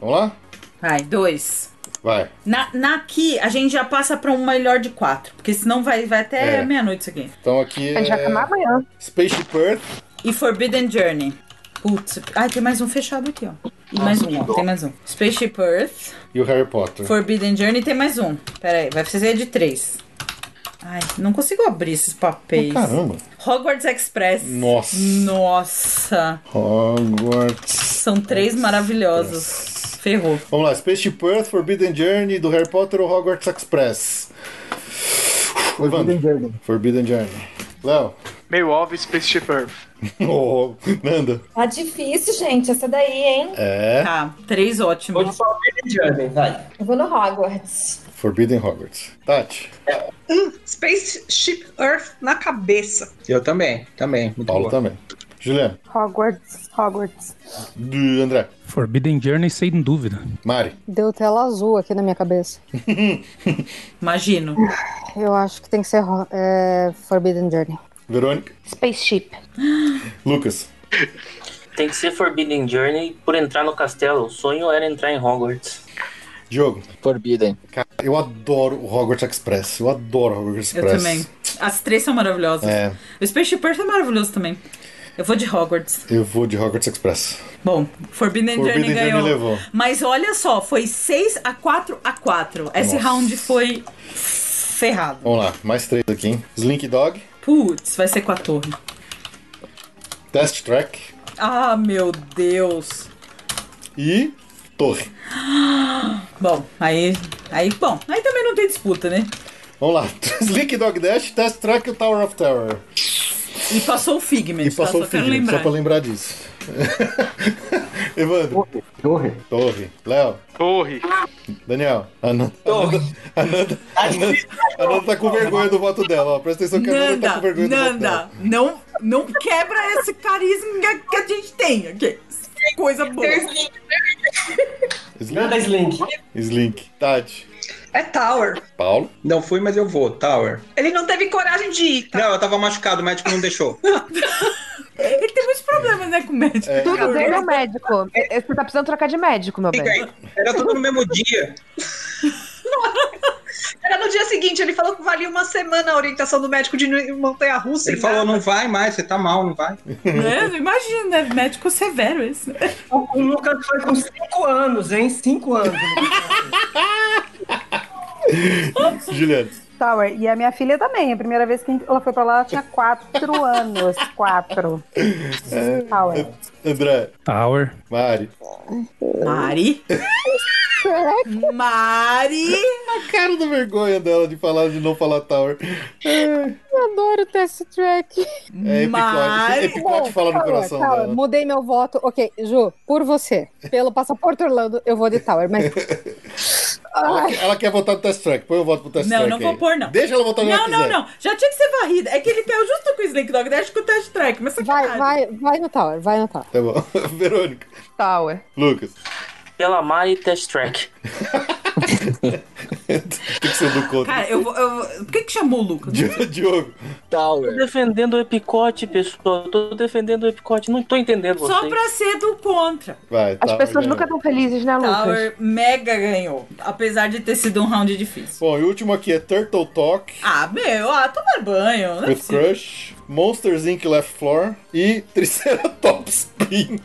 S1: Vamos lá?
S4: Vai, dois.
S1: Vai.
S4: Na, na aqui, a gente já passa pra um melhor de quatro. Porque senão vai, vai até
S1: É.
S4: meia-noite isso aqui.
S1: Então aqui é
S3: amanhã.
S1: Spaceship Earth.
S4: E Forbidden Journey. Putz. Ai, tem mais um fechado aqui, ó. E mais um, ó. Tem mais um. Spaceship Earth.
S1: E o Harry Potter.
S4: Forbidden Journey tem mais um. Pera aí, vai precisar de três. Ai, não consigo abrir esses papéis.
S1: Oh, caramba.
S4: Hogwarts Express.
S1: Nossa.
S4: Nossa.
S1: Hogwarts.
S4: São três maravilhosos. Ferrou.
S1: Vamos lá, Spaceship Earth, Forbidden Journey, do Harry Potter ou Hogwarts Express? Forbidden
S5: Journey.
S1: Forbidden Journey. Léo.
S6: Meio óbvio, Spaceship Earth.
S1: Oh, Nanda.
S14: Tá difícil, gente, essa daí, hein?
S1: É.
S4: Tá, três ótimos. Vou
S13: vai.
S14: Eu vou no Hogwarts.
S1: Forbidden Hogwarts. Tati.
S16: Hum, Spaceship Earth na cabeça.
S7: Eu também, também. Muito
S1: Paulo
S7: boa.
S1: também. Juliano.
S9: Hogwarts, Hogwarts.
S1: Du- André.
S10: Forbidden Journey, sem dúvida.
S1: Mari.
S11: Deu tela azul aqui na minha cabeça.
S4: Imagino.
S11: Eu acho que tem que ser Ho- é, Forbidden Journey.
S1: Verônica.
S3: Spaceship.
S1: Lucas.
S2: Tem que ser Forbidden Journey por entrar no castelo. O sonho era entrar em Hogwarts.
S1: Diogo.
S12: Forbidden.
S1: Cara, eu adoro o Hogwarts Express. Eu adoro o Hogwarts
S4: Eu
S1: Express.
S4: também. As três são maravilhosas.
S1: É.
S4: O Spaceship Earth é maravilhoso também. Eu vou de Hogwarts.
S1: Eu vou de Hogwarts Express.
S4: Bom,
S1: Forbidden
S4: Forbidden,
S1: Journey
S4: Journey ganhou.
S1: levou.
S4: Mas olha só, foi 6 a 4 a 4. Esse
S1: Nossa.
S4: round foi ferrado.
S1: Vamos lá, mais três aqui, hein? Slink Dog,
S4: Putz, vai ser 14.
S1: Test Track
S4: Ah, meu Deus.
S1: e Torre.
S4: Bom, aí, aí, bom, aí também não tem disputa, né?
S1: Vamos lá. Slick Dog Dash, Test Track e Tower of Terror.
S4: E passou o Figment,
S1: E passou o
S4: tá? Só quero
S1: Figment,
S4: lembrar.
S1: só pra lembrar disso. Evandro. Torre. Torre. Léo.
S6: Torre.
S1: Daniel. Ananda. Torre. Ananda. Ananda, Ananda tá com vergonha do voto dela, ó. Presta atenção que a Ananda tá com vergonha
S4: Nanda,
S1: do voto dela.
S4: Nanda, não, não quebra esse carisma que a gente tem aqui. Coisa boa.
S1: Slink. Nanda Slink. Slink. Tati.
S16: É Tower.
S1: Paulo.
S7: Não fui, mas eu vou, Tower.
S16: Ele não teve coragem de ir.
S7: Não, eu tava machucado, o médico não deixou.
S4: Ele tem muitos problemas, né, com o médico.
S3: Tudo bem no médico. É, Você tá precisando trocar de médico, meu bem.
S7: Era tudo no mesmo dia.
S16: Era no dia seguinte, ele falou que valia uma semana a orientação do médico de Montanha Russa.
S7: Ele falou, não vai mais, você tá mal, não vai.
S4: Né? Imagina, né? Médico severo né? esse.
S13: O Lucas foi com 5 anos, hein? 5 anos.
S1: Juliano.
S9: Tower. é. E a minha filha também. A primeira vez que ela foi pra lá, ela tinha quatro anos. Quatro. é. Tower.
S1: É. André.
S10: Tower.
S1: Mari.
S4: Mari. Mari.
S1: A cara da vergonha dela de falar, de não falar Tower.
S11: Eu adoro test track.
S1: É epicote, Mas- epicote fala no
S11: Tower,
S1: coração
S11: Tower,
S1: dela.
S11: Mudei meu voto. Ok, Ju, por você. Pelo passaporte Orlando, eu vou de Tower, mas.
S1: Ela,
S11: Ai.
S1: ela quer votar no Test Track. Põe o voto pro Test
S4: Não,
S1: Track
S4: não
S1: aí.
S4: vou pôr, não.
S1: Deixa ela votar no
S4: Não, não, não. Já tinha que ser varrida. É que ele caiu justo com o Slink Dog Dash com o Test Track, mas
S11: Vai, vai, vai no Tower, vai no Tower.
S1: Tá bom. Verônica.
S3: Tower.
S1: Lucas.
S2: Pela Mari Test Track.
S1: Tem que ser do contra.
S4: Cara, eu vou. eu vou- Por que, que chamou o Lucas?
S1: Diogo.
S2: Tô defendendo o Epicote, pessoal. Tô defendendo o Epicote. Não tô entendendo vocês.
S4: Só pra ser do contra.
S1: Vai,
S4: Tá,
S2: As Tower pessoas ganhou. nunca
S4: estão
S3: felizes, né,
S2: Lucas?
S4: Tower mega ganhou. Apesar de ter sido um round difícil.
S1: Bom, e o último aqui é Turtle Talk.
S4: Ah, meu, ah, tomar banho. Não é
S1: With
S4: possível.
S1: Crush, Monsters Inc. Left Floor e Triceratops Spin.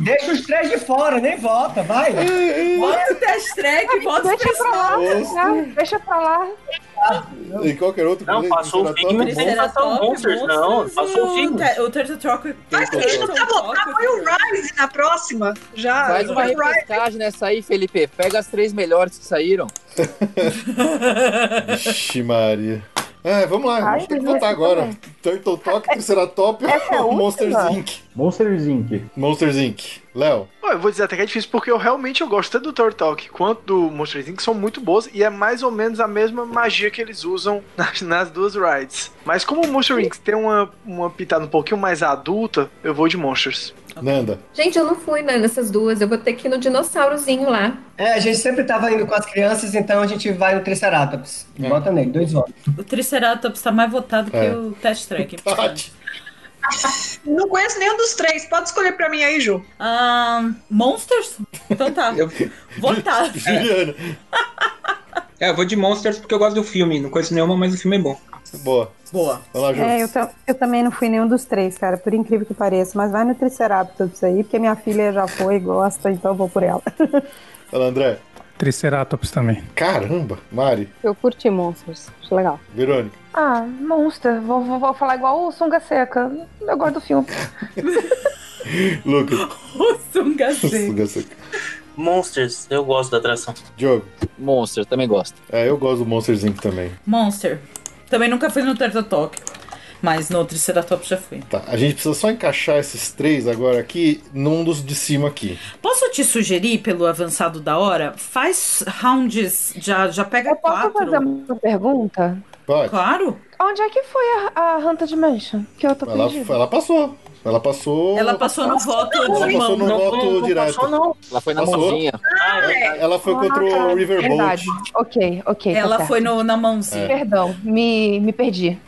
S13: Deixa os três de fora, nem volta, vai.
S4: Bota o test track, bota os
S3: Deixa pra lá,
S1: personagens.
S3: né? deixa pra lá.
S1: E qualquer outro
S2: Não,
S1: beleza?
S2: passou o
S1: Triceratops,
S2: Figment, ele
S1: Monsters.
S2: passou o Monsters, não. Passou o
S4: O,
S2: Figment.
S4: te- o Turtle Talk.
S16: Mas a gente não precisa votar, foi o Rise na próxima. Já.
S12: Faz uma
S16: Foi o Rise.
S12: repescagem nessa aí, Felipe. Pega as três melhores que saíram.
S1: Ixi, Maria. É, vamos lá,
S12: Ai,
S1: vamos ter que
S12: mas
S1: votar
S12: eu
S1: agora.
S12: também.
S1: Turtle Talk, Triceratops
S4: é
S1: ou Monsters Inc.
S5: Monsters Inc.
S1: Monsters Inc. Léo.
S6: Ó, eu vou dizer até que é difícil, porque eu realmente eu gosto tanto do Turtle Talk quanto do Monsters Inc. são muito boas e é mais ou menos a mesma magia que eles usam nas, nas duas rides. Mas como o Monsters Inc. tem uma, uma pitada um pouquinho mais adulta, eu vou de Monsters.
S1: Nanda.
S14: Gente, eu não fui né, nessas duas. Eu vou ter que ir no dinossaurozinho lá.
S13: É, a gente sempre tava indo com as crianças, então a gente vai no Triceratops.
S1: É.
S13: Bota nele, dois votos.
S4: O Triceratops tá mais votado
S13: É.
S4: que o test track.
S16: Não conheço nenhum dos três. Pode escolher pra mim aí, Ju.
S4: Ahn, Monsters? Então tá. Votado.
S1: Juliana.
S7: É, eu vou de Monsters porque eu gosto do filme. Não conheço nenhuma, mas o filme é bom.
S1: Boa.
S4: Boa.
S1: Olá,
S9: É, eu, tam- eu também não fui nenhum dos três, cara, por incrível que pareça. Mas vai no Triceratops aí, porque minha filha já foi e gosta, então eu vou por ela.
S1: Fala, André.
S10: Triceratops também.
S1: Caramba, Mari.
S11: Eu curti Monsters, acho legal.
S1: Verônica.
S3: Ah, Monster. Vou, vou- vou falar igual o Sunga Seca. Eu gosto do filme.
S1: Lucas.
S4: O Sunga
S2: Monsters, eu gosto da atração.
S1: Diogo.
S12: Monsters, também gosto.
S1: É, eu gosto do Monsters Inc. também.
S4: Monster. Também nunca fui no Turtle Talk. Mas no Triceratops já fui.
S1: Tá, a gente precisa só encaixar esses três agora aqui num dos de cima aqui.
S4: Posso te sugerir, pelo avançado da hora, faz rounds, já, já pega quatro.
S3: Posso fazer uma pergunta?
S1: Pode.
S4: Claro.
S3: Onde é que foi a, a Hunter Dimension? Que eu tô
S1: Ela,
S3: perdida.
S1: ela passou. Ela passou.
S4: Ela passou no voto de
S1: Ela
S4: mão.
S1: passou no
S4: Não,
S1: voto
S4: não
S1: direto.
S4: passou, não.
S12: Ela foi
S4: na mãozinha.
S1: Ela foi contra o Riverboat.
S3: Verdade. Ok, ok. tá
S4: É. Ela
S3: certo.
S4: foi no- na mãozinha.
S1: É.
S3: Perdão, me, me perdi.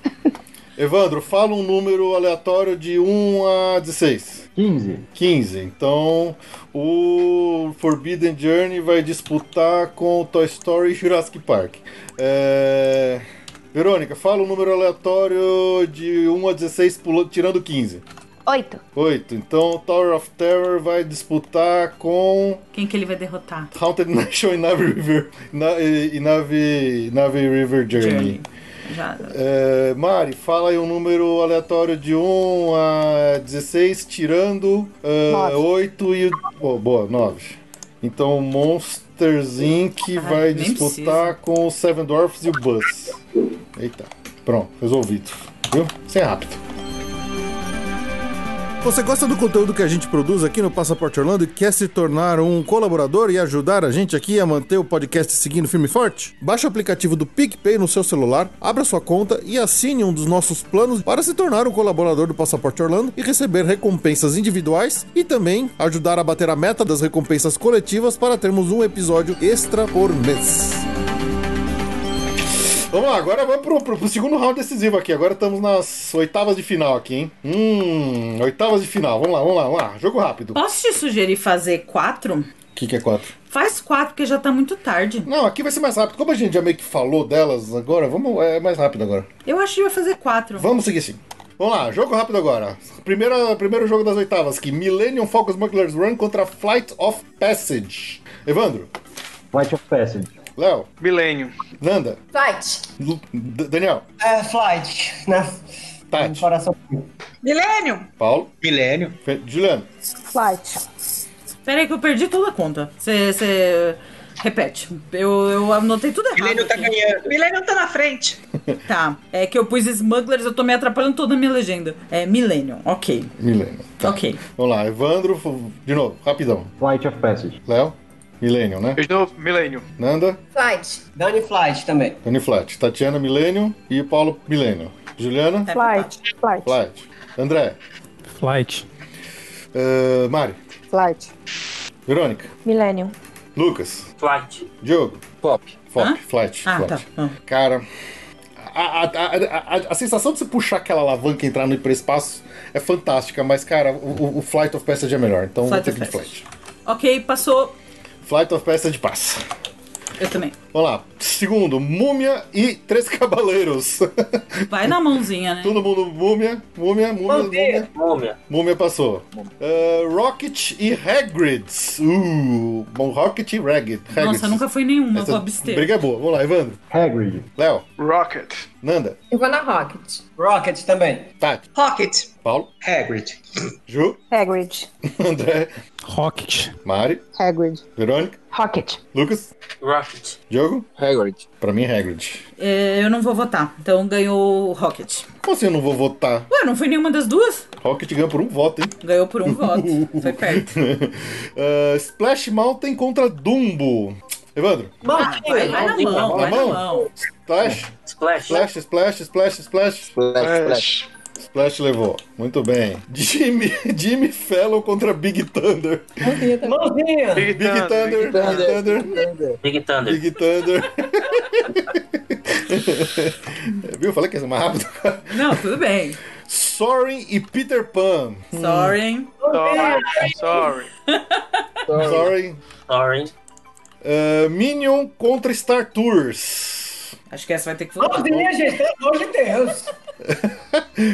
S1: Evandro, fala um número aleatório de 1 a 16.
S5: 15.
S1: 15. Então, o Forbidden Journey vai disputar com o Toy Story e Jurassic Park. É, Verônica, fala um número aleatório de 1 a 16, pulando, tirando 15.
S3: Oito.
S1: 8. Então, o Tower of Terror vai disputar com
S4: Quem que ele vai derrotar?
S1: Haunted Mansion e Nave River, na, e, e Nave, Nave River Journey.
S4: Journey. Já.
S1: É, Mari, fala aí um número aleatório de 1 a 16, tirando ah,
S4: Nove.
S1: 8 e. o- Oh, boa, 9. Então, Monsters. Monsters Inc. vai
S4: nem
S1: disputar com o Seven Dwarfs e o Buzz. Eita, pronto, resolvido. Viu? Isso é rápido.
S18: Você gosta do conteúdo que a gente produz aqui no Passaporte Orlando e quer se tornar um colaborador e ajudar a gente aqui a manter o podcast seguindo firme e forte? Baixe o aplicativo do PicPay no seu celular, abra sua conta e assine um dos nossos planos para se tornar um colaborador do Passaporte Orlando e receber recompensas individuais e também ajudar a bater a meta das recompensas coletivas para termos um episódio extra por mês.
S1: Vamos lá, agora vamos pro, pro- pro segundo round decisivo aqui. Agora estamos nas oitavas de final aqui, hein? Hum, oitavas de final. Vamos lá, vamos lá, vamos lá. Jogo rápido. O
S4: Posso te sugerir fazer quatro?
S1: que, que é quatro?
S4: Faz quatro, porque já tá muito tarde.
S1: Não, aqui vai ser mais rápido. Como a gente já meio que falou delas agora, vamos. É mais rápido agora.
S4: Eu acho que vai fazer quatro.
S1: Vamos seguir sim. Vamos lá, jogo rápido agora. Primeiro, primeiro jogo das oitavas aqui: Millennium Falcon Smugglers Run contra Flight of Passage. Evandro.
S5: Flight of Passage.
S1: Léo.
S6: Millennium.
S1: Nanda.
S14: Flight.
S1: Lu- D- Daniel.
S13: É, Flight, né?
S1: Tati.
S13: Coração.
S16: Milênio!
S1: Paulo.
S7: Milênio.
S1: Juliano.
S4: Flight. Peraí que eu perdi toda a conta. Você... Repete. Eu, eu anotei tudo errado. Milênio
S16: tá ganhando. Milênio tá na frente.
S4: Tá. É que eu pus Smugglers, eu tô me atrapalhando toda a minha legenda. É Millennium, ok.
S1: Millennium.
S4: Ok.
S1: Vamos lá, Evandro, f- de novo, rapidão.
S5: Flight of Passage.
S1: Léo. Millennium, né?
S6: Eu de novo, Millennium.
S1: Nanda.
S14: Flight.
S13: Dani Flight também.
S1: Tony Flat. Tatiana, Millennium. E Paulo, Millennium. Juliana.
S15: Flight. Flight.
S1: Flight. André.
S10: Flight.
S1: Eh, Mari.
S15: Flight.
S1: Verônica.
S15: Millennium.
S1: Lucas.
S2: Flight.
S1: Diogo. Pop. Pop. Flight.
S15: Ah,
S4: tá.
S1: flight.
S4: Hum.
S1: Cara. A, a, a, a, a- a sensação de você puxar aquela alavanca e entrar no hiperespaço é fantástica, mas, cara, o, o- o Flight of Passage é melhor, então
S4: Flight
S1: vou ter
S4: of
S1: que ir de Flight.
S4: Ok, passou.
S1: Flight of Passage passa.
S4: Eu também.
S1: Vamos lá. Segundo, Múmia e Três Cavaleiros.
S4: Vai na mãozinha, né?
S1: Todo mundo, Múmia, Múmia, Múmia, Múmia.
S2: Múmia.
S1: Múmia passou. Eh, Rocket e Hagrid. Uh, bom, Rocket e Hagrid. Hagrid.
S4: Nossa, nunca foi nenhuma, eu
S1: Essa
S4: vou abster.
S1: Briga é boa. Vamos lá, Evandro.
S5: Hagrid.
S1: Léo.
S6: Rocket.
S1: Nanda.
S14: Eu vou na Rocket.
S13: Rocket também.
S1: Tati.
S16: Rocket.
S1: Tá. Paulo.
S7: Hagrid.
S1: Ju.
S15: Hagrid.
S1: André.
S10: Rocket.
S1: Mari.
S15: Hagrid.
S1: Verônica.
S15: Rocket.
S1: Lucas.
S2: Rocket.
S1: Diogo. Hagrid. Pra mim é Hagrid.
S4: É, eu não vou votar, então ganhou o Rocket.
S1: Como assim eu não vou votar?
S4: Ué, não foi nenhuma das duas?
S1: Rocket ganhou por um voto, hein?
S4: Ganhou por um voto. Foi perto.
S1: Eh, Splash Mountain contra Dumbo. Evandro.
S13: Mãozinha,
S4: vai, vai na mão, vai na mão.
S1: Splash.
S2: Splash.
S1: Splash, splash, splash, splash.
S12: Splash.
S1: Splash levou. Muito bem. Jimmy, Jimmy Fallon contra Big Thunder.
S13: Mãozinha.
S1: Big Thunder, Big Thunder.
S2: Big Thunder.
S1: Big Thunder. Viu? Falei que ia ser mais rápido.
S4: Não, tudo bem. Hum.
S1: Soren e Peter Pan.
S4: Sorry.
S6: Sorry. Sorry.
S1: Sorry.
S2: Sorry.
S1: Uh, Minion contra Star Tours.
S4: Acho que essa vai ter que votar.
S13: Mãozinha, gente, pelo amor de Deus.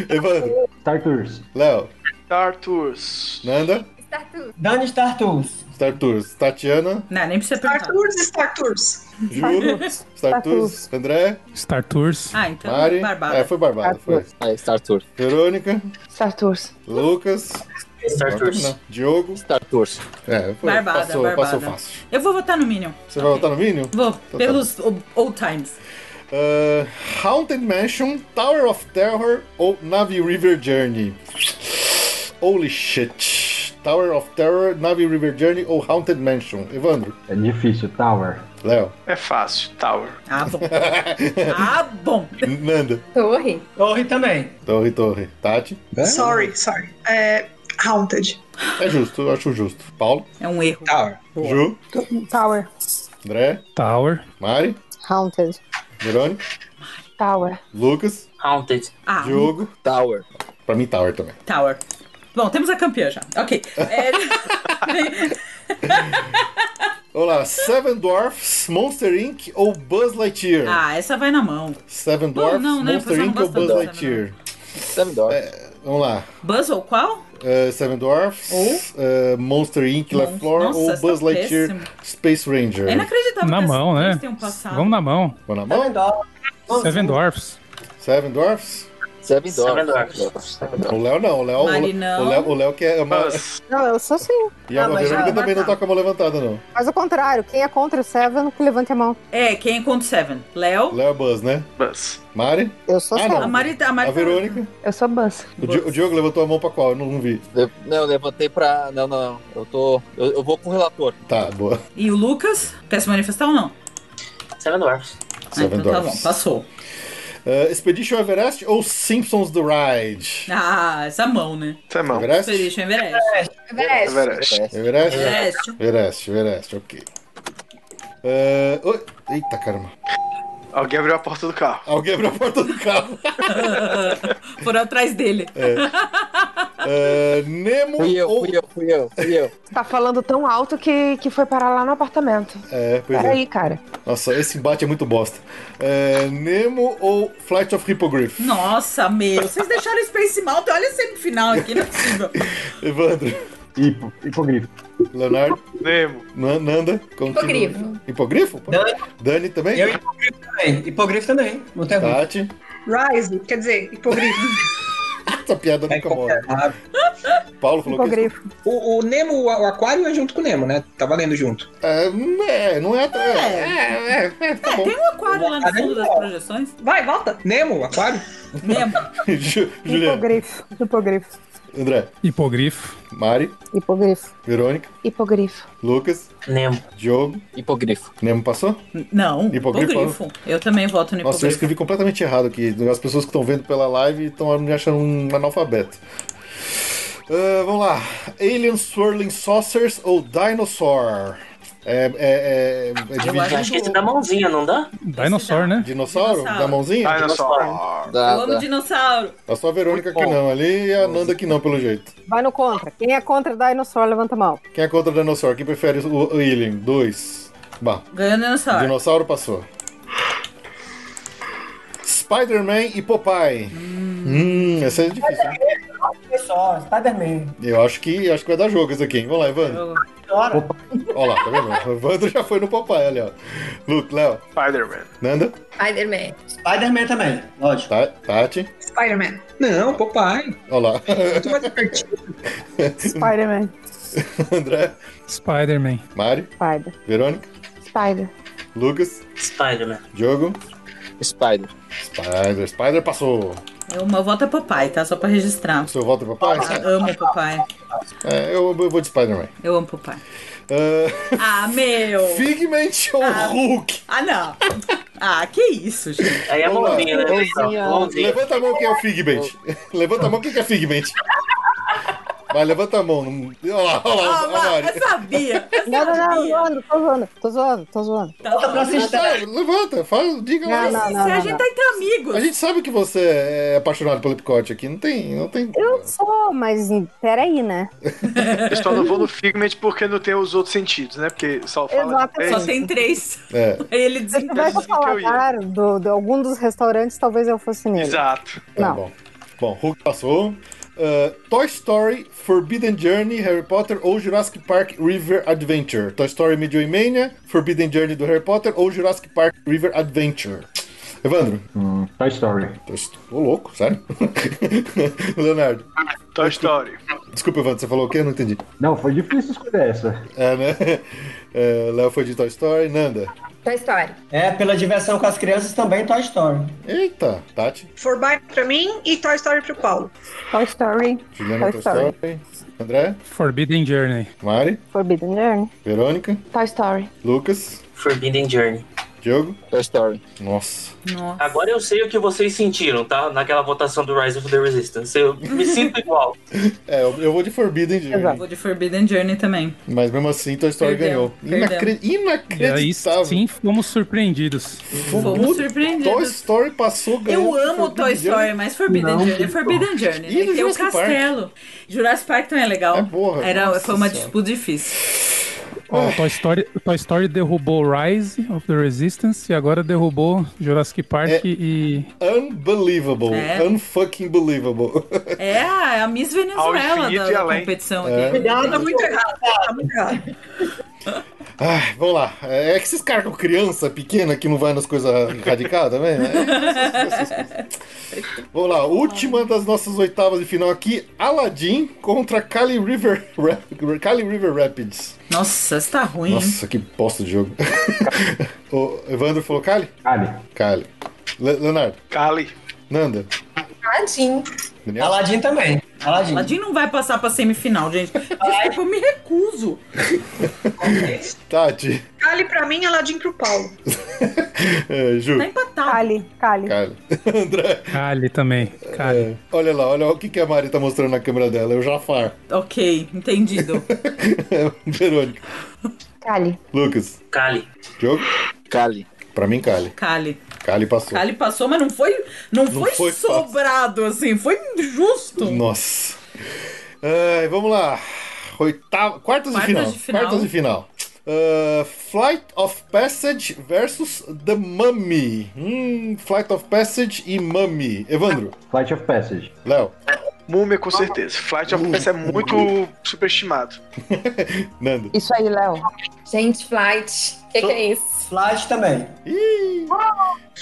S1: Evandro.
S5: Star Tours.
S1: Léo.
S6: Star Tours.
S1: Nanda.
S14: Star Tours.
S13: Dani Star Tours.
S1: Star Tours. Tatiana.
S4: Não, nem precisa
S16: Star Tours e Star Tours.
S1: Juro. Star Tours. André.
S10: Star Tours.
S4: Ah, então
S1: Mari.
S4: Barbada.
S1: É, foi Barbada. Foi.
S12: Aí, Star Tour.
S1: Verônica.
S15: Star Tours.
S1: Lucas.
S2: Star Tours.
S1: Não, Diogo.
S12: Star Tours.
S1: É, foi.
S4: Barbada,
S1: passou,
S4: barbada.
S1: passou fácil.
S4: Eu vou votar no Minion.
S1: Você vai votar no Minion?
S4: Vou,
S1: tá.
S4: pelos o- old times.
S1: Ah, Haunted Mansion, Tower of Terror ou Navi River Journey? Holy shit. Tower of Terror, Navi River Journey ou Haunted Mansion? Evandro.
S5: É difícil, Tower.
S1: Léo.
S6: É fácil, Tower.
S4: Ah, bom. ah, bom.
S1: Nanda.
S14: Torre.
S13: Torre também.
S1: Torre, torre. Tati.
S16: Sorry, sorry. É, Haunted.
S1: É justo, eu acho justo. Paulo.
S4: É um erro.
S7: Tower.
S1: Ju.
S15: Tower.
S1: André.
S10: Tower.
S1: Mari.
S15: Haunted.
S1: Verônica.
S15: Tower.
S1: Lucas.
S2: Haunted.
S4: Ah,
S1: Diogo.
S12: Tower.
S1: Pra mim, Tower também.
S4: Tower. Bom, temos a campeã já. Ok. É...
S1: Olá, Seven Dwarfs, Monster Inc. ou Buzz Lightyear?
S4: ah, essa vai na mão.
S1: Seven
S4: Bom,
S1: Dwarfs,
S4: não, né?
S1: Monster
S4: Você não
S1: Inc. ou
S4: gosta
S1: Buzz
S4: do
S1: Lightyear?
S12: Seven Dwarfs.
S1: vamos lá.
S4: Buzz ou qual?
S1: Uh, Seven Dwarfs, uh, Monster Inc. Left Floor
S4: nossa,
S1: ou
S4: essa
S1: Buzz
S4: tá
S1: Lightyear Space Ranger?
S4: É inacreditável.
S10: Na
S4: que
S10: mão,
S4: essas
S10: né?
S4: três tenham passado.
S16: Tá
S10: Vamos na mão.
S1: Vou na mão?
S13: Dó.
S10: Seven Dwarfs.
S1: Seven Dwarfs?
S12: Seven Doors.
S1: Seven O Léo não, o Léo. o Léo-
S12: Marinão.
S1: O Léo, o Léo que é uma.
S11: Não, eu sou sim.
S1: E a
S11: Ah, mas
S1: Verônica
S11: já vai
S1: também não
S11: matar.
S1: tá com a mão levantada, não.
S11: Mas o contrário, quem é contra o Seven, que levante a mão.
S4: É, quem é contra o Seven? Léo?
S1: Léo é Buzz, né?
S6: Buzz.
S1: Mari?
S11: Eu sou
S1: ah, não.
S4: A Mari, tá- a Mari
S1: A Verônica?
S4: Eu sou Buzz.
S1: O, Di- o Diogo levantou a mão pra qual? Eu não, não vi.
S4: Ah,
S12: Não, eu levantei pra. Não, não, eu tô. Eu, eu vou com o relator.
S1: Tá, boa.
S4: E o Lucas? Quer se manifestar ou não?
S2: Seven Dwarfs.
S1: Seven
S4: então tá
S1: Dwarfs.
S4: bom, passou.
S1: Eh, Expedition Everest ou Simpsons The Ride?
S4: Ah, essa mão, né?
S6: Essa mão.
S1: Everest?
S4: Expedition Everest.
S1: Everest. Everest?
S4: Everest.
S1: Everest, Everest, ok. Eh, oi. Eita, caramba.
S6: Alguém abriu a porta do carro.
S1: Alguém abriu a porta do carro.
S4: Foram atrás dele.
S1: É. Eh, Nemo
S12: Fui eu,
S1: ou...
S12: fui eu, fui eu, fui eu.
S17: Tá falando tão alto que, que foi parar lá no apartamento.
S1: É, pois é.
S17: Peraí, cara.
S1: Nossa, esse embate é muito bosta. Eh, Nemo ou Flight of Hippogriff?
S4: Nossa, meu, vocês deixaram o Space Mountain, olha esse final aqui, não é possível.
S1: Evandro.
S5: Hipo, hipogrifo.
S1: Leonardo.
S6: Nemo.
S1: Nanda. continua.
S13: Hipogrifo.
S1: Hipogrifo? Pô. Dani. também? Eu
S13: hipogrifo também. Hipogrifo também. Não tem
S1: Tati.
S16: Rise, quer dizer, hipogrifo.
S1: Essa piada
S5: É
S1: nunca morre. Paulo falou que é
S16: hipogrifo. O, o Nemo, o, o aquário é junto com o Nemo, né? Tá valendo junto.
S1: É, não é.
S4: É,
S1: é, é, tá
S4: tem um aquário lá no fundo das projeções.
S16: Vai, volta. Nemo, aquário.
S4: Nemo.
S1: Ju- Juliana.
S17: Hipogrifo. Hipogrifo.
S1: André.
S10: Hipogrifo.
S1: Mari.
S11: Hipogrifo.
S1: Verônica.
S17: Hipogrifo.
S1: Lucas.
S12: Nemo.
S1: Diogo.
S12: Hipogrifo.
S1: Nemo passou?
S4: Não,
S1: Hipogrifo.
S4: hipogrifo. Eu também voto no
S1: Nossa, eu
S4: hipogrifo.
S1: escrevi completamente errado aqui. As pessoas que estão vendo pela live estão me achando um analfabeto. Ah, vamos lá. Alien Swirling Saucers ou Dinosaur? É, é, é, é dividido.
S2: Eu acho que esse dá mãozinha, não dá?
S10: Dinossauro, né?
S1: Dinossauro? Da mãozinha?
S2: Dinossauro.
S1: Dá,
S4: Eu amo
S1: dá.
S4: dinossauro.
S1: É só a Verônica que não ali e a Nanda que não, pelo jeito.
S11: Vai no contra. Quem é contra o Dinossauro, levanta a mão.
S1: Quem é contra o Dinossauro? Quem prefere o o Alien? Dois. Bah.
S4: Ganhou o dinossauro.
S1: Dinossauro passou. Spider-Man e Popeye. Hum, essa é difícil. né?
S13: Pessoal, Spider-Man.
S1: Eu acho que, acho que vai dar jogo isso aqui, hein? Vamos lá, Evandro.
S13: Bora.
S1: Olha lá, tá vendo? O Evandro já foi no Popeye, olha. ó. Luke, Léo.
S6: Spider-Man.
S1: Nanda?
S14: Spider-Man.
S13: Spider-man também, lógico.
S1: Tati?
S14: Spider-Man.
S1: Não, Popeye. Olha lá.
S17: Spider-Man.
S1: André?
S10: Spider-Man.
S1: Mari?
S17: Spider.
S1: Verônica?
S17: Spider.
S1: Lucas?
S2: Spider-Man.
S1: Diogo?
S12: Spider.
S1: Spider. Spider passou.
S4: Eu, o meu voto é papai, tá? Só pra registrar.
S1: Seu voto é papai?
S4: amo papai.
S1: É, eu, eu vou de Spider-Man.
S4: Eu amo papai.
S1: Ah,
S4: Ah, meu!
S1: Figment ou Hulk?
S4: Ah, não. Ah, que isso, gente.
S2: Aí é
S1: Vamos lá.
S2: mãozinha, né?
S1: Mãozinha.
S2: Mãozinha.
S1: Levanta a mão quem é o Figment. Levanta a mão quem que é Figment. Vai, levanta a mão. não- Olha lá, olha lá,
S4: Ah,
S1: olha lá. Mari.
S4: eu sabia. Eu
S11: Não, não, não,
S4: sabia.
S11: zoando, tô zoando, tô zoando, tô zoando.
S4: Volta pra
S1: Tá, Levanta, fala, diga lá.
S11: Não, não, não, não,
S4: A gente tá entre amigos.
S1: A gente sabe que você é apaixonado pelo Epicote aqui. Não tem. Não tem...
S11: Eu sou, mas peraí, né?
S6: Eu só não vou no Figment porque não tem os outros sentidos, né? Porque só fala.
S11: Exatamente.
S4: Só tem três.
S1: É.
S4: Aí ele
S11: Se tivesse
S4: desencaixou.
S11: o paladar do, de algum dos restaurantes, talvez eu fosse nele.
S6: Exato.
S1: Tá
S11: Não.
S1: bom. Bom, Hulk passou. Ah, Toy Story, Forbidden Journey, Harry Potter ou Jurassic Park River Adventure? Toy Story Midway Mania, Forbidden Journey do Harry Potter ou Jurassic Park River Adventure? Evandro?
S5: Hum, Toy Story.
S1: Toy Sto- Ô, louco, sério? Leonardo?
S6: Toy Story.
S1: Desculpa, Evandro, você falou o quê? Eu não entendi.
S5: Não, foi difícil escolher essa.
S1: É, né? É, Léo foi de Toy Story. Nanda?
S14: Toy Story.
S13: É, pela diversão com as crianças também, Toy Story.
S1: Eita, Tati?
S16: Forbidden pra mim e Toy Story pro Paulo.
S9: Toy Story.
S1: Juliana, Toy Story. André?
S10: Forbidden Journey.
S1: Mari?
S9: Forbidden Journey.
S1: Verônica?
S17: Toy Story.
S1: Lucas?
S2: Forbidden Journey.
S1: Diogo?
S12: Toy Story.
S1: Nossa.
S2: Agora eu sei o que vocês sentiram, tá? Naquela votação do Rise of the Resistance. Eu me sinto igual.
S1: É, eu eu vou de Forbidden Journey.
S4: Eu vou de Forbidden Journey também.
S1: Mas mesmo assim, Toy Story
S4: Perdeu,
S1: ganhou. Inacre-
S4: perdeu.
S10: E aí
S1: Inacreditável.
S10: sim fomos surpreendidos.
S4: Fomos surpreendidos.
S1: Toy Story passou ganhou.
S4: Eu amo Toy Story, mas Forbidden
S10: Não,
S4: Journey é
S10: que
S4: Forbidden
S10: bom.
S4: Journey.
S10: E
S4: né?
S10: do
S4: Tem o
S10: Jurassic Park?
S4: castelo. Jurassic Park também é legal. É
S1: porra.
S4: Era,
S10: nossa
S4: foi uma
S10: senhora.
S4: disputa difícil.
S10: Ó,
S1: É.
S10: Toy, Story, Toy Story derrubou Rise of the Resistance e agora derrubou Jurassic Park
S1: É.
S10: e.
S1: Unbelievable.
S4: É.
S1: Unfucking believable.
S4: É a, a Miss Venezuela
S1: infinito
S4: é da,
S1: e
S4: da
S1: além.
S4: competição
S1: É.
S4: aqui.
S1: Cuidado,
S16: Tá muito errado, tá muito errado.
S1: Ai, vamos lá. É que esses caras com criança pequena que não vai nas coisas radical também, né? Vamos lá, última das nossas oitavas de final aqui: Aladdin contra Cali River, Rap- Cali River Rapids.
S4: Nossa, está ruim. hein?
S1: Nossa, que bosta de jogo. o Evandro falou Cali? Cali. Cali. Le- Leonardo?
S6: Cali.
S1: Nanda?
S4: Aladim.
S1: Daniel?
S13: Aladim também. Aladim.
S4: não vai passar pra semifinal, gente. Desculpa, eu me recuso.
S1: Tati?
S16: Cali pra mim, Aladim pro Paulo.
S1: É, Ju?
S4: Tá empatado.
S9: Cali, Cali.
S1: Cali. André? É,
S10: Cali Ah, também. Cali.
S1: Olha lá, olha o que, que a Mari tá mostrando na câmera dela: é o Jafar.
S4: Ok, entendido.
S1: Verônica.
S17: Cali.
S1: Lucas?
S2: Cali.
S1: Diogo?
S12: Cali.
S1: Pra mim, Cali.
S4: Cali.
S1: Cali passou.
S4: Cali passou, mas não foi, não foi,
S1: foi fácil.
S4: sobrado, assim. Foi justo.
S1: Nossa. Ai, vamos lá. Oitava, quartas, de
S4: Quartas
S1: final.
S4: de final.
S1: Quartas de final. Ah, Flight of Passage versus The Mummy. Hum, Flight of Passage e Mummy. Evandro.
S5: Flight of Passage.
S1: Léo.
S6: Múmia, com certeza. Flight of Pass é muito superestimado.
S1: Nando.
S3: Isso aí, Léo.
S14: Gente, flight. O que, que é isso?
S13: Flight também.
S1: Ih!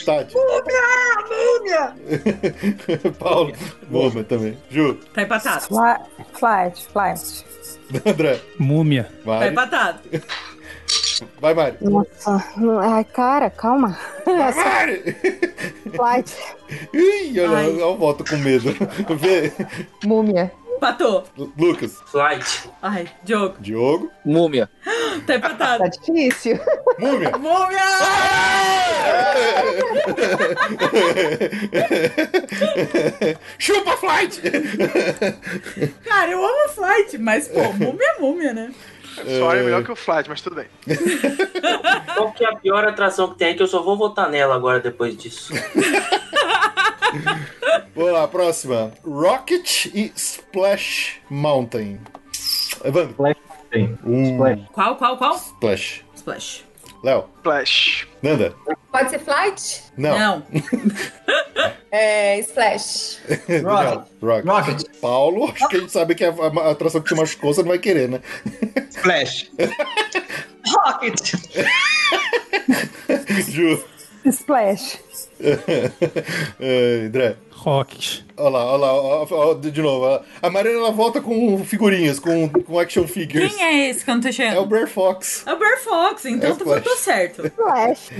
S1: Tati.
S16: Múmia! Múmia!
S1: Paulo. Bomba também. Ju.
S4: Tá empatado.
S9: Fly- Flight, flight.
S1: André.
S10: Múmia.
S1: Mari.
S4: Tá empatado.
S1: Vai, Mari.
S11: Nossa, ai, cara, calma. Flight.
S1: Ih, olha,
S11: Ai.
S1: eu volto com medo. Vê.
S17: Múmia.
S4: Patou.
S1: Lucas.
S2: Flight.
S4: Ai, Diogo.
S1: Diogo.
S12: Múmia.
S4: Tá empatado. Tá
S17: difícil.
S1: Múmia. Chupa Flight!
S4: Cara, eu amo Flight, mas, pô, múmia é múmia, né?
S6: Sorry, é melhor que o Flight, mas tudo bem.
S2: Qual que é a pior atração que tem aí que eu só vou votar nela agora depois disso?
S1: Vamos lá, próxima. Rocket e Splash Mountain. Evandro. Splash Mountain. Splash.
S4: Qual, qual, qual?
S1: Splash.
S4: Splash.
S1: Léo.
S6: Splash.
S1: Nanda.
S14: Pode ser flight?
S1: Não.
S14: É, splash.
S1: Daniel. Rocket. Paulo, acho que a gente sabe que a, a atração que te machucou você não vai querer, né?
S7: Splash. Rocket.
S1: Ju.
S9: Splash.
S1: É, André.
S10: Rocket.
S1: Olha lá, olha lá, ó, ó, ó, de novo. ó. A Mariana ela volta com figurinhas, com, com action figures.
S4: Quem é esse que eu não tô chegando? É
S1: o Bear Fox.
S4: É o Bear Fox, então
S1: É
S4: tu
S1: Flash.
S4: votou certo.
S9: Flash.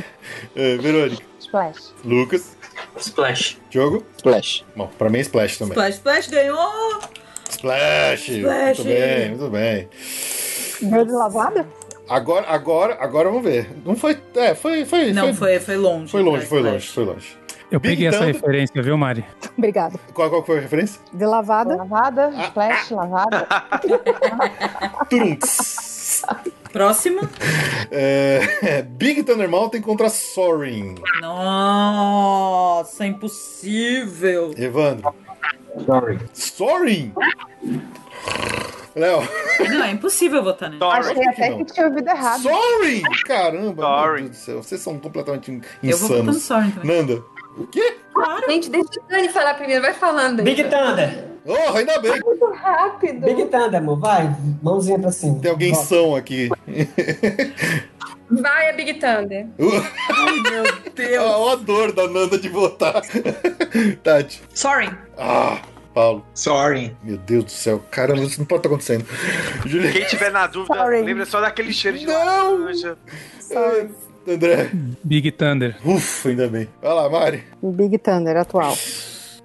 S1: É, Verônica.
S9: Splash.
S1: Lucas.
S2: Splash.
S1: Diogo.
S12: Splash.
S1: Bom, pra mim é Splash também.
S4: Splash, Splash ganhou.
S1: Splash!
S4: Splash.
S1: Muito bem, muito bem.
S9: Deu de lavada?
S1: Agora, agora, agora vamos ver. Não foi. É, foi. foi
S4: Não, foi, foi longe. né?
S1: Foi longe, foi
S4: Splash.
S1: longe, foi longe.
S10: Eu
S1: Big
S10: peguei essa
S1: Thunder-
S10: referência, viu, Mari?
S9: Obrigada.
S1: Qual, qual foi a referência? Ah,
S9: De lavada?
S17: Lavada, flash, lavada.
S4: Próximo.
S1: É, Big Thunder Mountain contra Soaring.
S4: Ah. Nossa, é impossível.
S1: Evandro. Soaring. Soaring? Léo. é
S4: Não, é impossível votar nele.
S17: Achei até que,
S1: não.
S17: tinha ouvido errado.
S1: Soaring! Caramba, Sorry. meu Deus do céu. Vocês são completamente in-
S17: Eu vou votar no
S1: insanos.
S4: Soaring
S1: Nanda.
S14: Gente, deixa o Dani falar primeiro, vai falando. aí.
S13: Big Thunder.
S1: Oh, ainda bem.
S14: Muito rápido.
S13: Big Thunder, amor, vai. Mãozinha pra cima.
S1: Tem alguém são aqui.
S14: Vai, é Big Thunder.
S1: Ai, meu Deus. Ó a dor da Nanda de votar. Tati.
S16: Sorry.
S1: Ah, Paulo.
S7: Sorry.
S1: Meu Deus do céu. Caramba, isso não pode estar acontecendo.
S6: Quem tiver na dúvida,
S1: Sorry.
S6: lembra só daquele cheiro de
S1: Não.
S6: laranja.
S1: André.
S10: Big Thunder.
S1: Ufa, ainda bem. Vai lá, Mari.
S11: Big Thunder, atual.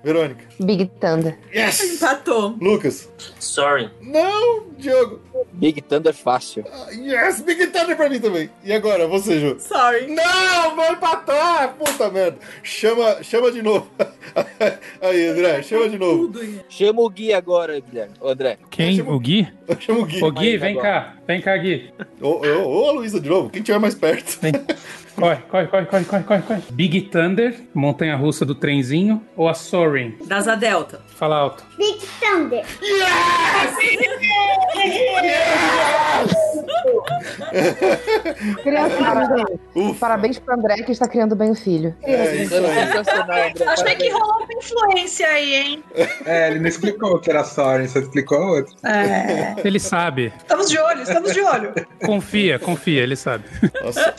S1: Verônica.
S17: Big Thunder.
S1: Yes!
S4: Empatou.
S1: Lucas.
S12: Sorry.
S1: Não, Diogo.
S12: Big Thunder fácil.
S1: Yes, Big Thunder pra mim também. E agora, você, Ju?
S4: Sorry.
S1: Não, vai empatar! Puta merda. Chama, chama de novo. Aí, André, chama de novo.
S12: Chama o Gui agora, Guilherme. Ô, André.
S10: Quem? O Gui?
S1: Chama o Gui.
S10: Ô, Gui,
S12: Aí,
S10: vem
S12: agora.
S10: cá. Vem cá, Gui.
S1: Ô, ô, ô, Luísa, de novo. Quem tiver mais perto.
S10: Corre, corre, corre, corre, corre, corre, corre. Big Thunder, montanha russa do trenzinho, ou a Soaring?
S4: Das a Delta.
S10: Fala alto.
S19: Big Thunder. Yes!
S17: Criança, parabéns pro André que está criando bem o filho.
S1: É, isso aí.
S8: Acho que tem que rolar uma influência aí, hein?
S7: É, ele não explicou o que era Soren, só explicou a outra.
S8: É.
S10: Ele sabe.
S8: Estamos de olho, estamos de olho.
S10: Confia, confia, ele sabe.
S1: Nossa.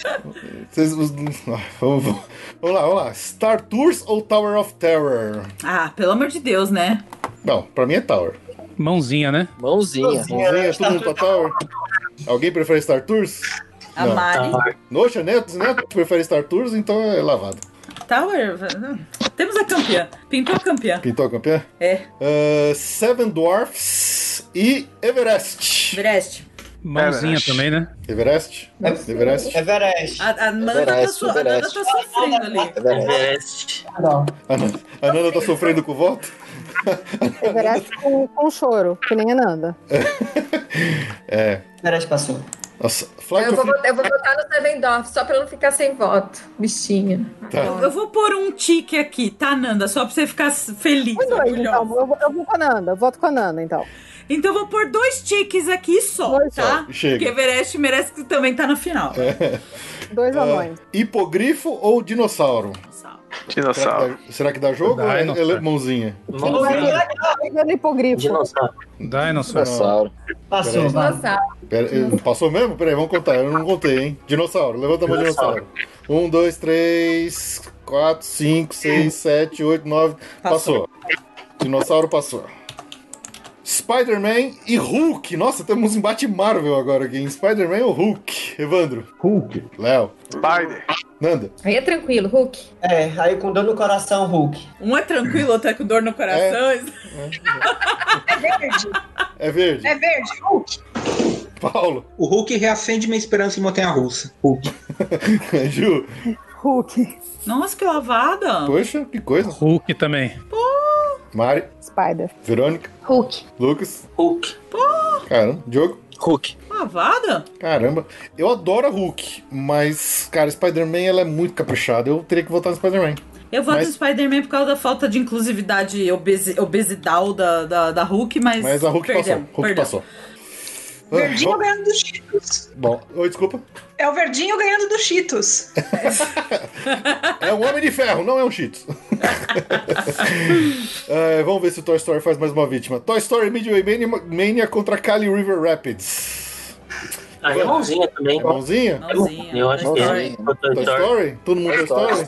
S1: Vocês- os- ah, vamos, vamos- vamos lá, vamos lá. Star Tours ou Tower of Terror?
S4: Ah, pelo amor de Deus, né?
S1: Não, pra mim é Tower.
S10: Mãozinha, né?
S12: Mãozinha.
S1: Mãozinha, todo mundo pra Tower. Alguém prefere Star Tours?
S4: A Mari.
S1: Noxa, né? Neto, Neto é prefere Star Tours, então é lavado.
S4: Tower. Temos a é campeã. Pintou a campeã.
S1: Pintou a campeã?
S4: É.
S1: Ah, Seven Dwarfs e Everest.
S4: Everest.
S10: Mãozinha
S1: Everest.
S10: também, né?
S1: Everest? Everest?
S13: Everest.
S4: A, a Nanda tá,
S1: Everest,
S4: su a Nanda
S1: Everest.
S4: tá sofrendo ali.
S2: Everest.
S1: A Nanda- Ah, a Nanda tá sofrendo com o voto?
S11: Everest com, com choro, que nem a Nanda.
S1: É.
S13: Everest passou.
S1: Nossa, Flight
S14: eu,
S1: of
S14: vou, votar- eu vou votar no Sevendorf, só pra eu não ficar sem voto. Bichinha.
S1: Tá.
S4: Eu, eu vou pôr um tique aqui, tá, Nanda? Só pra você ficar s- feliz.
S11: Dois,
S4: orgulhosa.
S11: então. Eu, vou- eu vou com a Nanda, eu voto com a Nanda, então.
S4: Então eu vou pôr dois tiques aqui só, tá?
S1: só, chega.
S4: Porque Everest merece que também tá na final.
S1: É.
S11: Dois
S1: Ah, hipogrifo ou dinossauro?
S6: Dinossauro.
S1: Será que dá, será que dá jogo ou é
S10: Dinosaur.
S1: ele- mãozinha?
S11: Pegando hipogrifo.
S12: Dinossauro.
S10: Dinossauro.
S1: Dinossauro. Passou, Peraí. vai. Pera, eh, passou mesmo? Peraí, vamos contar. Eu não contei, hein? Dinossauro, levanta a mão, dinossauro. Um, dois, três, quatro, cinco, seis, sete, oito, nove. Passou. Dinossauro passou. Spider-Man e Hulk. Nossa, temos um embate Marvel agora aqui. hein? Spider-Man ou Hulk? Evandro. Hulk. Léo.
S6: Spider.
S1: Nanda.
S14: Aí é tranquilo, Hulk.
S13: É, aí com dor no coração, Hulk.
S4: Um é tranquilo, outro é com dor no coração.
S16: É verde.
S1: É verde.
S16: É verde, Hulk.
S1: Paulo.
S7: O Hulk reacende minha esperança em montanha-russa.
S1: Hulk. Ju.
S11: Hulk.
S4: Nossa, que lavada.
S1: Poxa, que coisa.
S10: Hulk também.
S1: Mari.
S11: Spider.
S1: Verônica.
S4: Hulk.
S1: Lucas.
S2: Hulk.
S1: Caramba. Diogo.
S12: Hulk.
S4: Lavada?
S1: Caramba, eu adoro a Hulk, mas, cara, Spider-Man ela é muito caprichada. Eu teria que votar no Spider-Man.
S4: Eu voto
S1: Mas-
S4: no Spider-Man por causa da falta de inclusividade obesi obesidal da, da, da Hulk, mas.
S1: Mas a Hulk passou.
S4: perdemos,
S1: Hulk
S4: perdemos.
S1: passou.
S16: Verdinho
S1: Ah, bom-
S16: ganhando dos Cheetos.
S1: Bom, oi, desculpa.
S16: É o verdinho ganhando dos Cheetos.
S1: É um homem de ferro, não é um Cheetos. É, vamos ver se o Toy Story faz mais uma vítima. Toy Story Midway Mania, Mania contra Cali River Rapids.
S2: Ah, é mãozinha também.
S1: É mãozinha?
S2: Mãozinha. Eu acho que é.
S1: Toy Story? Todo mundo Toy Story?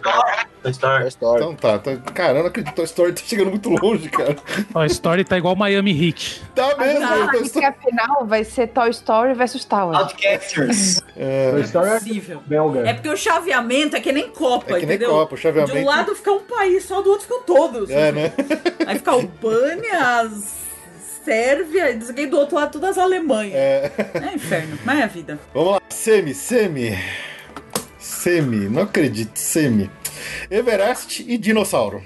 S2: Toy Story.
S1: Então tá, tá. Cara, eu não acredito. Toy Story tá chegando muito longe, cara.
S10: Ó, a Story tá igual Miami Heat.
S1: Tá mesmo,
S17: Agora,
S1: Toy
S17: que a final vai ser Toy Story versus Tower.
S1: É...
S5: Toy Story é
S4: Possível.
S5: belga.
S4: É porque o chaveamento é que nem Copa,
S1: É que nem
S4: entendeu?
S1: Copa, o chaveamento-
S4: De um lado fica um país, só do outro ficam todos.
S1: É, né?
S4: Aí fica a Albânia, a Sérvia, e não sei o quê, do outro lado todas as Alemanhas.
S1: É.
S4: inferno, mas é a vida.
S1: Vamos lá, semi, semi. Semi, não acredito, semi. Everest e dinossauro.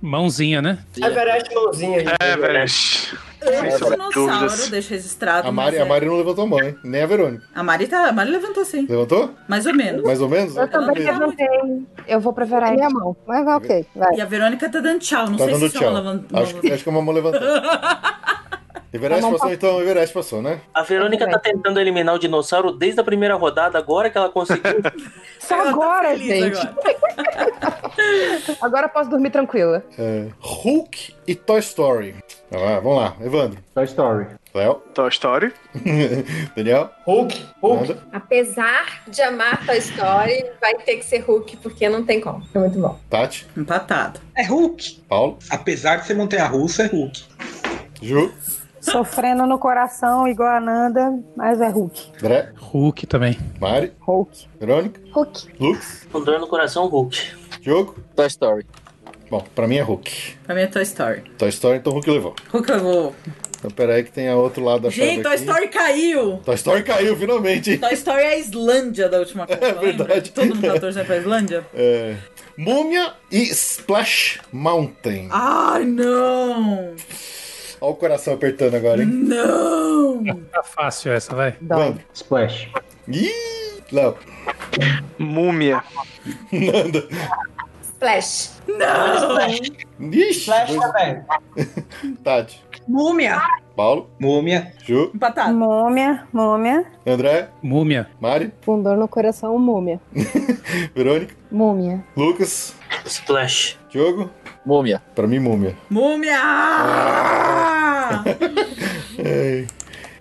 S10: Mãozinha, né?
S13: Everest é mãozinha. gente.
S6: É,
S1: É,
S6: Everest.
S4: Antes
S1: sobre
S4: dinossauro,
S1: dúvidas.
S4: deixa registrado.
S1: A Mari,
S4: mas é-
S1: a Mari não levantou a mão, hein? Nem a Verônica.
S4: A Mari tá, a Mari levantou sim.
S1: Levantou?
S4: Mais ou menos.
S1: Mais ou menos?
S4: Eu também
S1: Mais ou menos.
S4: Eu vou pra Verônica.
S11: Minha mão. Mas vai, ok, vai.
S4: E a Verônica tá dando tchau, não
S1: Tá
S4: sei
S1: dando
S4: se são
S1: tchau.
S4: ela van-
S1: Acho, que- acho que é uma mão levantada. Everest
S2: A mão
S4: tá-
S1: passou
S2: pa-
S1: então, Everest passou, né?
S2: A Verônica tá tentando eliminar o dinossauro desde a primeira rodada, agora que ela conseguiu.
S17: Só agora,
S4: feliz
S17: gente. agora eu posso dormir tranquila.
S1: É, Hulk e Toy Story. Vai lá, vamos lá, Evandro. Toy Story. Léo.
S6: Toy Story.
S1: Daniel.
S13: Hulk.
S1: Hulk.
S14: Apesar de amar Toy Story, vai ter que ser Hulk, porque não tem como. É muito bom.
S1: Tati.
S4: Empatado.
S7: É Hulk.
S1: Paulo.
S7: Apesar de ser montanha-russa, é Hulk.
S1: Ju.
S11: Sofrendo no coração, igual a Nanda, mas é Hulk.
S1: André.
S10: Hulk também.
S1: Mari.
S11: Hulk.
S1: Verônica.
S11: Hulk.
S1: Lux.
S2: Com dor no coração, Hulk.
S1: Diogo.
S12: Toy Story.
S1: Bom, pra mim é Hulk.
S4: Pra mim é Toy Story.
S1: Toy Story, então Hulk levou.
S4: Hulk levou.
S1: Então peraí que tem a outro lado da chave
S4: Gente,
S1: Tá
S4: Toy
S1: aqui.
S4: Story caiu.
S1: Toy Story caiu, finalmente. hein?
S4: Toy Story é a Islândia da última Copa, É verdade. Todo mundo tá torcendo pra Islândia.
S1: É. Múmia e Splash Mountain.
S4: Ai, não!
S1: Olha o coração apertando agora, hein?
S4: Não!
S10: Tá fácil essa, vai.
S1: Vamos. Splash. Ih, Léo.
S6: Múmia.
S1: Nanda.
S14: Splash.
S4: Não!
S1: Ixi,
S13: Flash
S1: dois-
S13: também.
S1: Tati.
S16: Múmia.
S1: Paulo.
S7: Múmia.
S1: Ju.
S4: Batata.
S11: Múmia, múmia.
S1: André.
S10: Múmia.
S1: Mari.
S11: Com dor no coração, múmia.
S1: Verônica.
S11: Múmia.
S1: Lucas.
S2: Splash.
S1: Diogo.
S12: Múmia.
S1: Pra mim, múmia.
S4: Múmia!
S1: É.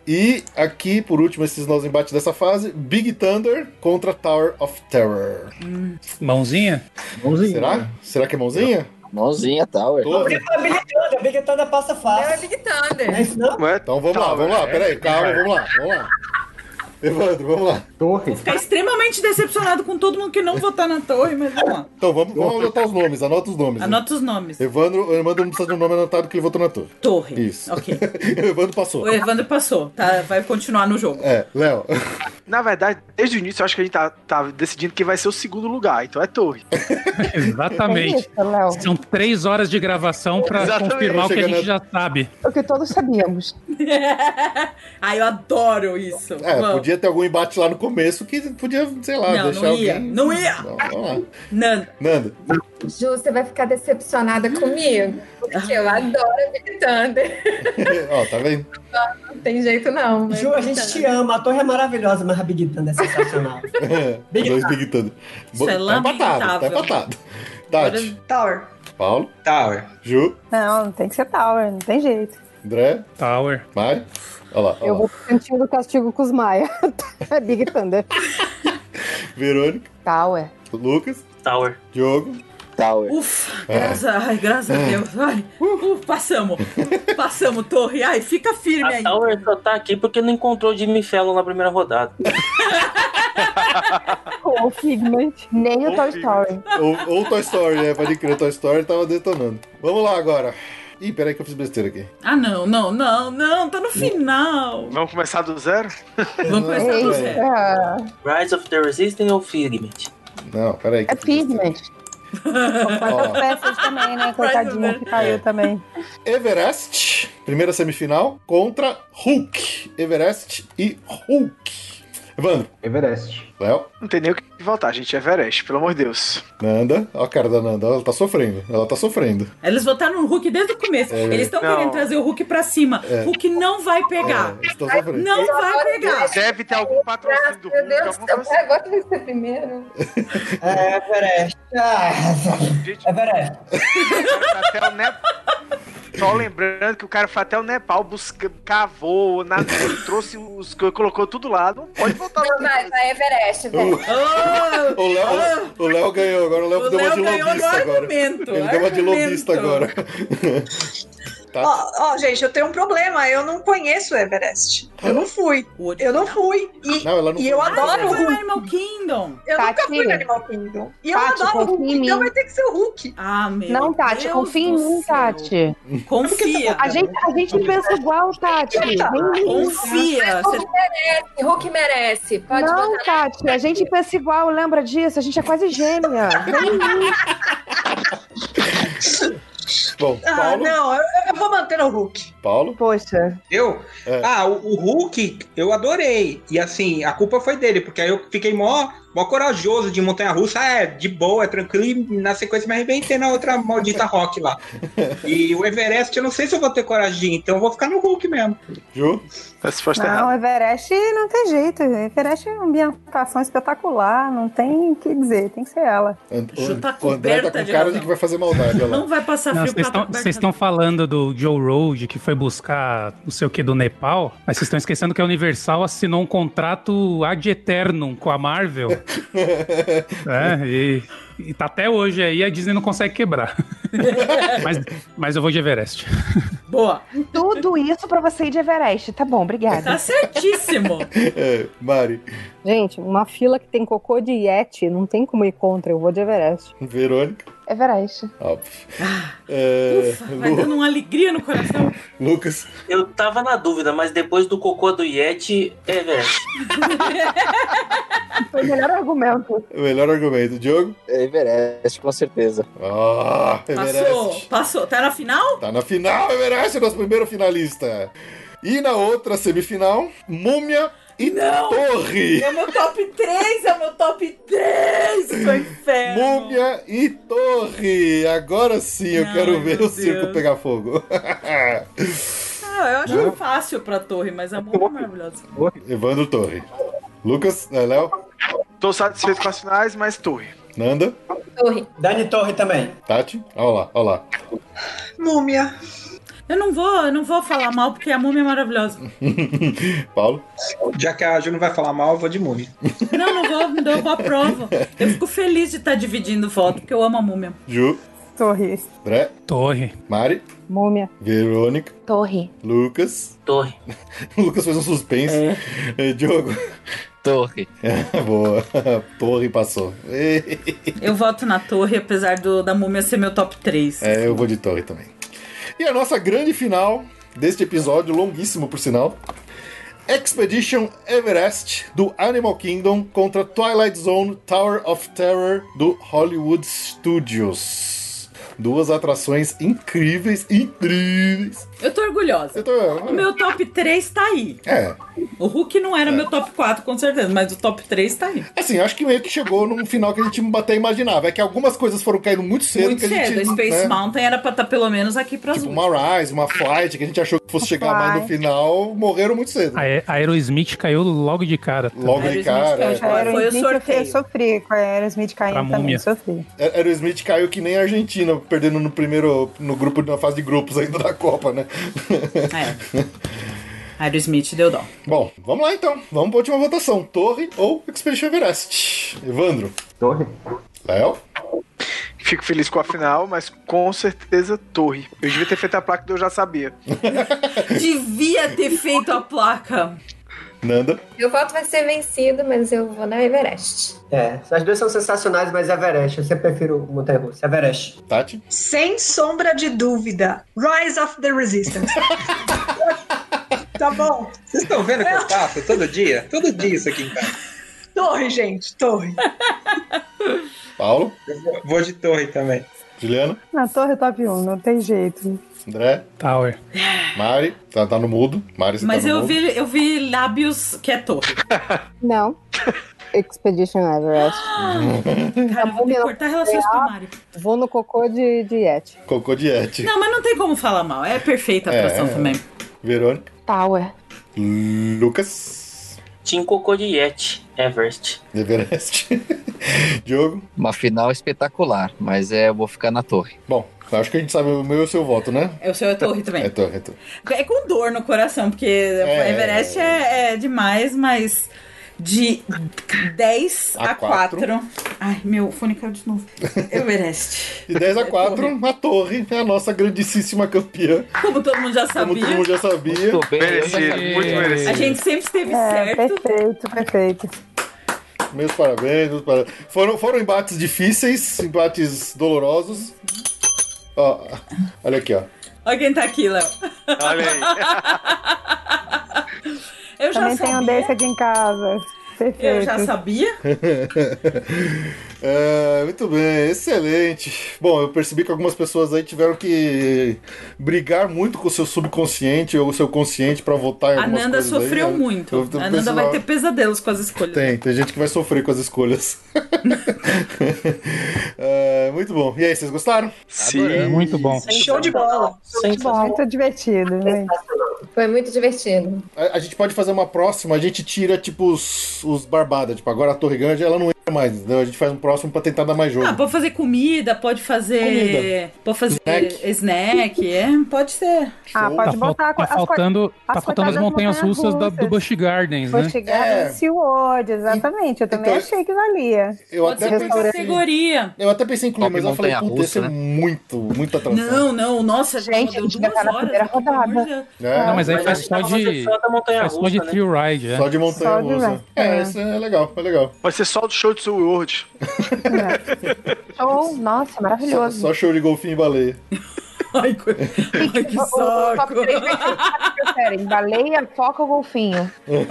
S1: E aqui, por último, esses nós embates dessa fase: Big Thunder contra Tower of Terror.
S10: Mãozinha?
S1: Mãozinha. Será? Será que é mãozinha?
S12: Mãozinha, Tower.
S13: A Big Thunder, a Big Thunder passa fácil.
S14: É Big Thunder.
S13: É isso não?
S1: Então vamos lá, vamos lá, peraí, calma, vamos lá, vamos lá. Evandro, vamos lá.
S5: Torre.
S4: Ficar extremamente decepcionado com todo mundo que não votar na torre, mas vamos lá.
S1: Então vamos, vamos anotar os nomes, anota os nomes.
S4: Anota os nomes.
S1: Evandro, Evandro não precisa de um nome anotado que ele votou na torre.
S4: Torre.
S1: Isso. Ok. Evandro passou.
S4: O Evandro passou, tá? Vai continuar no jogo.
S1: É, Léo.
S6: Na verdade, desde o início, eu acho que a gente tá, tá decidindo quem vai ser o segundo lugar, então é torre.
S17: É
S10: Exatamente. São três horas de gravação pra
S6: Exatamente.
S10: confirmar o que a
S6: Chegando-
S10: gente já sabe.
S17: É O que todos sabíamos.
S4: Ai, eu adoro isso.
S1: É,
S4: Vamos.
S1: podia ter algum embate lá no começo que podia, sei lá,
S4: Não, não
S1: deixar
S4: ia,
S1: alguém.
S4: não ia.
S1: vamos lá.
S4: Nando.
S1: Nando.
S14: Ju, você vai ficar decepcionada comigo. Porque eu adoro Big Thunder.
S1: Ó, tá vendo?
S14: Não tem jeito, não. mas
S13: Ju, a gente
S14: Big
S13: te ama, a torre é maravilhosa, mas a Big Thunder é sensacional.
S1: Dois Big Thunder. Bo-
S13: é
S1: tá empatado, tá
S13: lamentável.
S1: empatado. Tati.
S14: Tower.
S1: Paulo.
S7: Tower.
S1: Ju.
S9: Não, tem que ser Tower, não tem jeito.
S1: André.
S10: Tower.
S1: Mari. Olha lá, olha
S11: Eu
S1: lá.
S11: vou pro cantinho do castigo com os Maia. É Big Thunder.
S1: Verônica.
S17: Tower.
S1: Lucas.
S2: Tower.
S1: Diogo.
S12: Tower.
S4: Ufa,
S1: É.
S4: graças, ai, graças a Deus. Ai, uh, uh, passamos. Passamos, torre. Ai, fica firme
S2: A
S4: aí.
S2: Tower só tá aqui porque não encontrou o Jimmy Fallon na primeira rodada.
S17: Ou Figment. Nem o Toy Story.
S1: Ou, ou Toy Story, né? Pode crer, Toy Story tava detonando. Vamos lá agora. Ih, peraí que eu fiz besteira aqui.
S4: Ah, não, não, não, não. Tá no final. tá
S6: Vamos começar do zero?
S4: Vamos começar
S1: É.
S4: do zero.
S6: Ah.
S2: Rise of the Resistance ou Figment?
S1: Não, peraí.
S17: É Pigment.
S9: Quantas peças também, né? Coitadinho que caiu também.
S1: Everest, primeira semifinal, contra Hulk. Everest e Hulk. Evandro.
S5: Everest.
S1: Léo.
S6: Não tem nem o que voltar, gente. É Everest, pelo amor de Deus.
S1: Nanda. Ó a cara da Nanda. Ela tá sofrendo. Ela tá sofrendo.
S4: Eles votaram no Hulk desde o começo.
S1: É.
S4: Eles estão
S1: Não.
S4: querendo trazer o Hulk pra cima.
S1: É.
S4: Hulk não vai pegar.
S1: Estão sofrendo.
S4: Não vai pegar.
S6: Deve ter algum patrocínio do
S14: Meu Deus, eu gosto de ser primeiro.
S13: É Everest. Ah, Everest.
S6: Até o Nepal. Só lembrando que o cara foi até o Nepal, busca, cavou, nadou, trouxe os. colocou tudo lá. Não pode voltar
S14: Não Então vai, vai Everest, velho.
S1: O Léo, o Léo ganhou agora. O Léo
S14: Ah! O
S1: deu uma
S14: Léo
S1: de
S14: ganhou no
S1: lobista agora.
S14: argumento,
S1: Ele deu uma de
S14: argumento.
S1: lobista agora. tá.
S16: Ó, ó, gente, eu tenho um problema. Eu não conheço o Everest. Eu não fui. Eu não fui. E,
S1: Tá. Não, ela não
S16: e eu
S1: foi.
S16: adoro o
S4: Foi no
S16: Hulk.
S4: Animal Kingdom.
S16: Eu nunca fui no
S17: Tati.
S16: Animal Kingdom. E eu
S17: Tati,
S16: adoro
S17: confia
S16: o Hulk,
S17: em
S16: então
S17: mim.
S16: vai ter que ser o Hulk.
S4: Ah, meu
S17: Não, Tati,
S4: Deus
S17: confia em
S4: do
S17: mim,
S4: céu.
S17: Tati.
S16: tá
S4: Confia.
S17: A gente, a gente pensa igual, Tati. Vem em mim.
S4: Confia.
S14: Ah, Hulk merece, Hulk merece. Pode
S17: Não,
S14: botar.
S17: Tati, a gente pensa igual, lembra disso? A gente é quase gêmea. Vem em mim.
S1: Bom,
S16: Ah,
S1: Paulo.
S16: não, eu, eu vou manter o Hulk.
S1: Paulo. É.
S17: Poxa.
S7: Eu? Ah, o, o Hulk eu adorei. E assim, a culpa foi dele, porque aí eu fiquei mó, mó corajoso de montanha russa. Ah, é, de boa, é tranquilo. E na sequência me arrebentei na outra maldita rock lá. E o Everest, eu não sei se eu vou ter coragem, então eu vou ficar no Hulk mesmo.
S1: Ju?
S6: Essa
S7: tá
S6: resposta
S11: Não, Everest não tem jeito. Everest é uma ambientação espetacular, não tem o que dizer, tem que ser ela.
S1: And-
S4: Ju tá
S1: o André tá
S4: coberta
S1: com cara
S4: de
S1: de
S4: razão.
S1: que vai fazer maldade. Olha lá.
S4: Não vai passar
S10: Não, Vocês
S1: tá
S4: frio tá pra
S10: estão-
S4: Roberta.
S10: vocês estão falando do Joe Road, que foi buscar não sei o que do Nepal, mas vocês estão esquecendo que a Universal assinou um contrato ad eternum com a Marvel. é, e, e tá até hoje aí, a Disney não consegue quebrar. mas, mas eu vou de Everest.
S4: Boa.
S17: Tudo isso pra você ir de Everest. Tá bom, obrigada.
S4: Tá certíssimo.
S1: É, Mari.
S11: Gente, uma fila que tem cocô de Yeti, não tem como ir contra, eu vou de Everest.
S1: Verônica.
S17: Everest.
S1: Óbvio. É,
S4: Vai
S1: Lu-
S4: dando uma alegria no coração.
S1: Lucas.
S2: Eu tava na dúvida, mas depois do cocô do Yeti, é velho.
S17: Foi o melhor argumento.
S1: O melhor argumento. Diogo?
S12: Everest, com certeza.
S1: Ah, Everest.
S4: Passou, passou. Tá na final?
S1: Tá na final, Everest, nosso primeiro finalista. E na outra semifinal, Múmia e Torre.
S4: É o meu top 3, é o meu top 3. Isso é inferno.
S1: Múmia e Torre. Agora sim eu
S4: Não,
S1: quero ver
S4: meu
S1: o circo
S4: Deus.
S1: pegar fogo.
S4: Não, Ah, eu acho é
S1: Não.
S4: fácil pra torre, mas a múmia é maravilhosa.
S1: Evandro Torre. Lucas, eh, Léo,
S6: Tô satisfeito com as finais, mas torre.
S1: Nanda,
S14: Torre.
S13: Dani Torre também.
S1: Tati. Ah, Olha lá, olha lá.
S4: Múmia. Eu não vou, eu não vou falar mal porque a múmia é maravilhosa.
S1: Paulo?
S7: Já que a Ju não vai falar mal, eu vou de múmia.
S4: Não, não vou, me dou uma prova. Eu fico feliz de estar dividindo voto, porque eu amo a múmia.
S1: Ju,
S9: Torre.
S1: André,
S10: Torre.
S1: Mari,
S9: Múmia.
S1: Verônica,
S17: Torre.
S1: Lucas.
S2: Torre.
S1: o Lucas fez um suspense.
S4: É.
S1: Eh, Diogo. É,
S12: Torre.
S1: boa. Torre passou.
S4: Eu voto na torre, apesar do, da múmia ser meu top 3.
S1: É, eu vou de torre também. E a nossa grande final deste episódio, longuíssimo por sinal. Expedition Everest do Animal Kingdom contra Twilight Zone Tower of Terror do Hollywood Studios. Duas atrações incríveis, incríveis.
S4: Eu tô orgulhosa. O meu top 3 tá aí.
S1: É.
S4: O Hulk não era meu top 4, com certeza, mas o top 3 tá aí.
S1: Assim, acho que meio que chegou num final que a gente até imaginava. É que algumas coisas foram caindo muito cedo.
S4: Muito
S1: que a
S4: cedo.
S1: gente,
S4: O Space
S1: né,
S4: Mountain era pra estar pelo menos aqui pras
S1: Tipo, uma Rise, uma Flight, que a gente achou que fosse chegar mais no
S4: Flight.
S1: final, morreram muito cedo.
S10: A a Aerosmith caiu logo de cara.
S1: Logo de cara. é.
S9: Aerosmith, Eu sofri com a Aerosmith
S1: Pra
S9: caindo também,
S1: múmia.
S9: sofri.
S1: A- Aerosmith caiu que nem a Argentina, perdendo no primeiro, no grupo, na fase de grupos ainda da Copa, né?
S4: É. Aerosmith deu dó.
S1: Bom, vamos lá então. Vamos pra última votação. Torre ou Expedition Everest? Evandro.
S5: Torre.
S1: Léo.
S6: Fico feliz com a final, mas com certeza torre. Eu devia ter feito a placa que eu já sabia.
S4: Devia ter feito a placa.
S1: Nanda.
S14: Meu voto vai ser vencido, mas eu vou na Everest.
S13: É, as duas são sensacionais, mas Everest, eu sempre prefiro o Montanha Russa. Everest.
S1: Tati?
S16: Sem sombra de dúvida. Rise of the Resistance. tá bom.
S7: Vocês estão vendo o que eu faço todo dia? Todo dia isso aqui então. em casa.
S16: Torre, gente, torre.
S1: Paulo?
S7: Eu vou- vou de torre também.
S1: Juliana.
S9: Na torre top 1, não tem jeito.
S1: André.
S10: Tower.
S1: Mari. Tá, tá no mudo. Mari, você
S4: Mas
S1: tá no
S4: eu
S1: mudo.
S4: vi, eu vi lábios que é torre.
S11: Não. Expedition Everest.
S4: Cara, Tá, vou ter que cortar relações com o Mari.
S11: Vou no cocô de, de Yeti.
S1: Cocô Diete.
S4: Não, mas não tem como falar mal. É perfeita a atração também.
S1: Verônica.
S17: Tower.
S1: Lucas.
S2: Tim Cocô de Yeti, Everest.
S1: Everest. Diogo.
S12: Uma final espetacular, mas é, eu vou ficar na torre.
S1: Bom, acho que a gente sabe o meu e o seu voto, né?
S4: É o seu é torre também.
S1: É torre, é torre.
S4: É com dor no coração, porque Everest é, é demais, mas de 10
S1: A
S4: a
S1: quatro.
S4: 4. Ai, meu fone caiu de novo. Everest.
S1: De
S4: É
S1: 10 a 4, a torre é a nossa grandíssima campeã.
S4: Como todo mundo já sabia.
S1: Como todo mundo já sabia.
S12: Muito bem,
S1: merecido, muito merecido.
S4: A gente sempre esteve
S9: É,
S4: certo.
S9: perfeito, perfeito.
S1: Meus parabéns, meus parabéns. Foram, foram embates difíceis, embates dolorosos. Ó, olha aqui, ó.
S4: Olha quem tá aqui, Léo.
S6: Olha
S4: Eu já
S9: também
S4: sabia.
S9: tem um desse aqui em casa. Perfeito.
S4: Eu já sabia.
S1: É, muito bem, excelente. Bom, eu percebi que algumas pessoas aí tiveram que brigar muito com o seu subconsciente ou o seu consciente pra votar em
S4: A
S1: algumas
S4: Nanda
S1: coisas aí,
S4: sofreu
S1: né?
S4: muito.
S1: Eu- eu
S4: A Nanda
S1: precisava-
S4: vai ter pesadelos com as escolhas.
S1: Tem, tem gente que vai sofrer com as escolhas. É, muito bom. E aí, vocês gostaram?
S10: Sim. Muito bom.
S16: Show de bola.
S9: Muito divertido, né?
S14: Foi muito divertido.
S1: A, a gente pode fazer uma próxima, a gente tira, tipo, os, os barbada. Tipo, agora a Torre Grande, ela não entra mais. entendeu? A gente faz um próximo pra tentar dar mais jogo.
S4: Ah, pode fazer comida, pode fazer. Pode fazer snack. é, pode ser.
S9: Ah,
S10: Tá, fal- tá faltando,
S9: as
S10: tá faltando as
S9: coitadas
S10: montanhas russas da- do Busch Gardens, né?
S9: Chegar é. SeaWorld, exatamente. Eu também achei que valia.
S1: Eu até pensei-
S4: categoria.
S1: Eu até pensei em incluir,
S12: Top
S1: mas eu falei,
S12: montanha
S1: puta, esse é um
S12: russa, né?
S1: muito, muito atração.
S4: Não, não, nossa, gente, eu devia estar na primeira rodada.
S1: É.
S10: Não, mas aí
S1: Mas
S10: faz
S1: a gente
S10: só
S1: tá falando
S10: de.
S1: só da montanha
S10: Faz só de
S1: russa, né?
S10: thrill ride, é.
S1: Só de montanha russa. É, isso é legal, é legal.
S6: Pode ser só do show de Seu World.
S17: Show. Então,
S3: É
S17: Nossa, maravilhoso.
S1: Só, só show de golfinho e baleia.
S4: Ai, que
S17: saco. Preferem, baleia, foca ou golfinho?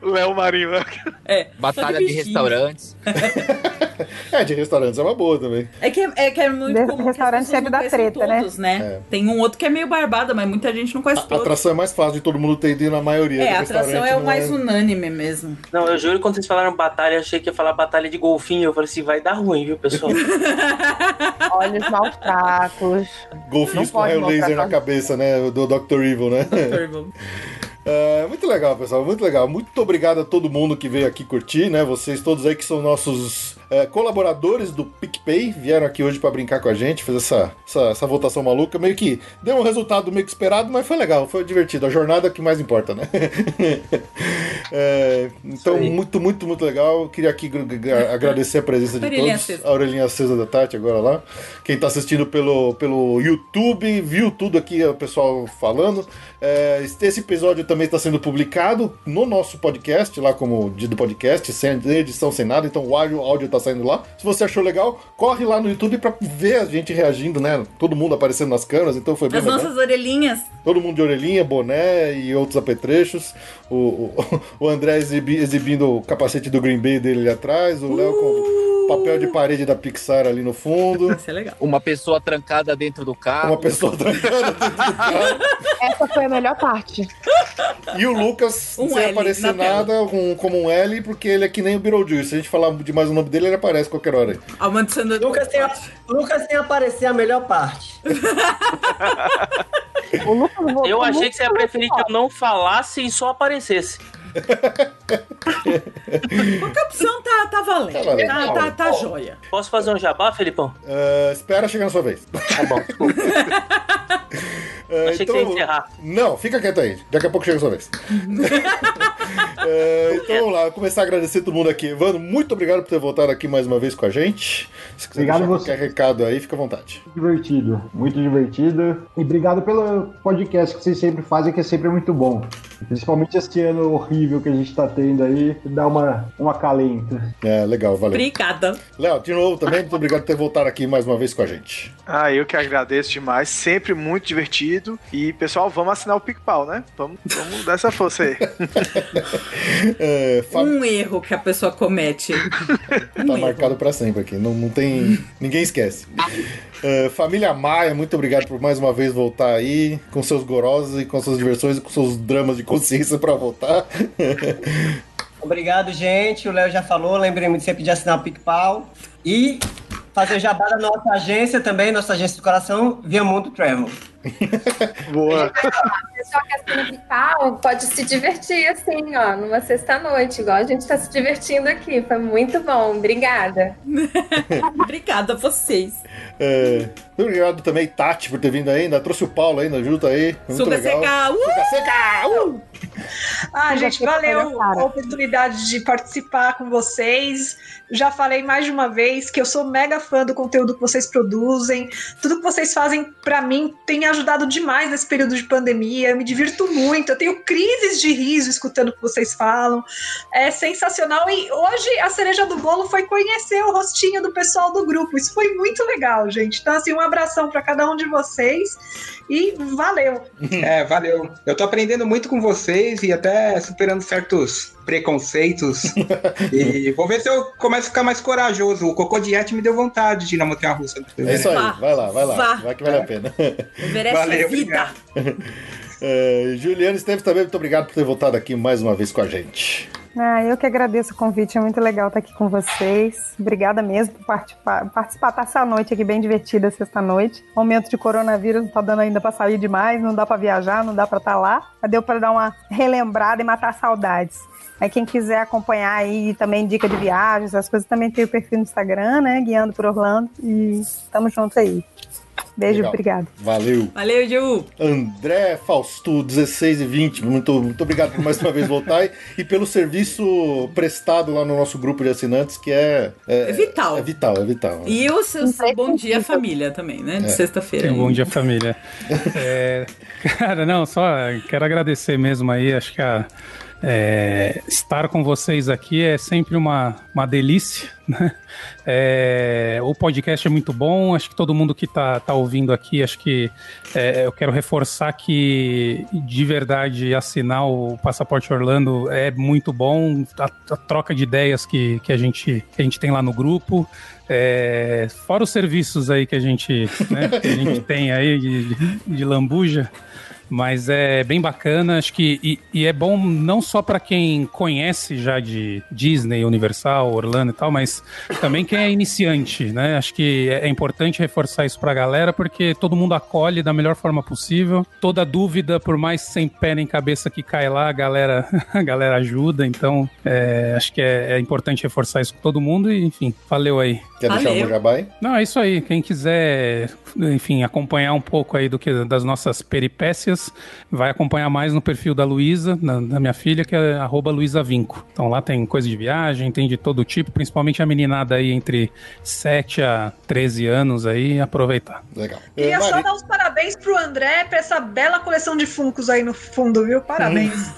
S6: Léo Marinho. né?
S4: É,
S12: Batalha de restaurantes.
S1: É, de restaurantes é uma boa também.
S4: É que é, que é muito
S3: Re-
S4: comum. que as
S3: restaurante
S4: pessoas
S3: sempre
S4: não
S3: dá
S4: conheçam
S3: treta, né?
S4: todos, né?
S1: É.
S4: Tem um outro que é meio barbada, mas muita gente não conhece
S1: A
S4: todos.
S1: atração é mais fácil de todo mundo ter ido na maioria.
S4: É,
S1: do
S4: a atração
S1: restaurante,
S4: é o
S1: não
S4: mais unânime mesmo.
S2: Não, eu juro que quando vocês falaram batalha, eu achei que ia falar batalha de golfinho. Eu falei assim, vai dar ruim, viu, pessoal?
S17: Olhos maltracos.
S1: Golfinhos com raio laser na cabeça, né? Do Dr. Evil, né? É, muito legal, pessoal, muito legal. Muito obrigado a todo mundo que veio aqui curtir, né? Vocês todos aí que são nossos é, colaboradores do PicPay, vieram aqui hoje pra brincar com a gente, fez essa, essa, essa votação maluca. Meio que deu um resultado meio que esperado, mas foi legal, foi divertido. A jornada é o que mais importa, né? É, então, muito, muito, muito legal. Eu Queria aqui gr- gr- agradecer a presença de
S4: Orelhinha
S1: todos.
S4: acesa.
S1: A orelhinha acesa da Tati agora lá. Quem tá assistindo pelo, pelo YouTube, viu tudo aqui, o pessoal falando. É, esse episódio também está sendo publicado no nosso podcast, lá como de- do podcast, sem edição, sem nada. Então o áudio, o áudio tá saindo lá. Se você achou legal, corre lá no YouTube pra ver a gente reagindo, né? Todo mundo aparecendo nas câmeras, então foi bem
S4: As
S1: legal.
S4: nossas orelhinhas.
S1: Todo mundo de orelhinha, boné e outros apetrechos. O, o, o André exibi- exibindo o capacete do Green Bay dele ali atrás. O Léo
S17: Uh!
S1: com o papel de parede da Pixar ali no fundo.
S4: Isso é legal.
S12: Uma pessoa trancada dentro do carro.
S1: Uma pessoa trancada.
S17: Essa foi a melhor parte.
S1: E o Lucas,
S17: Um
S1: sem
S17: L
S1: aparecer
S17: na tela.
S1: nada, um- como um L, porque ele é que nem o Beetlejuice. Se a gente falar de mais o nome dele, ele aparece qualquer hora. aí.
S4: Amandicendo...
S13: Lucas tem, Lucas tem aparecer a melhor parte.
S2: Eu achei que você ia preferir que eu não falasse e só aparecesse.
S4: Qualquer opção tá, tá valendo. Tá,
S2: valendo.
S4: tá, tá,
S2: Ó,
S4: joia.
S2: Posso fazer um jabá, Felipão?
S1: Ah, espera chegar na sua vez. Tá
S2: bom.
S1: Achei
S2: que você ia encerrar.
S1: Então, Não, fica quieto aí. Daqui a pouco chega a sua vez. É, então vamos lá, começar a agradecer todo mundo aqui. Evandro, muito obrigado por ter voltado aqui mais uma vez com a gente. Se quiser
S5: Obrigado
S1: deixar
S5: a você.
S1: qualquer recado aí, fica à vontade.
S5: divertido, muito divertido. E obrigado pelo podcast que vocês sempre fazem, que é sempre muito bom. Principalmente esse ano horrível que a gente tá tendo aí, dá uma, um acalento.
S1: É, legal, valeu.
S4: Obrigada.
S1: Léo, de novo também, muito obrigado por ter voltado aqui mais uma vez com a gente.
S6: Ah, eu que agradeço demais, sempre muito divertido. E, pessoal, vamos assinar o PicPau, né? Vamos, vamos dar essa força aí.
S4: Um erro que a pessoa comete.
S1: É, Tá marcado pra sempre aqui, não, não tem. ninguém esquece. É, família Maia, muito obrigado por mais uma vez voltar aí, com seus goroses e com suas diversões e com seus dramas de consciência pra voltar.
S13: Obrigado, gente. O Léo já falou. Lembrei-me de sempre de assinar o PicPau. E fazer jabá da nossa agência também, nossa agência do coração, Via Mundo Travel.
S6: Boa.
S8: O pessoal que assina o Vital pode se divertir assim, ó, numa sexta-noite, igual a gente tá se divertindo aqui. Foi muito bom, obrigada.
S4: Obrigada a vocês.
S1: É, muito obrigado também, Tati, por ter vindo aí, ainda trouxe o Paulo ainda junto aí. Muito
S4: Suga
S1: legal.
S4: seca. Uh!
S1: Suga seca. Uh!
S16: Ah, gente, valeu
S17: cara.
S16: a oportunidade de participar com vocês. Já falei mais de uma vez que eu sou mega fã do conteúdo que vocês produzem. Tudo que vocês fazem pra mim tem ajudado demais nesse período de pandemia. Eu me divirto muito. Eu tenho crises de riso escutando o que vocês falam. É sensacional. E hoje a cereja do bolo foi conhecer o rostinho do pessoal do grupo. Isso foi muito legal, gente. Então, assim, um abração pra cada um de vocês e valeu.
S7: É, valeu. Eu tô aprendendo muito com vocês e até superando certos preconceitos. e vou ver se eu começo a ficar mais corajoso. O cocô diete me deu vontade de ir na montanha russa.
S1: É isso aí,
S4: Vá,
S1: vai lá, vai lá,
S4: vá.
S1: vai que vale a pena.
S4: Oferece a vida.
S1: É, Juliano Esteves também, muito obrigado por ter voltado aqui mais uma vez com a gente.
S9: Ah, eu que agradeço o convite, é muito legal estar aqui com vocês. Obrigada mesmo por participar, participar tá essa noite aqui bem divertida, sexta-noite. Momento de coronavírus não tá dando ainda pra sair demais, não dá pra viajar, não dá pra estar lá. Mas deu pra dar uma relembrada e matar saudades. Aí quem quiser acompanhar aí também dica de viagens, as coisas também tem o perfil no Instagram, né? Guiando por Orlando e tamo junto aí. Beijo,
S1: Legal.
S9: obrigado.
S1: Valeu.
S4: Valeu, Ju.
S1: André Faustu, 16 e 20, muito, muito obrigado por mais uma vez voltar e, e pelo serviço prestado lá no nosso grupo de assinantes, que é, é,
S4: É vital.
S1: É vital, é vital.
S4: E o seu seu bom dia família também, né? De
S10: É.
S4: sexta-feira.
S10: Tem um bom dia, família. É, cara, não, só quero agradecer mesmo aí. Acho que a, É, estar com vocês aqui é sempre uma, uma delícia, né? É, o podcast é muito bom, acho que todo mundo que tá, tá ouvindo aqui, acho que é, eu quero reforçar que de verdade assinar o Passaporte Orlando é muito bom, a, a troca de ideias que, que, a gente, que a gente tem lá no grupo, é, fora os serviços aí que a gente, né, que a gente tem aí de, de- de lambuja. Mas é bem bacana, acho que. E, e é bom não só para quem conhece já de Disney, Universal, Orlando e tal, mas também quem é iniciante, né? Acho que é, é importante reforçar isso pra galera, porque todo mundo acolhe da melhor forma possível. Toda dúvida, por mais sem pé nem cabeça que cai lá, a galera, a galera ajuda. Então, é, acho que é, é importante reforçar isso com todo mundo. E, enfim, valeu aí.
S1: Quer deixar Valeu. algum jabá aí?
S10: Não, é isso aí. Quem quiser, enfim, acompanhar um pouco aí do que das nossas peripécias, vai acompanhar mais no perfil da Luísa, na- da minha filha, que é arroba Luísa Vinco. Então lá tem coisa de viagem, tem de todo tipo, principalmente a meninada aí entre 7 a 13 anos aí, aproveitar.
S1: Legal.
S4: É,
S16: Queria é só dar os parabéns pro André pra essa bela coleção de funcos aí no fundo, viu? Parabéns.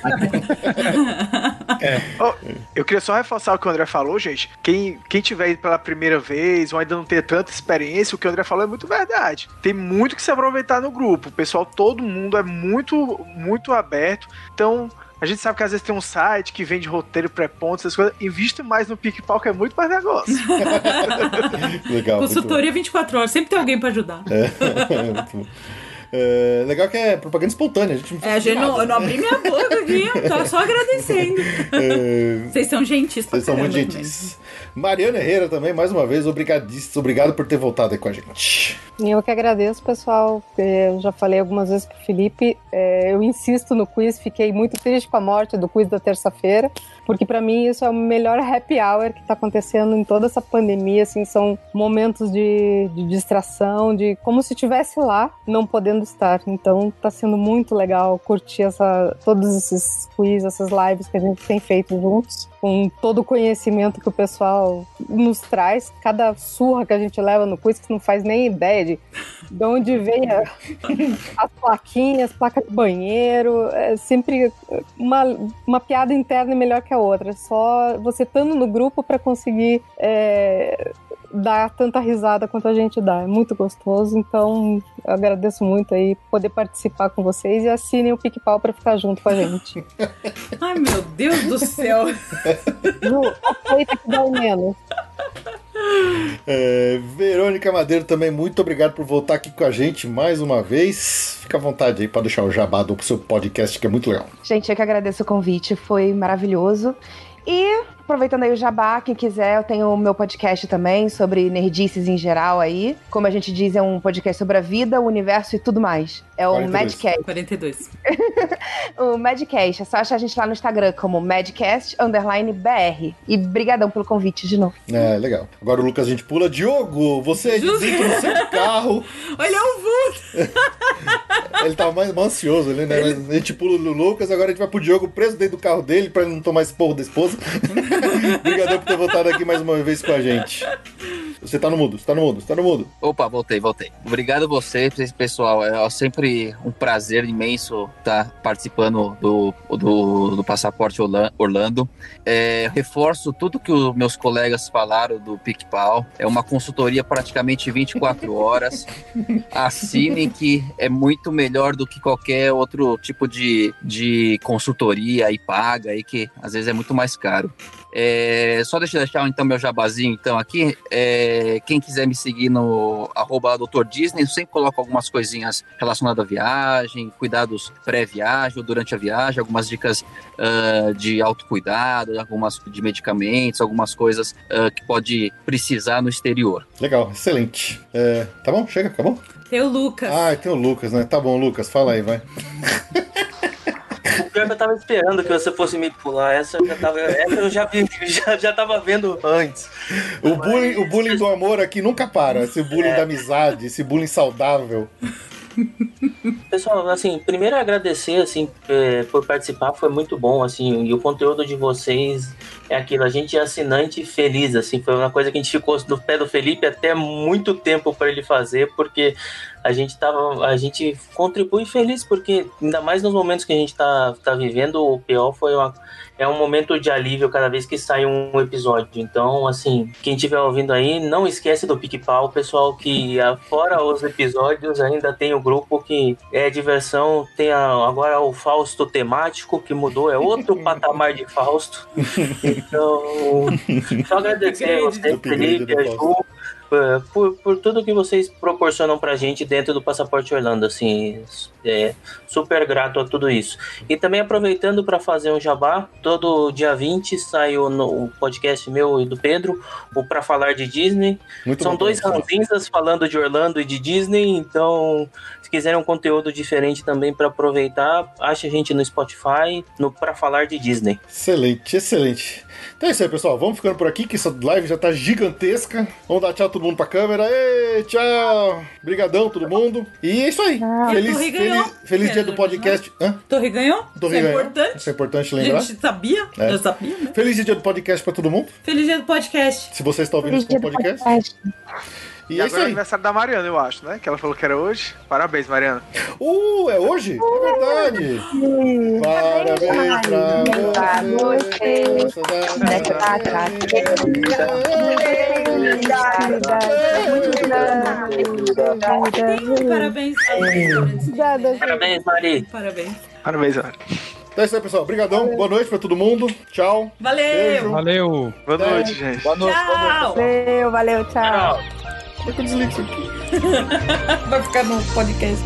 S6: Ó, eu queria só reforçar o que o André falou, gente. Quem, quem tiver ido pela primeira vez ou ainda não ter tanta experiência, o que o André falou é muito verdade. Tem muito que se aproveitar no grupo. O pessoal, todo mundo é muito, muito aberto. Então. A gente sabe que às vezes tem um site que vende roteiro pré-ponto, essas coisas. Invista mais no PicPau, que é muito mais negócio.
S1: Legal. Ah, muito bom.
S4: Consultoria 24 horas, sempre tem alguém pra ajudar.
S1: É, muito bom. É, legal que é propaganda espontânea. A gente não
S4: É, a gente não, eu não abri minha boca aqui, eu tava só agradecendo.
S1: É,
S4: Vocês são gentis, pra
S1: Vocês são muito
S4: caramba.
S1: gentis. Mariana Herrera também, mais uma vez, obrigadíssimo- obrigado por ter voltado aí com a gente.
S11: Eu que agradeço, pessoal. Eh, Eu já falei algumas vezes pro Felipe. é, eu insisto no quiz, fiquei muito triste com a morte do quiz da terça-feira, porque pra mim isso é o melhor happy hour que tá acontecendo em toda essa pandemia. Assim, são momentos de, de distração, de como se estivesse lá, não podendo estar. Então tá sendo muito legal curtir essa, todos esses quiz, essas lives que a gente tem feito juntos com todo o conhecimento que o pessoal nos traz, cada surra que a gente leva no quiz, que não faz nem ideia de, de onde vem a- as plaquinhas, placa de banheiro, é sempre uma, uma piada interna é melhor que a outra, só você estando no grupo para conseguir é, dar tanta risada quanto a gente dá, é muito gostoso, então eu agradeço muito aí poder participar com vocês e assinem o PicPau para ficar junto com a gente.
S4: Ai, meu Deus do céu.
S11: Ju, aceita que dá um o menos.
S1: É, Verônica Madeiro também, muito obrigado por voltar aqui com a gente mais uma vez. Fica à vontade aí para deixar o jabá do seu podcast, que é muito legal.
S17: Gente, eu que agradeço o convite, foi maravilhoso. E aproveitando aí o jabá, quem quiser, eu tenho o meu podcast também sobre nerdices em geral aí. Como a gente diz, é um podcast sobre a vida, o universo e tudo mais. É o
S4: 42.
S17: Madcast.
S4: 42.
S17: o Madcast, é só achar a gente lá no Instagram como Madcast underline BR. E brigadão pelo convite de novo.
S1: É, legal. Agora o Lucas a gente pula. Diogo, você dentro do seu carro.
S4: Olha o vulto.
S1: Ele tava mais mais ansioso ali, né? Mas A gente pula o Lucas, agora a gente vai pro Diogo preso dentro do carro dele pra ele não tomar esse porro da esposa. Obrigado por ter voltado aqui mais uma vez com a gente. Você tá no mudo, você tá no mudo, você tá no mudo.
S12: Opa, voltei, voltei. Obrigado a vocês, pessoal. É sempre um prazer imenso estar participando do, do, do Passaporte Orla- Orlando. É, reforço tudo que os meus colegas falaram do PicPau. É uma consultoria praticamente 24 horas. Assinem que é muito melhor do que qualquer outro tipo de, de consultoria e paga, aí que às vezes é muito mais caro. É, só deixa eu deixar então meu jabazinho então aqui. É, quem quiser me seguir no arroba Dr. Disney, eu sempre coloco algumas coisinhas relacionadas à viagem, cuidados pré-viagem ou durante a viagem, algumas dicas ah, de autocuidado, algumas de medicamentos, algumas coisas ah, que pode precisar no exterior.
S1: Legal, excelente. É, tá bom? Chega, acabou?
S4: Tem o Lucas.
S1: Ah, tem o Lucas, né? Tá bom, Lucas, fala aí, vai.
S2: O pior é que eu tava esperando que você fosse me pular. Essa eu já tava, essa eu já, vi- já, já tava vendo antes.
S1: O bullying, o bullying do amor aqui nunca para. Esse bullying
S2: É.
S1: da amizade, esse bullying saudável.
S2: Pessoal, assim, primeiro agradecer, assim, é, por participar, foi muito bom, assim, e o conteúdo de vocês é aquilo, a gente é assinante feliz, assim, foi uma coisa que a gente ficou no pé do Felipe até muito tempo para ele fazer, porque a gente tava, a gente contribui feliz, porque ainda mais nos momentos que a gente tá, tá vivendo, o PO foi uma, é um momento de alívio cada vez que sai um episódio. Então, assim, quem estiver ouvindo aí, não esquece do PicPau, pessoal, que ah, fora os episódios, ainda tem o grupo que é diversão, tem a- agora o Fausto temático, que mudou, é outro patamar de Fausto. Então, só agradecer a você, Felipe, a Ju, é, por, por tudo que vocês proporcionam pra gente dentro do Passaporte Orlando, assim, é, super grato a tudo isso. E também aproveitando para fazer um jabá, todo dia 20 sai o, no- o podcast meu e do Pedro, o Pra Falar de Disney.
S4: Muito
S2: São
S4: bom,
S2: dois
S4: professor.
S2: ranzinzas falando de Orlando e de Disney, então se quiserem um conteúdo diferente também pra aproveitar, acha a gente no Spotify, no Pra Falar de Disney.
S4: Excelente, excelente. Então é isso aí, pessoal. Vamos ficando por aqui, que essa live já tá gigantesca. Vamos dar tchau todo mundo pra câmera. Ei, tchau! Brigadão todo mundo. E é isso aí. Feliz,
S14: Torri ganhou.
S4: feliz, feliz dia do podcast. Hã?
S14: Torre ganhou?
S4: Torri
S14: Isso é
S4: né? ganhou.
S14: importante.
S4: Isso é importante
S14: A
S4: lembrar.
S14: gente tá- sabia?
S4: É.
S14: Eu sabia, né?
S4: Feliz dia do podcast pra todo mundo.
S14: Feliz dia do podcast.
S4: Se você está ouvindo
S14: Feliz
S4: isso com
S14: dia do
S4: podcast.
S6: E,
S4: E é isso
S6: agora é
S4: aí.
S6: aniversário da Mariana, eu acho, né? Que ela falou que era hoje. Parabéns, Mariana.
S4: Uh, é hoje? É verdade. Parabéns pra você.
S14: Parabéns.
S4: É.
S2: Parabéns, Mari.
S14: Parabéns.
S6: Parabéns, Mari.
S4: Então é isso aí, pessoal. Obrigadão. Boa noite pra todo mundo. Tchau.
S14: Valeu.
S4: Beijo.
S10: Valeu.
S6: Boa
S4: noite,
S6: gente.
S4: Boa noite.
S14: Tchau.
S16: Valeu, valeu, tchau.
S4: Como é que eu desligo isso aqui?
S14: Vai ficar no podcast.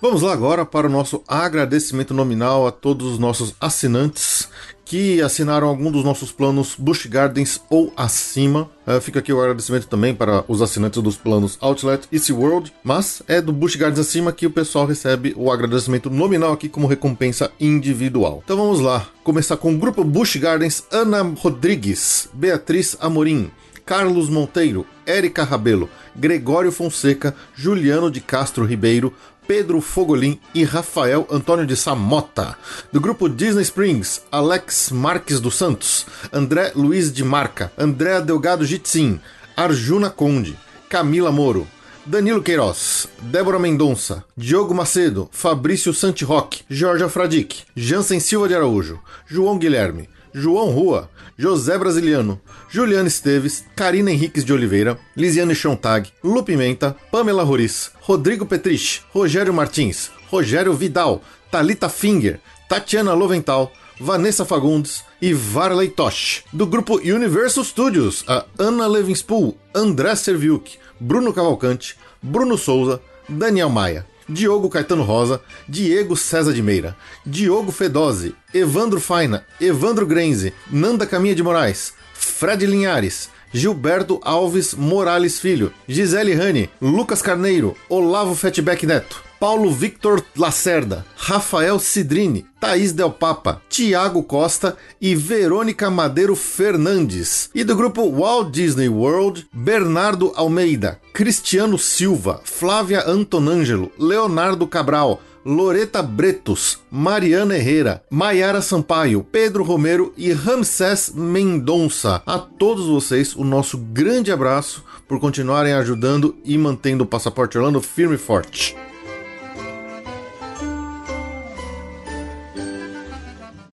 S1: Vamos lá agora para o nosso agradecimento nominal a todos os nossos assinantes que assinaram algum dos nossos planos Busch Gardens ou acima. Eh, fica aqui o agradecimento também para os assinantes dos planos Outlet e SeaWorld, mas é do Busch Gardens acima que o pessoal recebe o agradecimento nominal aqui como recompensa individual. Então vamos lá, começar com o grupo Busch Gardens Ana Rodrigues, Beatriz Amorim, Carlos Monteiro, Érica Rabelo, Gregório Fonseca, Juliano de Castro Ribeiro, Pedro Fogolin e Rafael Antônio de Samota. Do grupo Disney Springs, Alex Marques dos Santos, André Luiz de Marca, Andréa Delgado Jitsin, Arjuna Conde, Camila Moro, Danilo Queiroz, Débora Mendonça, Diogo Macedo, Fabrício Santiroque, Jorge Afradic, Jansen Silva de Araújo, João Guilherme, João Rua, José Brasiliano, Juliana Esteves, Karina Henriques de Oliveira, Lisiane Schontag, Lu Pimenta, Pamela Roriz, Rodrigo Petrich, Rogério Martins, Rogério Vidal, Talita Finger, Tatiana Lovental, Vanessa Fagundes e Varley Tosh. Do grupo Universal Studios, a Ana Levinspool, André Serviuk, Bruno Cavalcante, Bruno Souza, Daniel Maia. Diogo Caetano Rosa, Diego César de Meira, Diogo Fedose, Evandro Faina, Evandro Grenze, Nanda Caminha de Moraes, Fred Linhares, Gilberto Alves Morales Filho, Gisele Rani, Lucas Carneiro, Olavo Fatback Neto, Paulo Victor Lacerda, Rafael Cidrini, Thaís Del Papa, Tiago Costa e Verônica Madeiro Fernandes. E do grupo Walt Disney World, Bernardo Almeida, Cristiano Silva, Flávia Antonângelo, Leonardo Cabral, Loreta Bretos, Mariana Herrera, Maiara Sampaio, Pedro Romero e Ramsés Mendonça. A todos vocês, o nosso grande abraço por continuarem ajudando e mantendo o Passaporte Orlando firme e forte.